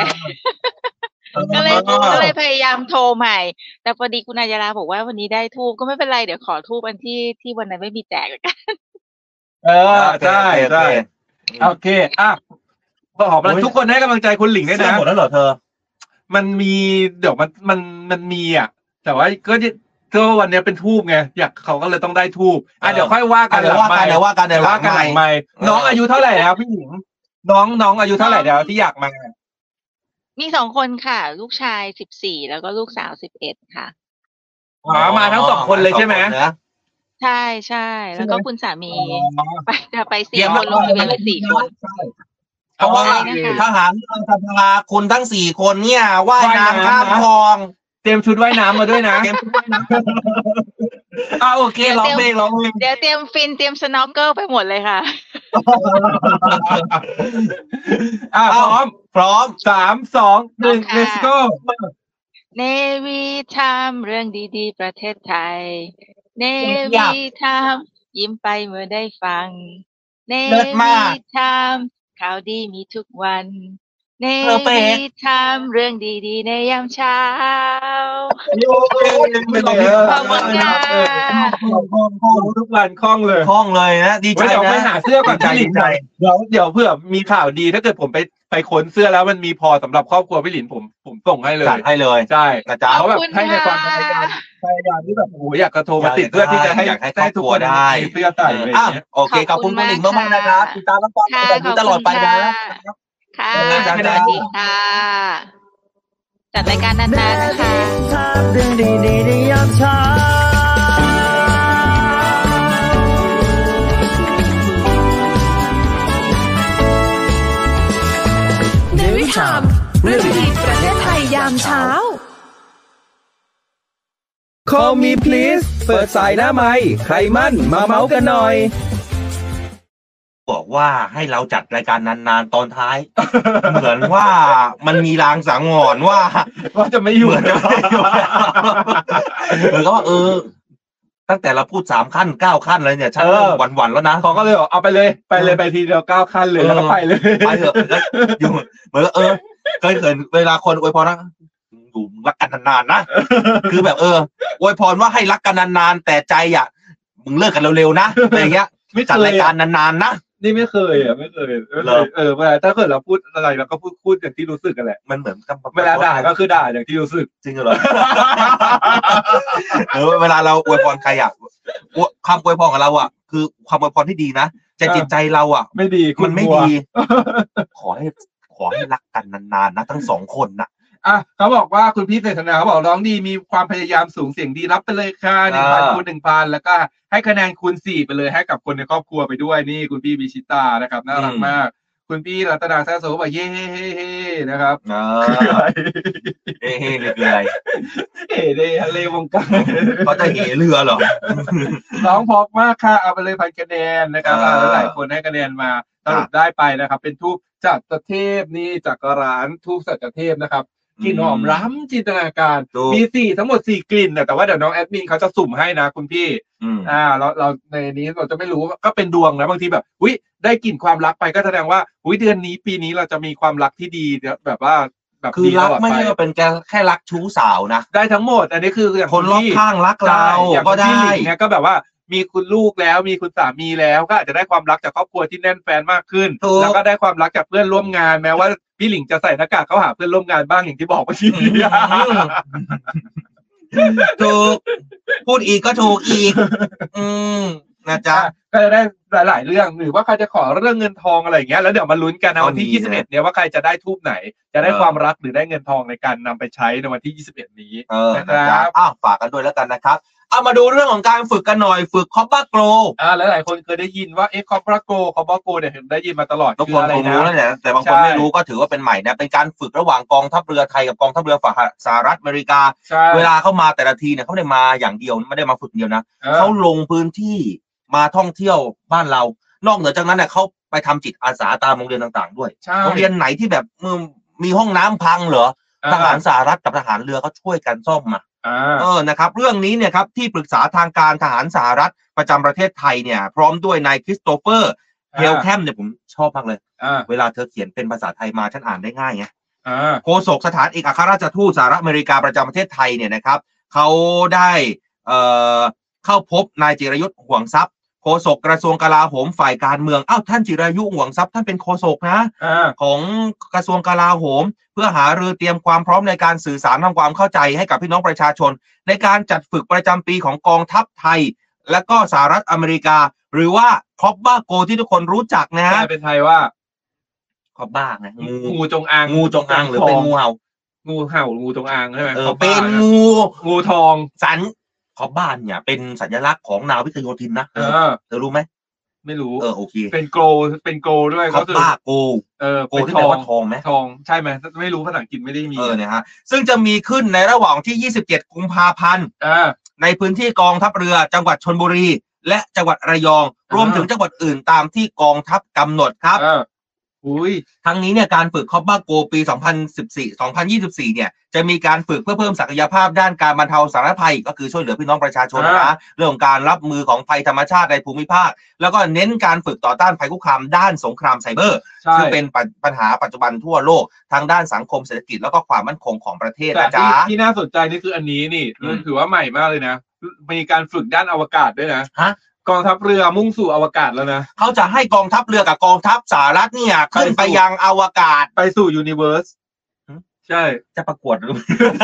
[SPEAKER 8] ก็เลยก็เลยพยายามโทรใหม่ แต่พอดีคุณอัญญาลาบอกว่าวันนี้ได้ทูบก็ไม่เป็นไรเดี๋ยวขอทูบอันที่ที่วันนั้นไม่มีแจกแล้วกัน
[SPEAKER 5] เออใช่ใช่
[SPEAKER 4] โอ
[SPEAKER 5] โอเคอ่ะบอกมาทุกคนให้กำลังใจคุณหลิง
[SPEAKER 4] เค
[SPEAKER 5] ด้วย
[SPEAKER 4] เสื้อ
[SPEAKER 5] นะ
[SPEAKER 4] หมดแล้วเหรอเธอ
[SPEAKER 5] มันมีเดี๋ยวมันมันมันมีอ่ะ แต่ว่าก็จะก็วันเนี้ยเป็นทูบไงอยากเขาก็เลยต้องได้ทูบอ่ะ
[SPEAKER 4] เออ
[SPEAKER 5] เดี๋ยวค่อยว่ากัน
[SPEAKER 4] เดี๋ยวว่ากันเดี๋ยวว่ากัน
[SPEAKER 5] เดี๋
[SPEAKER 4] เดี๋
[SPEAKER 5] ย
[SPEAKER 4] ยว ว
[SPEAKER 5] ว่า
[SPEAKER 4] ว่า
[SPEAKER 5] กั
[SPEAKER 4] กัน น
[SPEAKER 5] หลังไม่น้องอายุเท่าไหร่แล้วพี่หญิงน้องน้องอายุเท่าไหร่แล้วที่อยากมา
[SPEAKER 8] มีสองคนค่ะ ลูกชายสิบสี่แล้วก็ลูกสาวสิบเอ็ดค่ะ
[SPEAKER 5] อ๋อมาทั้งสองคนเลยใช่ไหม
[SPEAKER 4] นะ
[SPEAKER 8] ใช่ใช่แล้วก็
[SPEAKER 5] ใช่ไหม
[SPEAKER 8] คุณสามี
[SPEAKER 5] อ๋อ
[SPEAKER 8] ไปจะไปสี่
[SPEAKER 4] เยี่ย
[SPEAKER 8] ค
[SPEAKER 4] มมาน ก
[SPEAKER 8] ลงทะเบียนไปสี่คน
[SPEAKER 4] เพราะว่า
[SPEAKER 8] ใช่นะคะ
[SPEAKER 4] ทหารเรือสภาคุณทั้งสี่คนเนี่ยว่ายน้ำ
[SPEAKER 5] ว่ายน้ำ
[SPEAKER 4] ข้ามคลอง
[SPEAKER 5] เตรียมชุดว่ายน้ำมาด้วยนะ
[SPEAKER 4] เตรียมชุดว่ายน้
[SPEAKER 5] อ่ะโอเคร้องเพลงร้องเพลง
[SPEAKER 8] เดี๋ยวเตรียมฟินเตรียมสโนว์เกิลไปหมดเลยค่ะ
[SPEAKER 5] อ่ะพร้อม
[SPEAKER 4] ำพร้อม
[SPEAKER 5] สามสองหนึ่ง
[SPEAKER 8] พร้อมค่ะ
[SPEAKER 5] let's go
[SPEAKER 8] เนวีทำเรื่องดีๆ ประเทศไทย เน
[SPEAKER 4] อยา
[SPEAKER 8] วี
[SPEAKER 4] ก
[SPEAKER 8] ทำยิ้มไปเมื่อได้ฟัง เน
[SPEAKER 4] เลิศมา
[SPEAKER 8] วี
[SPEAKER 4] ก
[SPEAKER 8] ทำข่าวดีมีทุกวัน เน
[SPEAKER 4] เพอร์เฟ
[SPEAKER 8] วี
[SPEAKER 4] กต์
[SPEAKER 8] ทำเรื่องดีๆ ในยามเช้า ขอบคุณค่ะ
[SPEAKER 5] คล่องคล่องทุกวันคล่องเลย
[SPEAKER 4] คล่องเลยนะ ดีใจ
[SPEAKER 5] ไว้เดี๋ยว
[SPEAKER 4] นะ
[SPEAKER 5] ไปหาเสื้อก่อน
[SPEAKER 4] ดีใจ
[SPEAKER 5] พี่หลิ
[SPEAKER 4] ดี
[SPEAKER 5] น
[SPEAKER 4] ใจ
[SPEAKER 5] เดี๋ยวเดี๋ยวเผื่อมีข่าวดีถ้าเกิดผมไปไปค้นเสื้อแล้วมันมีพอสำหรับครอบครัวพี่หลินผมผมส่งให้เลย
[SPEAKER 4] จัดให้เลย
[SPEAKER 5] ใช่
[SPEAKER 4] นะจ๊ะ
[SPEAKER 5] เขาแบบ
[SPEAKER 8] ขอบคุณ
[SPEAKER 5] ให้ในความพ
[SPEAKER 8] ค่ะ
[SPEAKER 5] ยายามพยายามที่แบบโอ้โหอยากกระโทรมาติด
[SPEAKER 4] อยาก
[SPEAKER 5] เพื่อที่จะให้
[SPEAKER 4] อยากให้
[SPEAKER 5] ได้ทุก
[SPEAKER 4] ครอบครั
[SPEAKER 5] ค
[SPEAKER 4] วน ได้
[SPEAKER 5] มีเสื้อใส่อะไรอย่าง
[SPEAKER 4] อ่ะ
[SPEAKER 5] เงี้ย
[SPEAKER 4] โอเคขอบคุณคุณหลิงมากๆนะครับติดตามรับฟัง
[SPEAKER 8] ค่ะ
[SPEAKER 4] กันอยู่ตลอดไปนะ
[SPEAKER 8] ค่ะ
[SPEAKER 4] เออ
[SPEAKER 8] ส
[SPEAKER 4] จัด
[SPEAKER 8] วัสดีค่ะ จัดรายการนานๆนะคะ
[SPEAKER 2] ทามเรื่องดีๆในยามเช้า
[SPEAKER 10] เนวิทามเรื่องดีๆประเทศไทยยามเช้า
[SPEAKER 1] Call me please เปิดสายหน้าไม้ใครมั่นมาเมาส์กันหน่อย
[SPEAKER 4] บอกว่าให้เราจัดรายการนานๆตอนท้าย เหมือนว่ามันมีรางสังหรณ์ว่า
[SPEAKER 5] ว่าจะไม่อยู่
[SPEAKER 4] เหมือนจะไม่อยู่แล้ว เหมือนก็ว่าเออ ตั้งแต่เราพูดสามขั้นเก้าขั้นแล้วเนี่ยฉัน
[SPEAKER 5] เออ
[SPEAKER 4] เริ่มหวั่นๆแล้วนะ
[SPEAKER 5] เขาก็เลยบอกเอาไปเลยไปเลยไปทีเดียวเก้าขั้นเลยแล้วก็ไปเลย
[SPEAKER 4] ไปเถอะแล้วอยู่เหมือนกับเออเคยเห็นเวลาคนอวยพรนะอยู่มึงรักกันนานๆนะคือแบบเอออวยพรว่าให้รักกันนานๆแต่ใจอ่ะมึงเลิกกันเร็วๆนะอะไรอย่างเงี้ย
[SPEAKER 5] ไม่เค
[SPEAKER 4] จัด
[SPEAKER 5] ย
[SPEAKER 4] รายการนานๆนะ
[SPEAKER 5] นี่ไม่เคยอ่ะไม่เคยไม่
[SPEAKER 4] เห
[SPEAKER 5] เค
[SPEAKER 4] รอ
[SPEAKER 5] ยเออเวลาถ้าเกิดเราพูดอะไรเราก็พูดพูดอย่างที่รู้สึกกันแหละ
[SPEAKER 4] มันเหมือนกับ
[SPEAKER 5] เวลาด่าก็คือด่าอย่างที่รู้สึก
[SPEAKER 4] จริงเหรอ เออเวลาเราอวยพรใครอ่ะอวคำอวยพรของเราอ่ะ คือความอวยพรที่ดีนะแต่
[SPEAKER 5] เออ
[SPEAKER 4] จิตใจเราอ่ะ
[SPEAKER 5] ไม่ดีคุ
[SPEAKER 4] มั
[SPEAKER 5] ณ
[SPEAKER 4] นไม่
[SPEAKER 5] บัว
[SPEAKER 4] ดี ขอให้ขอให้รักกันนานๆนะทั้งสองคนนะ
[SPEAKER 5] อ่ะเขาบอกว่าคุณพี่เศรษฐนาเขาบอกร้องดีมีความพยายามสูงเสียงดีรับไปเลยค่ะห
[SPEAKER 4] อ่า
[SPEAKER 5] นึ่งพันคูณหนึ่งพันแล้วก็ให้คะแนนคูณสี่ไปเลยให้กับคนในครอบครัวไปด้วยนี่คุณพี่บิชิตานะครับน่ารักมาก คุณพี่รัตนาแซ่โซบอกเย้เฮ้เฮ้เฮ้นะครับ
[SPEAKER 4] เออเฮ้เฮ้เรืออะไร
[SPEAKER 5] เฮ้เดทะเลวงการ
[SPEAKER 4] เขาจะเหเรือเหรอ
[SPEAKER 5] ร้องเพอกมากค่ะเอาไปเลยพันคะแนนนะครับ
[SPEAKER 4] อ่า
[SPEAKER 5] แล้วหลายคนให้คะแนนมาสรุปได้ไปนะครับ เป็นทูบจากตะเทพนี่จากร้านทูบสัจเทพนะครับกลิ่นหอมร้ำจินตนาการ
[SPEAKER 4] ถูก
[SPEAKER 5] มีสี่ทั้งหมดสี่กลิ่นนะแต่ว่าเดี๋ยวน้องแอดมินเขาจะสุ่มให้นะคุณพี่
[SPEAKER 4] อืม
[SPEAKER 5] อ่าเราเราในนี้เราจะไม่รู้ก็เป็นดวงนะบางทีแบบอุ้ยได้กลิ่นความรักไปก็แสดงว่าอุ้ยเดือนนี้ปีนี้เราจะมีความรักที่ดีเนี่ยแบบว่าแบบ
[SPEAKER 4] คือ
[SPEAKER 5] ดี
[SPEAKER 4] รัก
[SPEAKER 5] ตลอด
[SPEAKER 4] ไม่
[SPEAKER 5] ไป
[SPEAKER 4] ใช่ว่าเป็นแค่แค่รักชู้สาวนะ
[SPEAKER 5] ได้ทั้งหมด อันนี้คืออย่าง
[SPEAKER 4] คนรอบ
[SPEAKER 5] ที่
[SPEAKER 4] ข้างรักเรา
[SPEAKER 5] ใช่อย่าง
[SPEAKER 4] ก็
[SPEAKER 5] คุณ
[SPEAKER 4] ได้
[SPEAKER 5] พี่หลิงเนี่ยก็แบบว่ามีคุณลูกแล้วมีคุณสามีแล้วก็อาจจะได้ความรักจากครอบครัวที่แน่นแฟนมากขึ้น
[SPEAKER 4] ถูก
[SPEAKER 5] แล้วก็ได้ความรักจากเพื่อนร่วมงานแม้ว่าพี่หลิงจะใส่หน้ากากเข้าหาเพื่อนร่วมงานบ้างอย่างที่บอกเมื่อกี้
[SPEAKER 4] อืมถูก พูดอีกก็ถูกอีก อืมนะจ๊ะ
[SPEAKER 5] ก็จะได้หลาย ๆ เรื่องหรือว่าใครจะขอเรื่องเงินทองอะไรอย่างเงี้ยแล้วเดี๋ยวมาลุ้นกันนะวัน
[SPEAKER 4] ก็มี
[SPEAKER 5] ที่
[SPEAKER 4] นะ
[SPEAKER 5] 21เนี่ยว่าใครจะได้ทูบไหน จะได้
[SPEAKER 4] เออ
[SPEAKER 5] ความรักหรือได้เงินทองในการนำไปใช้ในวันที่21นี้
[SPEAKER 4] เออ
[SPEAKER 5] นะ
[SPEAKER 4] นะ
[SPEAKER 5] ค
[SPEAKER 4] ค
[SPEAKER 5] รั
[SPEAKER 4] รับ บอ้าวฝากกันด้วยแล้วกันนะครับ เอามาดูเรื่องของการฝึกกันหน่อย ฝึกคอปบ้าโกร
[SPEAKER 5] อ่าหลาย ๆ คนเคยได้ยินว่าเอ๊ะคอปราโกคอปราโกเนี่ยเห็นได้ยินมาตลอด
[SPEAKER 4] ทุก
[SPEAKER 5] คื
[SPEAKER 4] ค
[SPEAKER 5] อน อะไร
[SPEAKER 4] คง
[SPEAKER 5] นะ
[SPEAKER 4] รู้แล้วแหละแต่บางคน
[SPEAKER 5] ใช่
[SPEAKER 4] ไม่รู้ก็ถือว่าเป็นใหม่นะ เป็นการฝึกระหว่างกองทัพเรือไทยกับกองทัพเรือฝั่งสหรัฐอเมริกา
[SPEAKER 5] ใช่
[SPEAKER 4] เวลาเข้ามาแต่ละทีเนี่ยเขาไม่ได้มาอย่างเดียวไม่ได้มาฝึกเดียวนะ
[SPEAKER 5] ออ
[SPEAKER 4] เขาลงพื้นที่ มาท่องเที่ยวบ้านเรา นอกเหนือจากนั้นเนี่ยเขาไปทำจิตอาสาตามโรงเรียนต่าง ๆ ด้วย
[SPEAKER 5] ใช่
[SPEAKER 4] โรงเรียนไหนที่แบบมึงมีห้องน้ำพังเหรอ
[SPEAKER 5] อ่
[SPEAKER 4] ทหารสหรัฐกับทหารเรือเขาช่วยกันซ่อมมา
[SPEAKER 5] อ่า
[SPEAKER 4] เออ นะครับ เรื่องนี้เนี่ยครับที่ปรึกษาทางการทหารสหรัฐประจำประเทศไทยเนี่ย พร้อมด้วยนายคริสโตเฟอร์เฮลแคมเนี่ยผมชอบมากเลย
[SPEAKER 5] อ่า
[SPEAKER 4] เวลาเธอเขียนเป็นภาษาไทยมาฉันอ่านได้ง่ายไง
[SPEAKER 5] อ่า
[SPEAKER 4] โฆษกสถานเอกอัครราชทูตสหรัฐอเมริกาประจำประเทศไทยเนี่ยนะครับเขาได้เอ่อเข้าพบนายจิรยุทธ์ห่วงทรัพย์โฆษกกระทรวงกลาโหมฝ่ายการเมืองอ้าวท่านจิรายุห่วงทรัพย์ท่านเป็นโฆษกนะ
[SPEAKER 5] อ่า
[SPEAKER 4] ของกระทรวงกลาโหม เพื่อหารือเตรียมความพร้อมในการสื่อสารทำความเข้าใจให้กับพี่น้องประชาชน ในการจัดฝึกประจำปีของกองทัพไทย และก็สหรัฐอเมริกา หรือว่าคอบบ้าโกที่ทุกคนรู้จักนะ
[SPEAKER 5] แปลเป็นไทยว่า
[SPEAKER 4] คอบบ้าไงงู
[SPEAKER 5] งูจงอาง
[SPEAKER 4] งูจงอางหรือเป็นงูเห่า
[SPEAKER 5] งูเห่างูจงอางใช่ไหม
[SPEAKER 4] เออ
[SPEAKER 5] ขา
[SPEAKER 4] เป็น
[SPEAKER 5] บ้าะ
[SPEAKER 4] งู
[SPEAKER 5] งูทอง
[SPEAKER 4] สันขอบบ้านเนี่ย เป็นสัญลักษณ์ของนาวิกโยธินนะ
[SPEAKER 5] เออ
[SPEAKER 4] เธอรู้ไหม
[SPEAKER 5] ไม่รู้
[SPEAKER 4] เออโอเค
[SPEAKER 5] เป็นโกลเป็นโกลด้วย
[SPEAKER 4] ขอบ
[SPEAKER 5] คือ
[SPEAKER 4] บ้าโก
[SPEAKER 5] เออ
[SPEAKER 4] โก
[SPEAKER 5] เป็น
[SPEAKER 4] ที่
[SPEAKER 5] ท
[SPEAKER 4] แปล
[SPEAKER 5] อง
[SPEAKER 4] ว่าทองไหม
[SPEAKER 5] ทองใช่ไหมไม่รู้ภาษาอังกฤษไม่ได้มี
[SPEAKER 4] เออเนี่ยฮะซึ่งจะมีขึ้นในระหว่างที่ 27 กุมภาพันธ์
[SPEAKER 5] อ่า
[SPEAKER 4] ในพื้นที่กองทัพเรือจังหวัดชนบุรี และจังหวัดระยอง
[SPEAKER 5] อ่าร ร
[SPEAKER 4] วมถึงจังหวัดอื่นตามที่กองทัพกำหนดครับ
[SPEAKER 5] อ่าอุ้ย
[SPEAKER 4] ทั้งนี้เนี่ยการฝึกคอบบ้าโกปี 2014 2024 เนี่ยจะมีการฝึกเพื่อเพิ่มศักยภาพด้านการบรรเทาสาธารณภัย ก็คือช่วยเหลือพี่น้องประชาชนนะเรื่องของการรับมือของภัยธรรมชาติในภูมิภาค แล้วก็เน้นการฝึกต่อต้านภัยคุกคามด้านสงครามไซเบอร์
[SPEAKER 5] ใช่
[SPEAKER 4] ซึ่งเป็นปัญปัญหาปัจจุบันทั่วโลกทางด้านสังคมเศรษฐกิจแล้วก็ความมั่นคงของประเทศ
[SPEAKER 5] แต่
[SPEAKER 4] นะ
[SPEAKER 5] ที่
[SPEAKER 4] จ๊ะ
[SPEAKER 5] ที่น่าสนใจนี่คืออันนี้นี่
[SPEAKER 4] อืม
[SPEAKER 5] ถือว่าใหม่มากเลยนะมีการฝึกด้านอวกาศด้วยนะ
[SPEAKER 4] ฮะ
[SPEAKER 5] กองทัพเรือมุ่งสู่อวกาศแล้วนะ
[SPEAKER 4] เขาจะให้กองทัพเรือกับกองทัพสหรัฐเนี่ยขึ้นไปยังอวกาศ
[SPEAKER 5] ไปสู่ยูนิเวอร์ส
[SPEAKER 4] หืม
[SPEAKER 5] ใช่
[SPEAKER 4] จะประกวดหรือ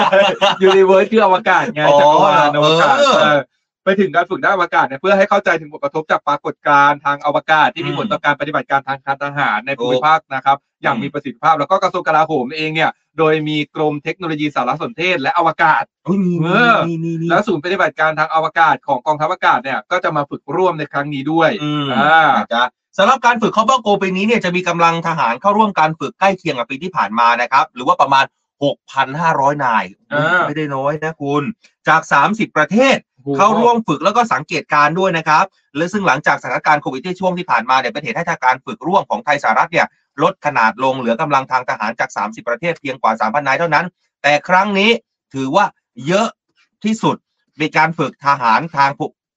[SPEAKER 5] ยูนิเวิร์สคืออวกาศไง
[SPEAKER 4] อ๋อ
[SPEAKER 5] จักรวาลอวกาศ
[SPEAKER 4] เออ
[SPEAKER 5] เออไปถึงการฝึกด้านอวกาศเนี่ยเพื่อให้เข้าใจถึงผลกระทบจากปรากฏการณ์ทางอวกาศที่มี
[SPEAKER 4] อืม
[SPEAKER 5] ผลต่อการปฏิบัติการทางการทหารในภูมิภาคนะครับ อย่าง
[SPEAKER 4] อืม
[SPEAKER 5] มีประสิทธิภาพแล้วก็กระทรวงกลาโหมเองเนี่ย โดยมีกรมเทคโนโลยีสารสนเทศและอวกาศ
[SPEAKER 4] เฮ้ยมี
[SPEAKER 5] เออ
[SPEAKER 4] มีมีมี
[SPEAKER 5] และศูนย์ปฏิบัติการทางอวกาศของกองทัพอากาศเนี่ยก็จะมาฝึกร่วมในครั้งนี้ด้วย
[SPEAKER 4] อืม
[SPEAKER 5] อ่า
[SPEAKER 4] นะจ๊ะสำหรับการฝึกคอบบโกปีนี้เนี่ยจะมีกำลังทหารเข้าร่วมการฝึกใกล้เคียงกับปีที่ผ่านมานะครับ หรือว่าประมาณ 6,500 นาย ไม่ได้น้อยนะคุณ จาก 30 ประเทศ เข้าร่วมฝึกแล้วก็สังเกตการณ์ด้วยนะครับ และซึ่งหลังจากสถานการณ์โควิดที่ช่วงที่ผ่านมาเนี่ยเป็นเหตุให้ทางการฝึกร่วมของไทยสหรัฐเนี่ยลดขนาดลงเหลือกำลังทางทหารจาก 30 ประเทศเพียงกว่า 3,000 นายเท่านั้น แต่ครั้งนี้ถือว่าเยอะที่สุดเป็นการฝึกทหารทาง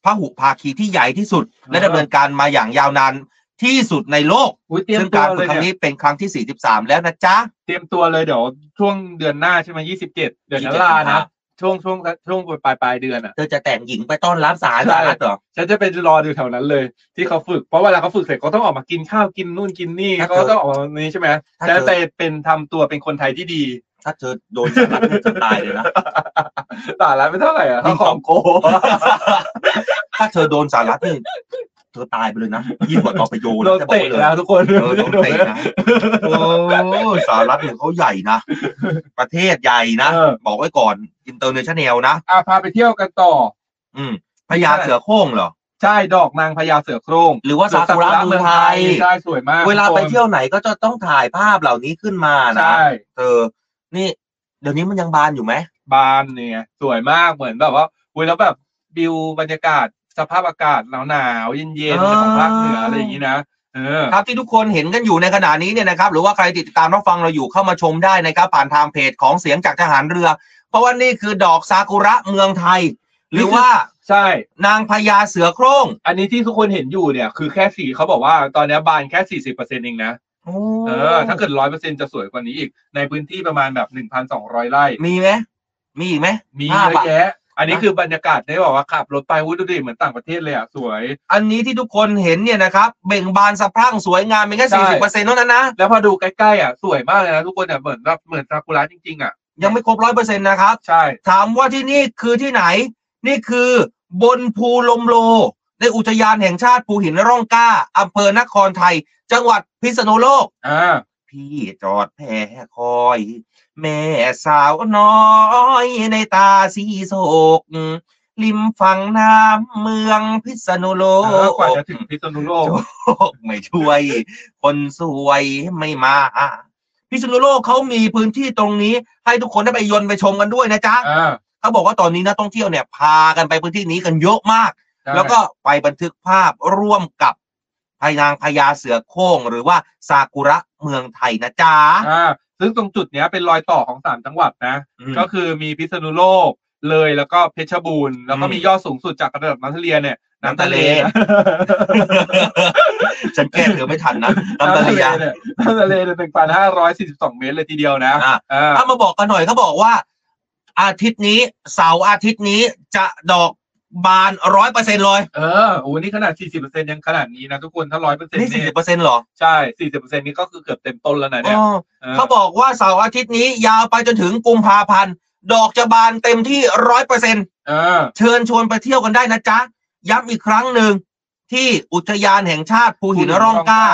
[SPEAKER 4] พหุภาคีที่ใหญ่ที่สุด และดำเนินการมาอย่างยาวนานที่สุดในโลก
[SPEAKER 5] อุ๊ยเตรียม
[SPEAKER 4] ซึ่ง
[SPEAKER 5] ตั
[SPEAKER 4] การ
[SPEAKER 5] ว
[SPEAKER 4] ฝึ
[SPEAKER 5] เล
[SPEAKER 4] ก
[SPEAKER 5] ย
[SPEAKER 4] ครั้ง
[SPEAKER 5] เนี่ย
[SPEAKER 4] นี้เป็นครั้งที่ 43 แล้วนะจ๊ะ
[SPEAKER 5] เตรียมตัวเลยเดี๋ยวช่วงเดือนหน้าใช่ไหมยี่สิบเจ็ดเดือนนั้นลานะช่วงช่วงช่วงปลายปลายๆเดือนอ่ะ
[SPEAKER 4] เธอจะแต่งหญิงไปต้อนรับสาร
[SPEAKER 5] ใช่
[SPEAKER 4] สหรัฐเหรอ
[SPEAKER 5] ฉันจะไปรออยู่แถวนั้นเลย ที่เขาฝึกเพราะเวลาเขาฝึกเสร็จเขาต้องออกมากินข้าวกินนู่นกินนี่
[SPEAKER 4] ครับ
[SPEAKER 5] เขาก็ต้องออกมาแบบนี้ใช่ไหม
[SPEAKER 4] ครับ
[SPEAKER 5] แต่แต่เป็นทำตัวเป็นคนไทยที่ ดี
[SPEAKER 4] ถ้าเธอโดนสหรัฐเธอตายเลยนะ
[SPEAKER 5] ต่าแล้วไม่เท่าไหร่อ่ะเขาของโก
[SPEAKER 4] ถ้าเธอโดนสหรัฐนี่เธอตายไปเลยนะยิ่งกว่าตอปโยนะ
[SPEAKER 5] โดน
[SPEAKER 4] จะบอก
[SPEAKER 5] เตะ
[SPEAKER 4] ไว้เลย
[SPEAKER 5] แล้วทุกคน
[SPEAKER 4] เออโดนเตะนะโอ้สหรัฐเนี่ยเขาใหญ่นะ ประเทศใหญ่นะ
[SPEAKER 5] เออ
[SPEAKER 4] บอกไว้ก่อนอินเตอร์เนชั่นแนลนะ
[SPEAKER 5] อ่ะพาไปเที่ยวกันต่อ
[SPEAKER 4] อืมพญาเสือโคร่งเหรอ
[SPEAKER 5] ใช่ดอกนางพญาเสือโครง
[SPEAKER 4] หรือว่าซากุระเมืองไทย
[SPEAKER 5] ใช่สวยมาก
[SPEAKER 4] เวลาไป
[SPEAKER 5] ทุกคน
[SPEAKER 4] เที่ยวไหนก็จะต้องถ่ายภาพเหล่านี้ขึ้นมานะ
[SPEAKER 5] ใช่
[SPEAKER 4] เออนี่ เดี๋ยวนี้มันยังบานอยู่ไหม
[SPEAKER 5] บานเนี่ยสวยมากเหมือนแบบว่าเว้ยแล้วแบบวิวบรรยากาศสภาพอากาศหนาวหนาวๆเย็นเย็น
[SPEAKER 4] เออ
[SPEAKER 5] ของภาคเหนืออะไรอย่างนี้นะเออ
[SPEAKER 4] ครับที่ทุกคนเห็นกันอยู่ในขณะนี้เนี่ยนะครับ หรือว่าใครติดตามรับฟังเราอยู่เข้ามาชมได้นะครับ ผ่านทางเพจของเสียงจากทหารเรือ เพราะว่านี่คือดอกซากุระเมืองไทย หรือว่า
[SPEAKER 5] ใช่
[SPEAKER 4] นางพญาเสือโคร่ง
[SPEAKER 5] อันนี้ที่ทุกคนเห็นอยู่เนี่ยคือแค่สีเขาบอกว่าตอนนี้บานแค่สี่สิบเปอร์เซ็นต์เองนะ เออ ถ้าเกิดร้อยเปอร์เซ็นจะสวยกว่านี้อีก ในพื้นที่ประมาณแบบหนึ่งพันสองร้อยไร่
[SPEAKER 4] มีไหมมีอีกไหม
[SPEAKER 5] มี
[SPEAKER 4] ภาพ
[SPEAKER 5] เยอะ
[SPEAKER 4] อะ
[SPEAKER 5] แยะ อันนี้คือบรรยากาศได้บอกว่าขับรถไปวุ้ยดูดิเหมือนต่างประเทศเลยอ่ะ สวย
[SPEAKER 4] อันนี้ที่ทุกคนเห็นเนี่ยนะครับเบ่งบานสะพรั่งสวยงามเป็นแค่
[SPEAKER 5] ใช่
[SPEAKER 4] สี่สิบเปอร์เซ็นต์เท่านั้นนะ
[SPEAKER 5] แล้วพอดูใกล้ๆอ่ะสวยมากเลยนะทุกคนเนี่ยเหมือนแบบเหมือนซากุระจริงๆอ่ะ
[SPEAKER 4] ยังไม่ครบร้อยเปอร์เซ็นต์นะครับ
[SPEAKER 5] ใช่
[SPEAKER 4] ถามว่าที่นี่คือที่ไหน นี่คือบนภูลมโล ในอุทยานแห่งชาติภูหินร่องกล้าอำเภอนครไทย จังหวัดพิษณุโลก
[SPEAKER 5] อ่า
[SPEAKER 4] พี่จอดแพคอย แม่สาวน้อยในตาสีโศก ริมฝั่งน้ำเมืองพิษณุโล
[SPEAKER 5] เออกว่าจะ
[SPEAKER 4] ก
[SPEAKER 5] ถึงพิษณุโลก
[SPEAKER 4] ไม่ช่วย คนสวยไม่มา พิษณุโลกเขามีพื้นที่ตรงนี้ ให้ทุกคนได้ไปยนต์ไปชมกันด้วยนะจ๊ะ
[SPEAKER 5] อ่า
[SPEAKER 4] เขาบอกว่าตอนนี้นักท่องเที่ยวเนี่ยพากันไปพื้นที่นี้กันเยอะมาก
[SPEAKER 5] ใช่
[SPEAKER 4] แล้วก็ไปบันทึกภาพร่วมกับพยางพญาเสือโคร่งหรือว่าซากุระเมืองไทยนะจ๊ะ
[SPEAKER 5] อ่าซึ่งตรงจุดเนี้ยเป็นรอยต่อของสามจังหวัดนะ
[SPEAKER 4] อืม
[SPEAKER 5] ก็คือมีพิษณุโลกเลยแล้วก็เพชรบูรณ์แล้วก็
[SPEAKER 4] อืม
[SPEAKER 5] มียอดสูงสุดจากระดับน้ำทะเลเนี่ย
[SPEAKER 4] น้ำทะเล
[SPEAKER 5] นะ
[SPEAKER 4] ฉันแก้เธอไม่ทันนะน้ำตาลยา
[SPEAKER 5] เนี่ยน้ำทะเลเนี่ยหนึ่งพันห้าร้อยสี่สิบสองเมตรเลยทีเดียวนะ
[SPEAKER 4] อ่ะ
[SPEAKER 5] อ่า
[SPEAKER 4] ถ้ามาบอกกันหน่อยเขาบอกว่า อาทิตย์นี้เสาร์อาทิตย์นี้จะดอกบานร้อยเปอร์เซ็นต์เลย
[SPEAKER 5] เออโอ้นี่ขนาด 40%ยังขนาดนี้นะทุกคน ถ้า 100%
[SPEAKER 4] นี่สี่
[SPEAKER 5] เนี่
[SPEAKER 4] สิบ
[SPEAKER 5] ย
[SPEAKER 4] เปอร์เซ็นต์หรอ
[SPEAKER 5] ใช่ 40%นี้ก็คือเกือบเต็มต้นแล้วนะเนี่ย
[SPEAKER 4] อ๋อ เขาบอกว่าเสาร์อาทิตย์นี้ยาวไปจนถึงกุมภาพันธ์ดอกจะบานเต็มที่ร้อยเปอร์เซ็น
[SPEAKER 5] เออ
[SPEAKER 4] เชิญชวนไปเที่ยวกันได้นะจ๊ะ ย้ำอีกครั้งหนึ่งที่อุทยานแห่งชาติภูหินร่องกล้า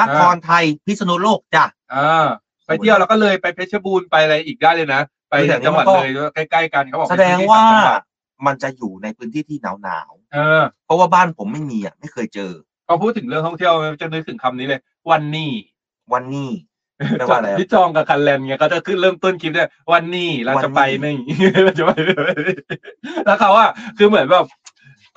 [SPEAKER 4] นครไทยพิษณุโลกจ้ะ
[SPEAKER 5] เออไปเที่ยวแล้วก็เลยไปเพชรบูรณ์ไปอะไรอีกได้เลยนะ ไป
[SPEAKER 4] คืออย่างนี้
[SPEAKER 5] จังหวัด
[SPEAKER 4] มันก็
[SPEAKER 5] เลยใกล้ๆกันเขาบอก
[SPEAKER 4] แสดงว่า
[SPEAKER 5] เป็นที่ต่จัหด
[SPEAKER 4] มันจะอยู่ในพื้นที่ที่หนาวหนาว
[SPEAKER 5] เออ
[SPEAKER 4] ๆเพราะว่าบ้านผมไม่มีอ่ะไม่เคยเจอ
[SPEAKER 5] พอพูดถึงเรื่องท่องเที่ยวจะนึกถึงคำนี้เลย วันนี้
[SPEAKER 4] วันนี้ แปลว่าอะไร
[SPEAKER 5] พี่จองกับคันแลนเนี่ยเขาจะขึ้นเริ่มต้นคลิปเนี่ยวันนี้เราจะไปนี่ เราจะไปแล้วเขาอะคือเหมือนแบบ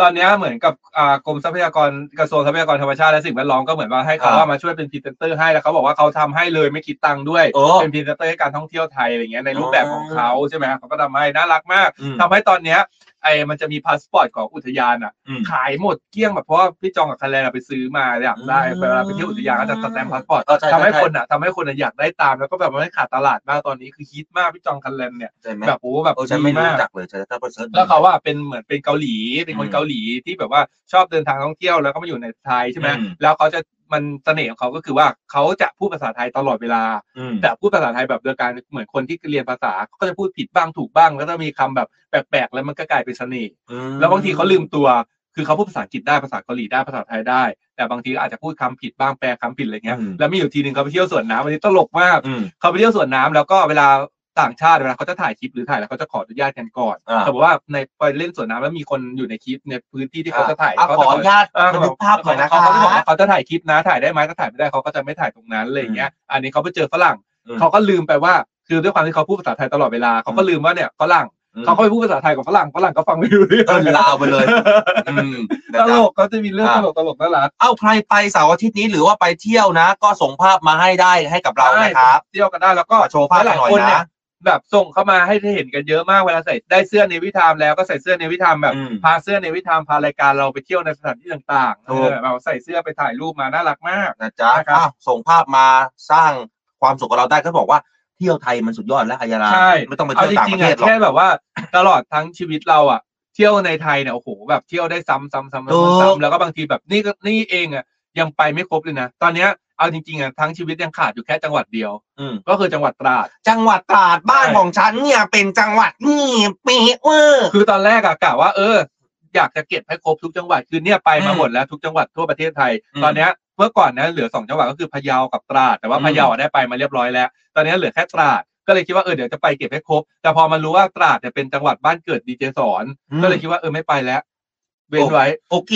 [SPEAKER 5] ตอนเนี้ยเหมือนกับอ่ากรมทรัพยากรกระทรวงทรัพยากรธรรมชาติและสิ่งแวดล้อมก็เหมือนว่าให้เขา
[SPEAKER 4] อ่า
[SPEAKER 5] ว่ามาช่วยเป็นพรีเซนเตอร์ให้แล้วเขาบอกว่าเขาทำให้เลยไม่คิดตังค์ด้วย
[SPEAKER 4] โอ้
[SPEAKER 5] เป็นพรีเซนเตอร์ให้การท่องเที่ยวไทยอะไรเงี้ยในรูปแบบของเขาใช่ไหมฮะเขาก็ทำให้น่ารักมาก
[SPEAKER 4] อืม
[SPEAKER 5] ทำให้ตอนเนี้ยไอ้มันจะมีพาสปอร์ตของอุทยานอะ
[SPEAKER 4] อืม
[SPEAKER 5] ขายหมดเกลี้ยงแบบเพราะว่าพี่จองกับคันแลนอะไปซื้อมาอยากได้
[SPEAKER 4] อืม
[SPEAKER 5] เวลาไปเที่ยวอุทยานก็จะสแตมป์พาสปอร์ต
[SPEAKER 4] เข้าใจ
[SPEAKER 5] ทำให้
[SPEAKER 4] เข้าใจ
[SPEAKER 5] คนอ่ะทำให้คนอะอยากได้ตามแล้วก็แบบมันไม่ขาดตลาดมากตอนนี้คือฮิตมากพี่จองคันแลนเนี่ย
[SPEAKER 4] ใช่ไหม
[SPEAKER 5] แบบโอ้แบบ
[SPEAKER 4] โอ้ฉัน
[SPEAKER 5] ดี
[SPEAKER 4] ไม่รู้
[SPEAKER 5] มาก
[SPEAKER 4] จักเลยฉันจะต้องไปเสิร์ช
[SPEAKER 5] แล้วเขาว่าเป็นเหมือนเป็นเกาหลีเป็นค
[SPEAKER 4] อื
[SPEAKER 5] น
[SPEAKER 4] ม
[SPEAKER 5] เกาหลีที่แบบว่าชอบเดินทางท่องเที่ยวแล้วก็มาอยู่ในไทยใช่ไหม
[SPEAKER 4] อืม
[SPEAKER 5] แล้วเขาจะมันเสน่ห์ของเขาก็คือว่าเขาจะพูดภาษาไทยตลอดเวลา
[SPEAKER 4] อืม
[SPEAKER 5] แต่พูดภาษาไทยแบบเดียวกันเหมือนคนที่เรียนภาษาก็จะพูดผิดบ้างถูกบ้าง แล้วก็มีคำแบบแปลกๆแล้วมันก็กลายเป็นเสน่ห์ แล้วบางทีเขาลืมตัว คือเขาพูดภาษาอังกฤษได้ ภาษาเกาหลีได้ ภาษาไทยได้ แต่บางทีอาจจะพูดคำผิดบ้าง แปลคำผิดอะไรเงี้ย
[SPEAKER 4] อืม
[SPEAKER 5] แล้วมีอยู่ทีหนึ่งเขาไปเที่ยวสวนน้ำอันนี้ตลกมาก
[SPEAKER 4] อืม
[SPEAKER 5] เขาไปเที่ยวสวนน้ำแล้วก็เวลาต่างชาติเวลาเขาจะถ่ายคลิปหรือถ่ายแล้วเขาจะขออนุญาตกันก่อน
[SPEAKER 4] อ่า
[SPEAKER 5] เขาบอกว่าในไปเล่นสวนน้ำแล้วมีคนอยู่ในคลิปในพื้นที่ที่เขาจะถ่าย
[SPEAKER 4] อ่ะ
[SPEAKER 5] เขา
[SPEAKER 4] ขออนุญาต
[SPEAKER 5] เออ
[SPEAKER 4] บันทึกภาพหน่อยนะค
[SPEAKER 5] เขา
[SPEAKER 4] รับ
[SPEAKER 5] ก็จะบอกว่าเขาจะถ่ายคลิปนะ ถ่ายได้ไหมถ้าถ่ายไม่ได้เขาก็จะไม่ถ่ายตรงนั้นอะไรอย่างเงี้ย อันนี้เขาไปเจอฝรั่ง
[SPEAKER 4] อืม
[SPEAKER 5] เขาก็ลืมไปว่า คือด้วยความที่เขาพูดภาษาไทยตลอดเวลา เขาก็ลืมว่าเนี่ยฝรั่ง เขาก็ไปพูดภาษาไทยกับฝรั่ง ฝรั่งก็ฟังไม่รู้เรื่อง
[SPEAKER 4] เออลาวไปเลย อืมนะ
[SPEAKER 5] ต
[SPEAKER 4] ค
[SPEAKER 5] ล
[SPEAKER 4] รับ
[SPEAKER 5] กเขาจะมีเรื่องตลกตลกๆน่ารัก
[SPEAKER 4] เอ้าใครไปเสาร์อาทิตย์นี้หรือว่าไปเที่ยวนะ ก็ส่งภาพมาให้ได้ให้กับเรานะครับ
[SPEAKER 5] เที่ยวกันได้แล้วก็
[SPEAKER 4] ขอโชว์ภาพ
[SPEAKER 5] หลาย
[SPEAKER 4] หน่อย
[SPEAKER 5] คน
[SPEAKER 4] นะ
[SPEAKER 5] เนี่ยแบบส่งเข้ามาให้ได้เห็นกันเยอะมากเวลาใส่ได้เสื้อในวิธามแล้วก็ใส่เสื้อในวิธามแบบ
[SPEAKER 4] อืม
[SPEAKER 5] พาเสื้อในวิธามพารายการเราไปเที่ยวในสถานที่ต่างๆ
[SPEAKER 4] ถู
[SPEAKER 5] เอก อเราใส่เสื้อไปถ่ายรูปมาน่ารักมาก
[SPEAKER 4] นะจ๊ะ
[SPEAKER 5] นะครับ
[SPEAKER 4] อ้าวส่งภาพมาสร้างความสุขกับเราได้ก็บอกว่าเที่ยวไทยมันสุดยอดแล้วอายาลา
[SPEAKER 5] ใช่
[SPEAKER 4] ไม่ต้องไป
[SPEAKER 5] เอา
[SPEAKER 4] เที่ยว
[SPEAKER 5] จ
[SPEAKER 4] ต่าง
[SPEAKER 5] ริ
[SPEAKER 4] ป
[SPEAKER 5] ง
[SPEAKER 4] ระ
[SPEAKER 5] ๆ
[SPEAKER 4] เทศหร
[SPEAKER 5] อะ
[SPEAKER 4] อก
[SPEAKER 5] แค่แบบว่าตลอดทั้งชีวิตเราอ่ะ เที่ยวในไทยเนี่ยโอ้โหแบบเที่ยวได้ซ้ำซ้ำซ้ำ
[SPEAKER 4] ถูก
[SPEAKER 5] ซ้ำแล้วก็บางทีแบบนี่ก็นี่เองอ่ะยังไปไม่ครบเลยนะตอนเนี้ยเอาจริงๆอ่ะทั้งชีวิตยังขาดอยู่แค่จังหวัดเดียว
[SPEAKER 4] อืม
[SPEAKER 5] ก็คือจังหวัดตราด
[SPEAKER 4] จังหวัดตราดบ้าน
[SPEAKER 5] ใช่
[SPEAKER 4] ของฉันเนี่ยเป็นจังหวัดนี่ปีเวอร์
[SPEAKER 5] คือตอนแรกอะกะว่าเออ อยากจะเก็บให้ครบทุกจังหวัดคือเนี่ยไปมาหมดแล้วทุกจังหวัดทั่วประเทศไทย
[SPEAKER 4] อืม
[SPEAKER 5] ตอนเนี้ยเมื่อก่อนนะเหลือสองจังหวัดก็คือพะเยากับตราดแต่ว่า
[SPEAKER 4] อืม
[SPEAKER 5] พะเยาอะได้ไปมาเรียบร้อยแล้ว ตอนนี้เหลือแค่ตราดก็เลยคิดว่าเออเดี๋ยวจะไปเก็บให้ครบ แต่พอมารู้ว่าตราดเนี่ยเป็นจังหวัดบ้านเกิดดีเจสอนก็เลยคิดว่าเออไม่ไปแล้ว เว้นไว้
[SPEAKER 4] โอเค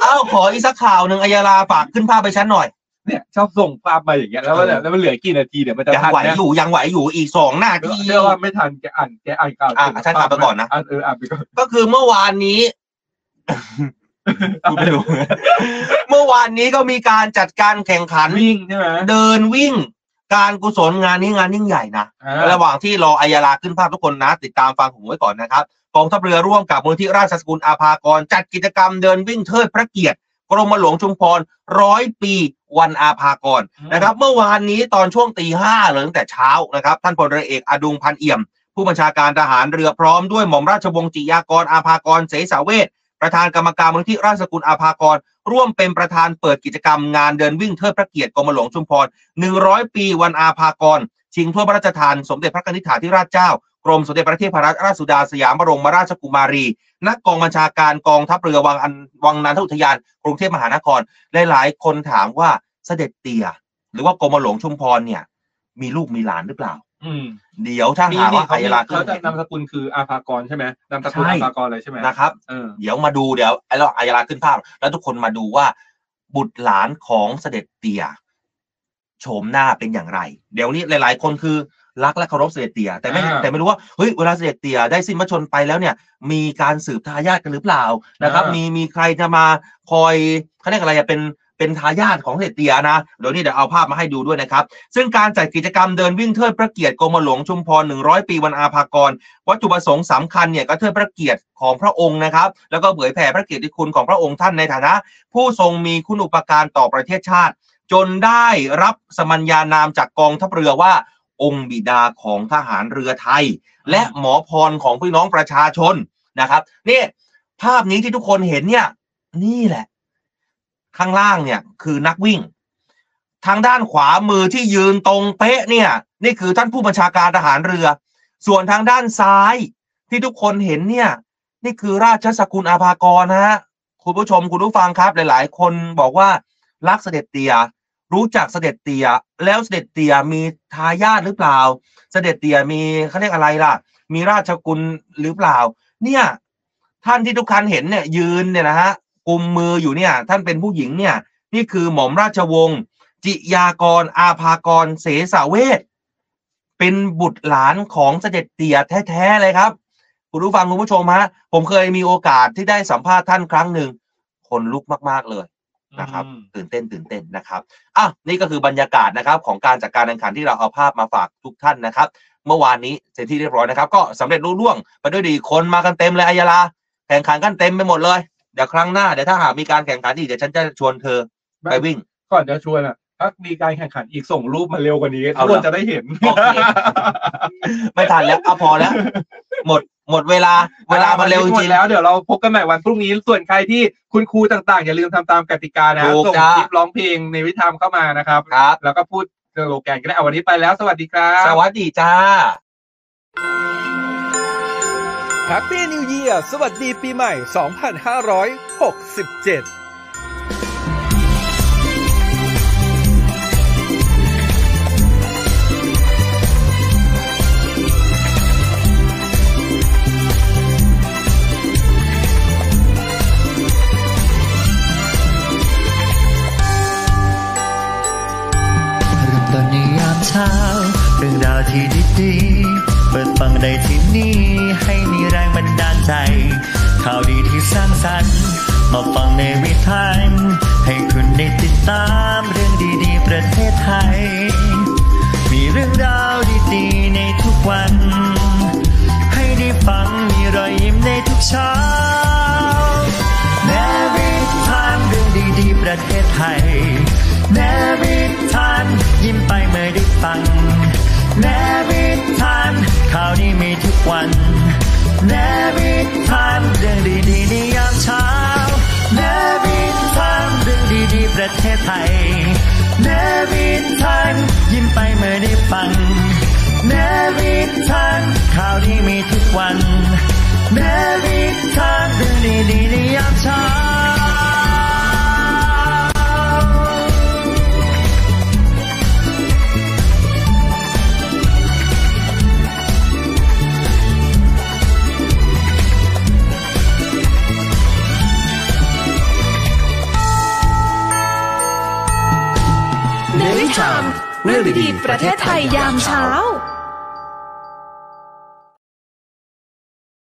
[SPEAKER 4] เอ้าขออีกสักข่าวหนึ่งอายาลาฝากขึ้นภาพไปฉันหน่อย
[SPEAKER 5] เนี่ยชอบส่งภาพมาอย่างเงี้ยแล้วมันแล้วมันเหลือกี่นาทีเนี่ยมันจะ
[SPEAKER 4] ยัง
[SPEAKER 5] ทัน
[SPEAKER 4] ไหว
[SPEAKER 5] นะ
[SPEAKER 4] อยู่ยังไหวอยู่อีกสองหน้าที่
[SPEAKER 5] เชื่อว่าไม่ทันแกอ่านแกอ่านข่าว
[SPEAKER 4] อ่ะฉันอ่านไปก่อนนะ
[SPEAKER 5] เอออ่านไปก่อน
[SPEAKER 4] ก็คือเมื่อวาน นี้ กูไม่รู้ เมื่อวานนี้ก็มีการจัดการแข่งขัน
[SPEAKER 5] วิ่งใช่ไหม
[SPEAKER 4] เดินวิ่ง การกุศลงานนี้งานยิ่งใหญ่นะ
[SPEAKER 5] อ่า
[SPEAKER 4] ระหว่างที่รออายาลาขึ้นภาพทุกคนนะ ติดตามฟังผมไว้ก่อนนะครับกองทัพเรือร่วมกับมูลที่ราชสกุลอาภากร จัดกิจกรรมเดินวิ่งเทิดพระเกียรติกรมหลวงชุมพรร้อยปีวันอาภากร
[SPEAKER 5] อืม
[SPEAKER 4] นะครับ เมื่อวานนี้ตอนช่วงตีห้าเลยตั้งแต่เช้านะครับ ท่านพลเรือเอกอดุงพันเอี่ยม ผู้บัญชาการทหารเรือพร้อมด้วยหม่อมราชวงศ์จิยากรอาภากรเสสาเวชประธานกรรมการมูลที่ราชสกุลอาภากร ร่วมเป็นประธานเปิดกิจกรรมงานเดินวิ่งเทิดพระเกียรติกรมหลวงชุมพร 100 ปีวันอาภากร ชิงถ้วยพระราชทานสมเด็จพระนิธิฐาธิราชเจ้า กรมสมเด็จพระเทพรัตนราชสุดาสยามบรมราชกุมารี นักกองบัญชาการกองทัพเรือวังอันวังนันทอุทยาน กรุงเทพมหานคร หลายๆ คนถามว่าเสด็จเตี่ยหรือว่ากรมหลวงชุมพรเนี่ย มีลูกมีหลานหรือเปล่า
[SPEAKER 5] อืม
[SPEAKER 4] เดี๋ยวถ้าหาว่า
[SPEAKER 5] เขา
[SPEAKER 4] ไอราขึ้
[SPEAKER 5] เขา
[SPEAKER 4] น
[SPEAKER 5] จะ
[SPEAKER 4] เนี่ย
[SPEAKER 5] นามสกุลคืออาภากรใช่ไหมนามสกุล
[SPEAKER 4] ใช่
[SPEAKER 5] อาภากรเลยใช่ไหม
[SPEAKER 4] นะครับ
[SPEAKER 5] เออ
[SPEAKER 4] เดี๋ยวมาดูเดี๋ยวไอ้เราอายาลาขึ้นภาพ แล้วทุกคนมาดูว่า บุตรหลานของเสด็จเตี่ยโฉมหน้าเป็นอย่างไร เดี๋ยวนี้หลาย ๆ คนคือ รักและเคารพเสด็จเตี่ยแต่ไม่
[SPEAKER 5] อ่า
[SPEAKER 4] แต่ไม่รู้ว่าเฮ้ยเวลาเสด็จเตี่ยได้สิ้นพระชนม์ไปแล้วเนี่ยมีการสืบทายาทกันหรือเปล่านะครับ
[SPEAKER 5] อ่ามี
[SPEAKER 4] มีมีใครจะมาคอยเขาเรียกอะไรอะเป็นเป็นทายาทของเสด็จเตี่ยนะเดี๋ยวนี้เดี๋ยวเอาภาพมาให้ดูด้วยนะครับ ซึ่งการจัดกิจกรรมเดินวิ่งเทิดพระเกียรติกรมหลวงชุมพร 100 ปีวันอาภากร วัตถุประสงค์สำคัญเนี่ยก็เทิดพระเกียรติของพระองค์นะครับ แล้วก็เผยแผ่พระเกียรติคุณของพระองค์ท่านในฐานะ ผู้ทรงมีคุณอุปการต่อประเทศชาติ จนได้รับสมัญญานามจากกองทัพเรือว่า องค์บิดาของทหารเรือไทย และหมอพรของพี่น้องประชาชนนะครับนี่ภาพนี้ที่ทุกคนเห็นเนี่ย นี่แหละ ข้างล่างเนี่ยคือนักวิ่ง ทางด้านขวามือที่ยืนตรงเป๊ะเนี่ย นี่คือท่านผู้บัญชาการทหารเรือ ส่วนทางด้านซ้ายที่ทุกคนเห็นเนี่ย นี่คือราชสกุลอาภากรนะฮะคุณผู้ชมคุณผู้ฟังครับ หลายๆ คนบอกว่ารักเสด็จเตีย รู้จักเสด็จเตีย แล้วเสด็จเตียมีทายาทหรือเปล่า เสด็จเตียมีเขาเรียกอะไรล่ะ มีราชกุลหรือเปล่า เนี่ย ท่านที่ทุกท่านเห็นเนี่ยยืนเนี่ยนะฮะกุมมืออยู่เนี่ย ท่านเป็นผู้หญิงเนี่ย นี่คือหม่อมราชวงศ์จิยากร อาภากร เสสาเวทเป็นบุตรหลานของเสด็จเตี่ยแท้ๆเลยครับ คุณผู้ฟังคุณผู้ชมฮะ ผมเคยมีโอกาสที่ได้สัมภาษณ์ท่านครั้งหนึ่งคนลุกมากๆเลยนะครับ
[SPEAKER 5] อืม
[SPEAKER 4] ตื่นเต้นตื่นเต้นนะครับอ่ะนี่ก็คือบรรยากาศนะครับ ของการจัดการแข่งขันที่เราเอาภาพมาฝากทุกท่านนะครับ เมื่อวานนี้เสร็จที่เรียบร้อยนะครับ ก็สำเร็จรุ่ล่วงไปด้วยดีคนมากันเต็มเลยอายาลาแข่งขันกันเต็มไปหมดเลย เดี๋ยวครั้งหน้าเดี๋ยวถ้าหากมีการแข่งขันอีกเดี๋ยวฉันจะชวนเธอไปวิ่ง
[SPEAKER 5] ก่อนจะชวนอ่ะถ้ามีการแข่งขันอีกส่งรูปมาเร็วกว่านี้
[SPEAKER 4] เอา
[SPEAKER 5] ทุก
[SPEAKER 4] เหรอ
[SPEAKER 5] คนจะได้เห็น
[SPEAKER 4] โอเค ไม่ทันแล้วเอาพอแล้ว หมดหมดเวลาเวลามันเร็วจ
[SPEAKER 5] ห
[SPEAKER 4] ริ
[SPEAKER 5] ด
[SPEAKER 4] ง
[SPEAKER 5] แล้วเดี๋ยวเราพบกันใหม่วันพรุ่งนี้ส่วนใครที่คุณครูต่างๆ อย่าลืมทำตามกติกานะ
[SPEAKER 4] ถูก
[SPEAKER 5] ส่ง
[SPEAKER 4] จ้ะ
[SPEAKER 5] คลิปร้องเพลงในวิธามเข้ามานะครับ
[SPEAKER 4] ๆครับ
[SPEAKER 5] แล้วก็พูดสโลแกนก็ได้เอาวันนี้ไปแล้วสวัสดีครับ
[SPEAKER 4] สวัสดีจ้า
[SPEAKER 7] Happy New Year สวัสดีปีใหม่ 2567
[SPEAKER 2] เริ่มต้นในยามเช้า เรื่องราวที่ดีๆ เปิดฟังได้ที่นี่ ให้มีแรงบันดาลใจ ข่าวดีที่สร้างสรรค์มาฟังในวิถีให้คุณได้ติดตามเรื่องดีๆ ประเทศไทย มีเรื่องราวดีๆ ในทุกวัน ให้ได้ฟังมีรอยยิ้มในทุกเช้า แนวิทานเรื่องดีๆ ประเทศไทยแนวิทานยิ้มไปเมื่อได้ฟังแนวิทานข่าวดีมีทุกวันแนวิทานเรื่องดีๆในยามเช้าแนวิทานเรื่องดีๆ ประเทศไทยแนวิทานยิ้มไปเมื่อได้ฟังแนวิทานข่าวดีมีทุกวัน แม้มีทางเดินดีๆในยามเช้า
[SPEAKER 10] เนวิทามเรื่องดีๆประเทศไทยยามเช้า